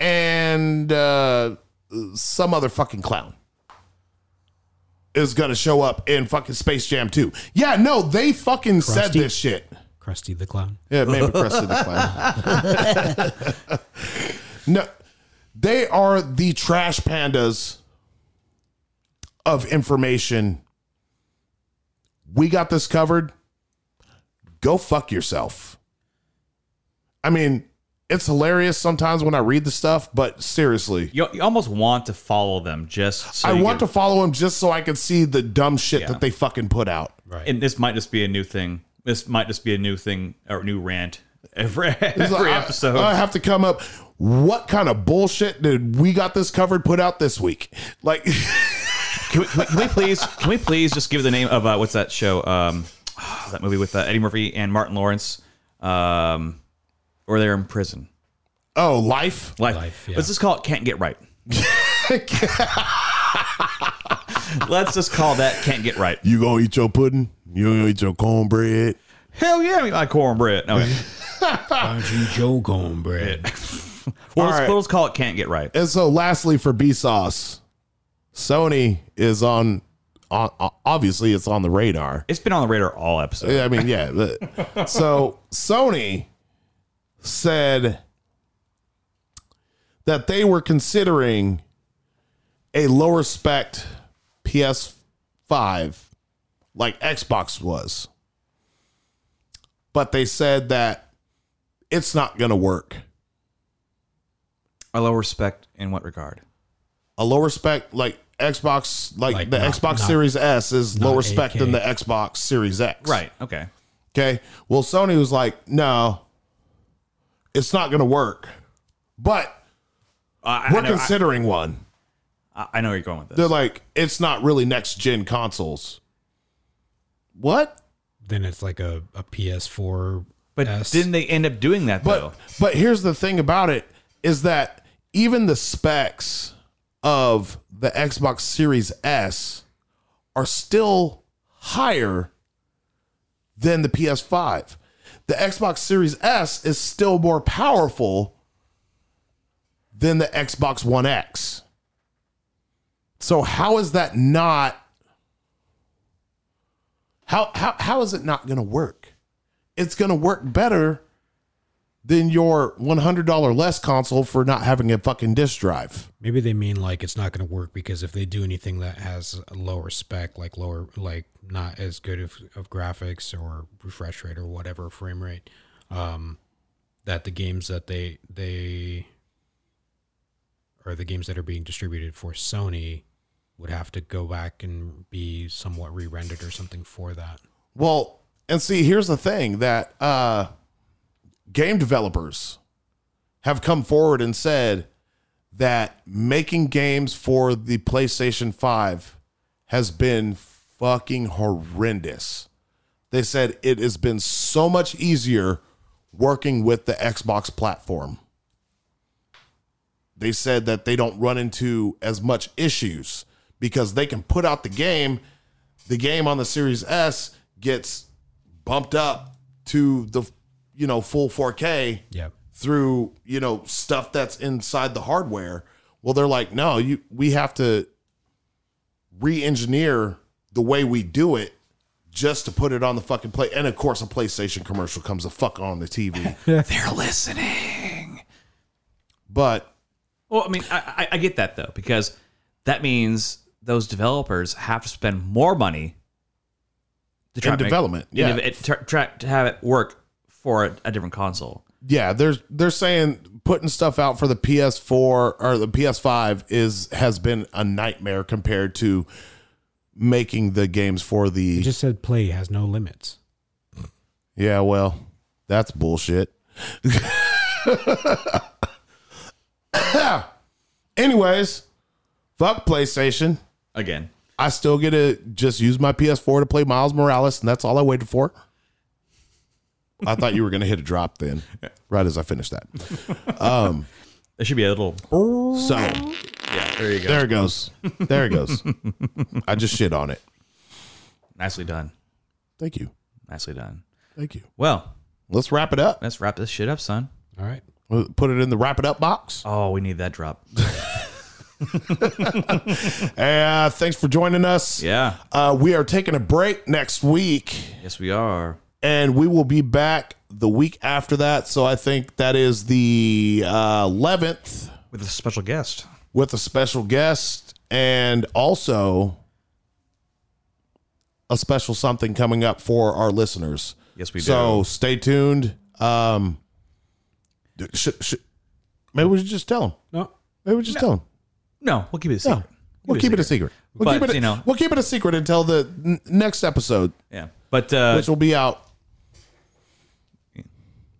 Speaker 1: and uh, some other fucking clown is gonna show up in fucking Space Jam 2. Yeah, no, they fucking said
Speaker 3: Krusty?
Speaker 1: this shit.
Speaker 3: Krusty the Clown.
Speaker 1: Yeah, maybe Krusty the Clown. no, they are the trash pandas of information. We got this covered. Go fuck yourself. I mean, it's hilarious sometimes when I read the stuff, but seriously,
Speaker 2: You, you almost want to follow them just. So
Speaker 1: I
Speaker 2: you
Speaker 1: want
Speaker 2: can-
Speaker 1: to follow them just so I can see the dumb shit
Speaker 2: Yeah.
Speaker 1: that they fucking put out.
Speaker 3: Right.
Speaker 2: And this might just be a new thing. This might just be a new thing or new rant every every
Speaker 1: It's like, I-
Speaker 2: episode.
Speaker 1: I, have to come up. What kind of bullshit did we got this covered put out this week? Like,
Speaker 2: can, we, can we- can we please? Can we please just give the name of uh, what's that show? Um, that movie with uh, Eddie Murphy and Martin Lawrence, um, where they're in prison.
Speaker 1: oh, life.
Speaker 2: Life.
Speaker 3: Life, yeah.
Speaker 2: Let's just call it "Can't Get Right." Let's just call that "Can't Get Right."
Speaker 1: You gonna eat your pudding? You gonna eat your cornbread?
Speaker 2: Hell yeah, I mean, my cornbread. No, wait.
Speaker 3: Aren't you Joe Cornbread?
Speaker 2: Well, let's,
Speaker 1: All right.
Speaker 2: well, let's call it "Can't Get Right."
Speaker 1: And so, lastly, for B sauce, Sony is on, on. Obviously, it's on the radar.
Speaker 2: It's been on the radar all episode.
Speaker 1: Yeah, I mean, yeah. but- so Sony said that they were considering a lower spec PS5 like Xbox was. But they said that it's not going to work.
Speaker 2: I low respect in what regard?
Speaker 1: A lower spec like Xbox like,
Speaker 3: Like
Speaker 1: the
Speaker 3: not-
Speaker 1: Xbox
Speaker 3: not-
Speaker 1: Series S is lower
Speaker 3: 8K.
Speaker 1: spec than the Xbox Series X.
Speaker 2: Right. Okay.
Speaker 1: Okay. Well, Sony was like, no, it's not going to work, but
Speaker 2: I, I
Speaker 1: we're
Speaker 2: know,
Speaker 1: considering one.
Speaker 2: I, I know where you're going with this.
Speaker 1: They're like, it's not really next gen consoles. What?
Speaker 3: then it's like a, a PS4.
Speaker 2: But
Speaker 3: S.
Speaker 2: didn't they end up doing that
Speaker 1: But
Speaker 2: though?
Speaker 1: but here's the thing about it is that even the specs of the Xbox Series S are still higher than the PS5. The Xbox Series S is still more powerful than the Xbox One X. So how is that not how how how is it not going to work? It's going to work better than your $100 less console for not having a fucking disk drive.
Speaker 3: Maybe they mean like it's not going to work because if they do anything that has a lower spec, like lower, like not as good of, of graphics or refresh rate or whatever frame rate, um, that the games that they they or the games that are being distributed for Sony would have to go back and be somewhat re-rendered or something for that.
Speaker 1: Well, and see, here's the thing that uh, game developers have come forward and said that making games for the PlayStation 5 has been fucking horrendous. They said it has been so much easier working with the Xbox platform. they said that they don't run into as much issues because they can put out the game. The game on the Series S gets bumped up to the you know full 4K
Speaker 3: Yeah.
Speaker 1: through you know stuff that's inside the hardware. Well, they're like, no, you we have to re-engineer the way we do it just to put it on the fucking play. And of course, a PlayStation commercial comes the fuck on the TV.
Speaker 2: They're listening.
Speaker 1: but
Speaker 2: Well, I mean, I, I, I get that though because that means those developers have to spend more money to
Speaker 1: In
Speaker 2: to make-
Speaker 1: development, yeah.
Speaker 2: and it, try, try to have it work for a, a different console.
Speaker 1: yeah, they're they're saying putting stuff out for the PS4 or the PS5 is has been a nightmare compared to making the games for the
Speaker 3: It just said play has no limits.
Speaker 1: Yeah, well, that's bullshit. Anyways, fuck PlayStation.
Speaker 2: Again,
Speaker 1: I still get to just use my PS4 to play Miles Morales, and that's all I waited for. I thought you were going to hit a drop then, right as I finished that. Um,
Speaker 2: there should be a little.
Speaker 1: So,
Speaker 2: Yeah, there you go.
Speaker 1: There it goes. There it goes. I just shit on it.
Speaker 2: Nicely done.
Speaker 1: Thank you.
Speaker 2: Nicely done.
Speaker 1: Thank you.
Speaker 2: Well,
Speaker 1: Let's wrap it up.
Speaker 2: Let's wrap this shit up, son.
Speaker 3: All right.
Speaker 1: Put it in the wrap it up box.
Speaker 2: Oh, we need that drop.
Speaker 1: Uh, thanks for joining us.
Speaker 2: yeah.
Speaker 1: Uh, we are taking a break next week
Speaker 2: Yes, we are.
Speaker 1: and we will be back the week after that. So I think that is the uh, 11th
Speaker 2: With a special guest.
Speaker 1: with a special guest and also a special something coming up for our listeners.
Speaker 2: Yes, we
Speaker 1: So
Speaker 2: do.
Speaker 1: stay tuned. Um, d- sh- sh- maybe we should just tell them.
Speaker 3: No.
Speaker 1: Maybe we just tell them.
Speaker 2: No, we'll keep it a
Speaker 1: No,
Speaker 2: secret.
Speaker 1: we'll keep it a secret. We'll
Speaker 2: But,
Speaker 1: keep it. A,
Speaker 2: you know-
Speaker 1: we'll keep it a secret until the n- next episode,
Speaker 2: Yeah. But uh
Speaker 1: which will be out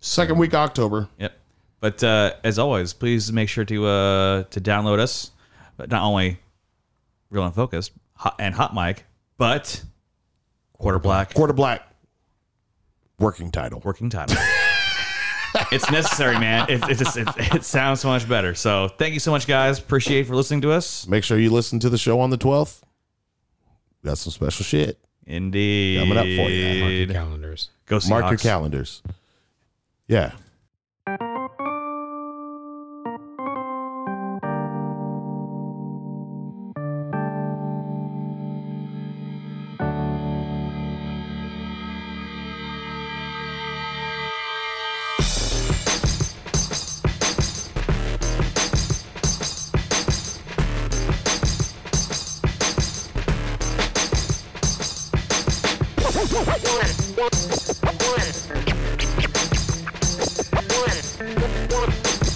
Speaker 1: second week October.
Speaker 2: Yep. But uh, as always, please make sure to uh, to download us, but not only Real and Focused hot, and Hot Mic, but Quarter Black
Speaker 1: Quarter Black. Working title.
Speaker 2: working title. it's necessary, man. It, it, just, it, it sounds so much better. So thank you so much, guys. Appreciate you for listening to us.
Speaker 1: Make sure you listen to the show on the twelfth. Got some special shit.
Speaker 2: Indeed.
Speaker 1: Coming up for you.
Speaker 3: Mark your calendars.
Speaker 2: Go see
Speaker 1: Mark your calendars. Yeah.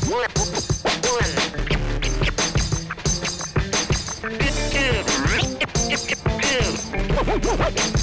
Speaker 7: Good, good, good, good, good, good.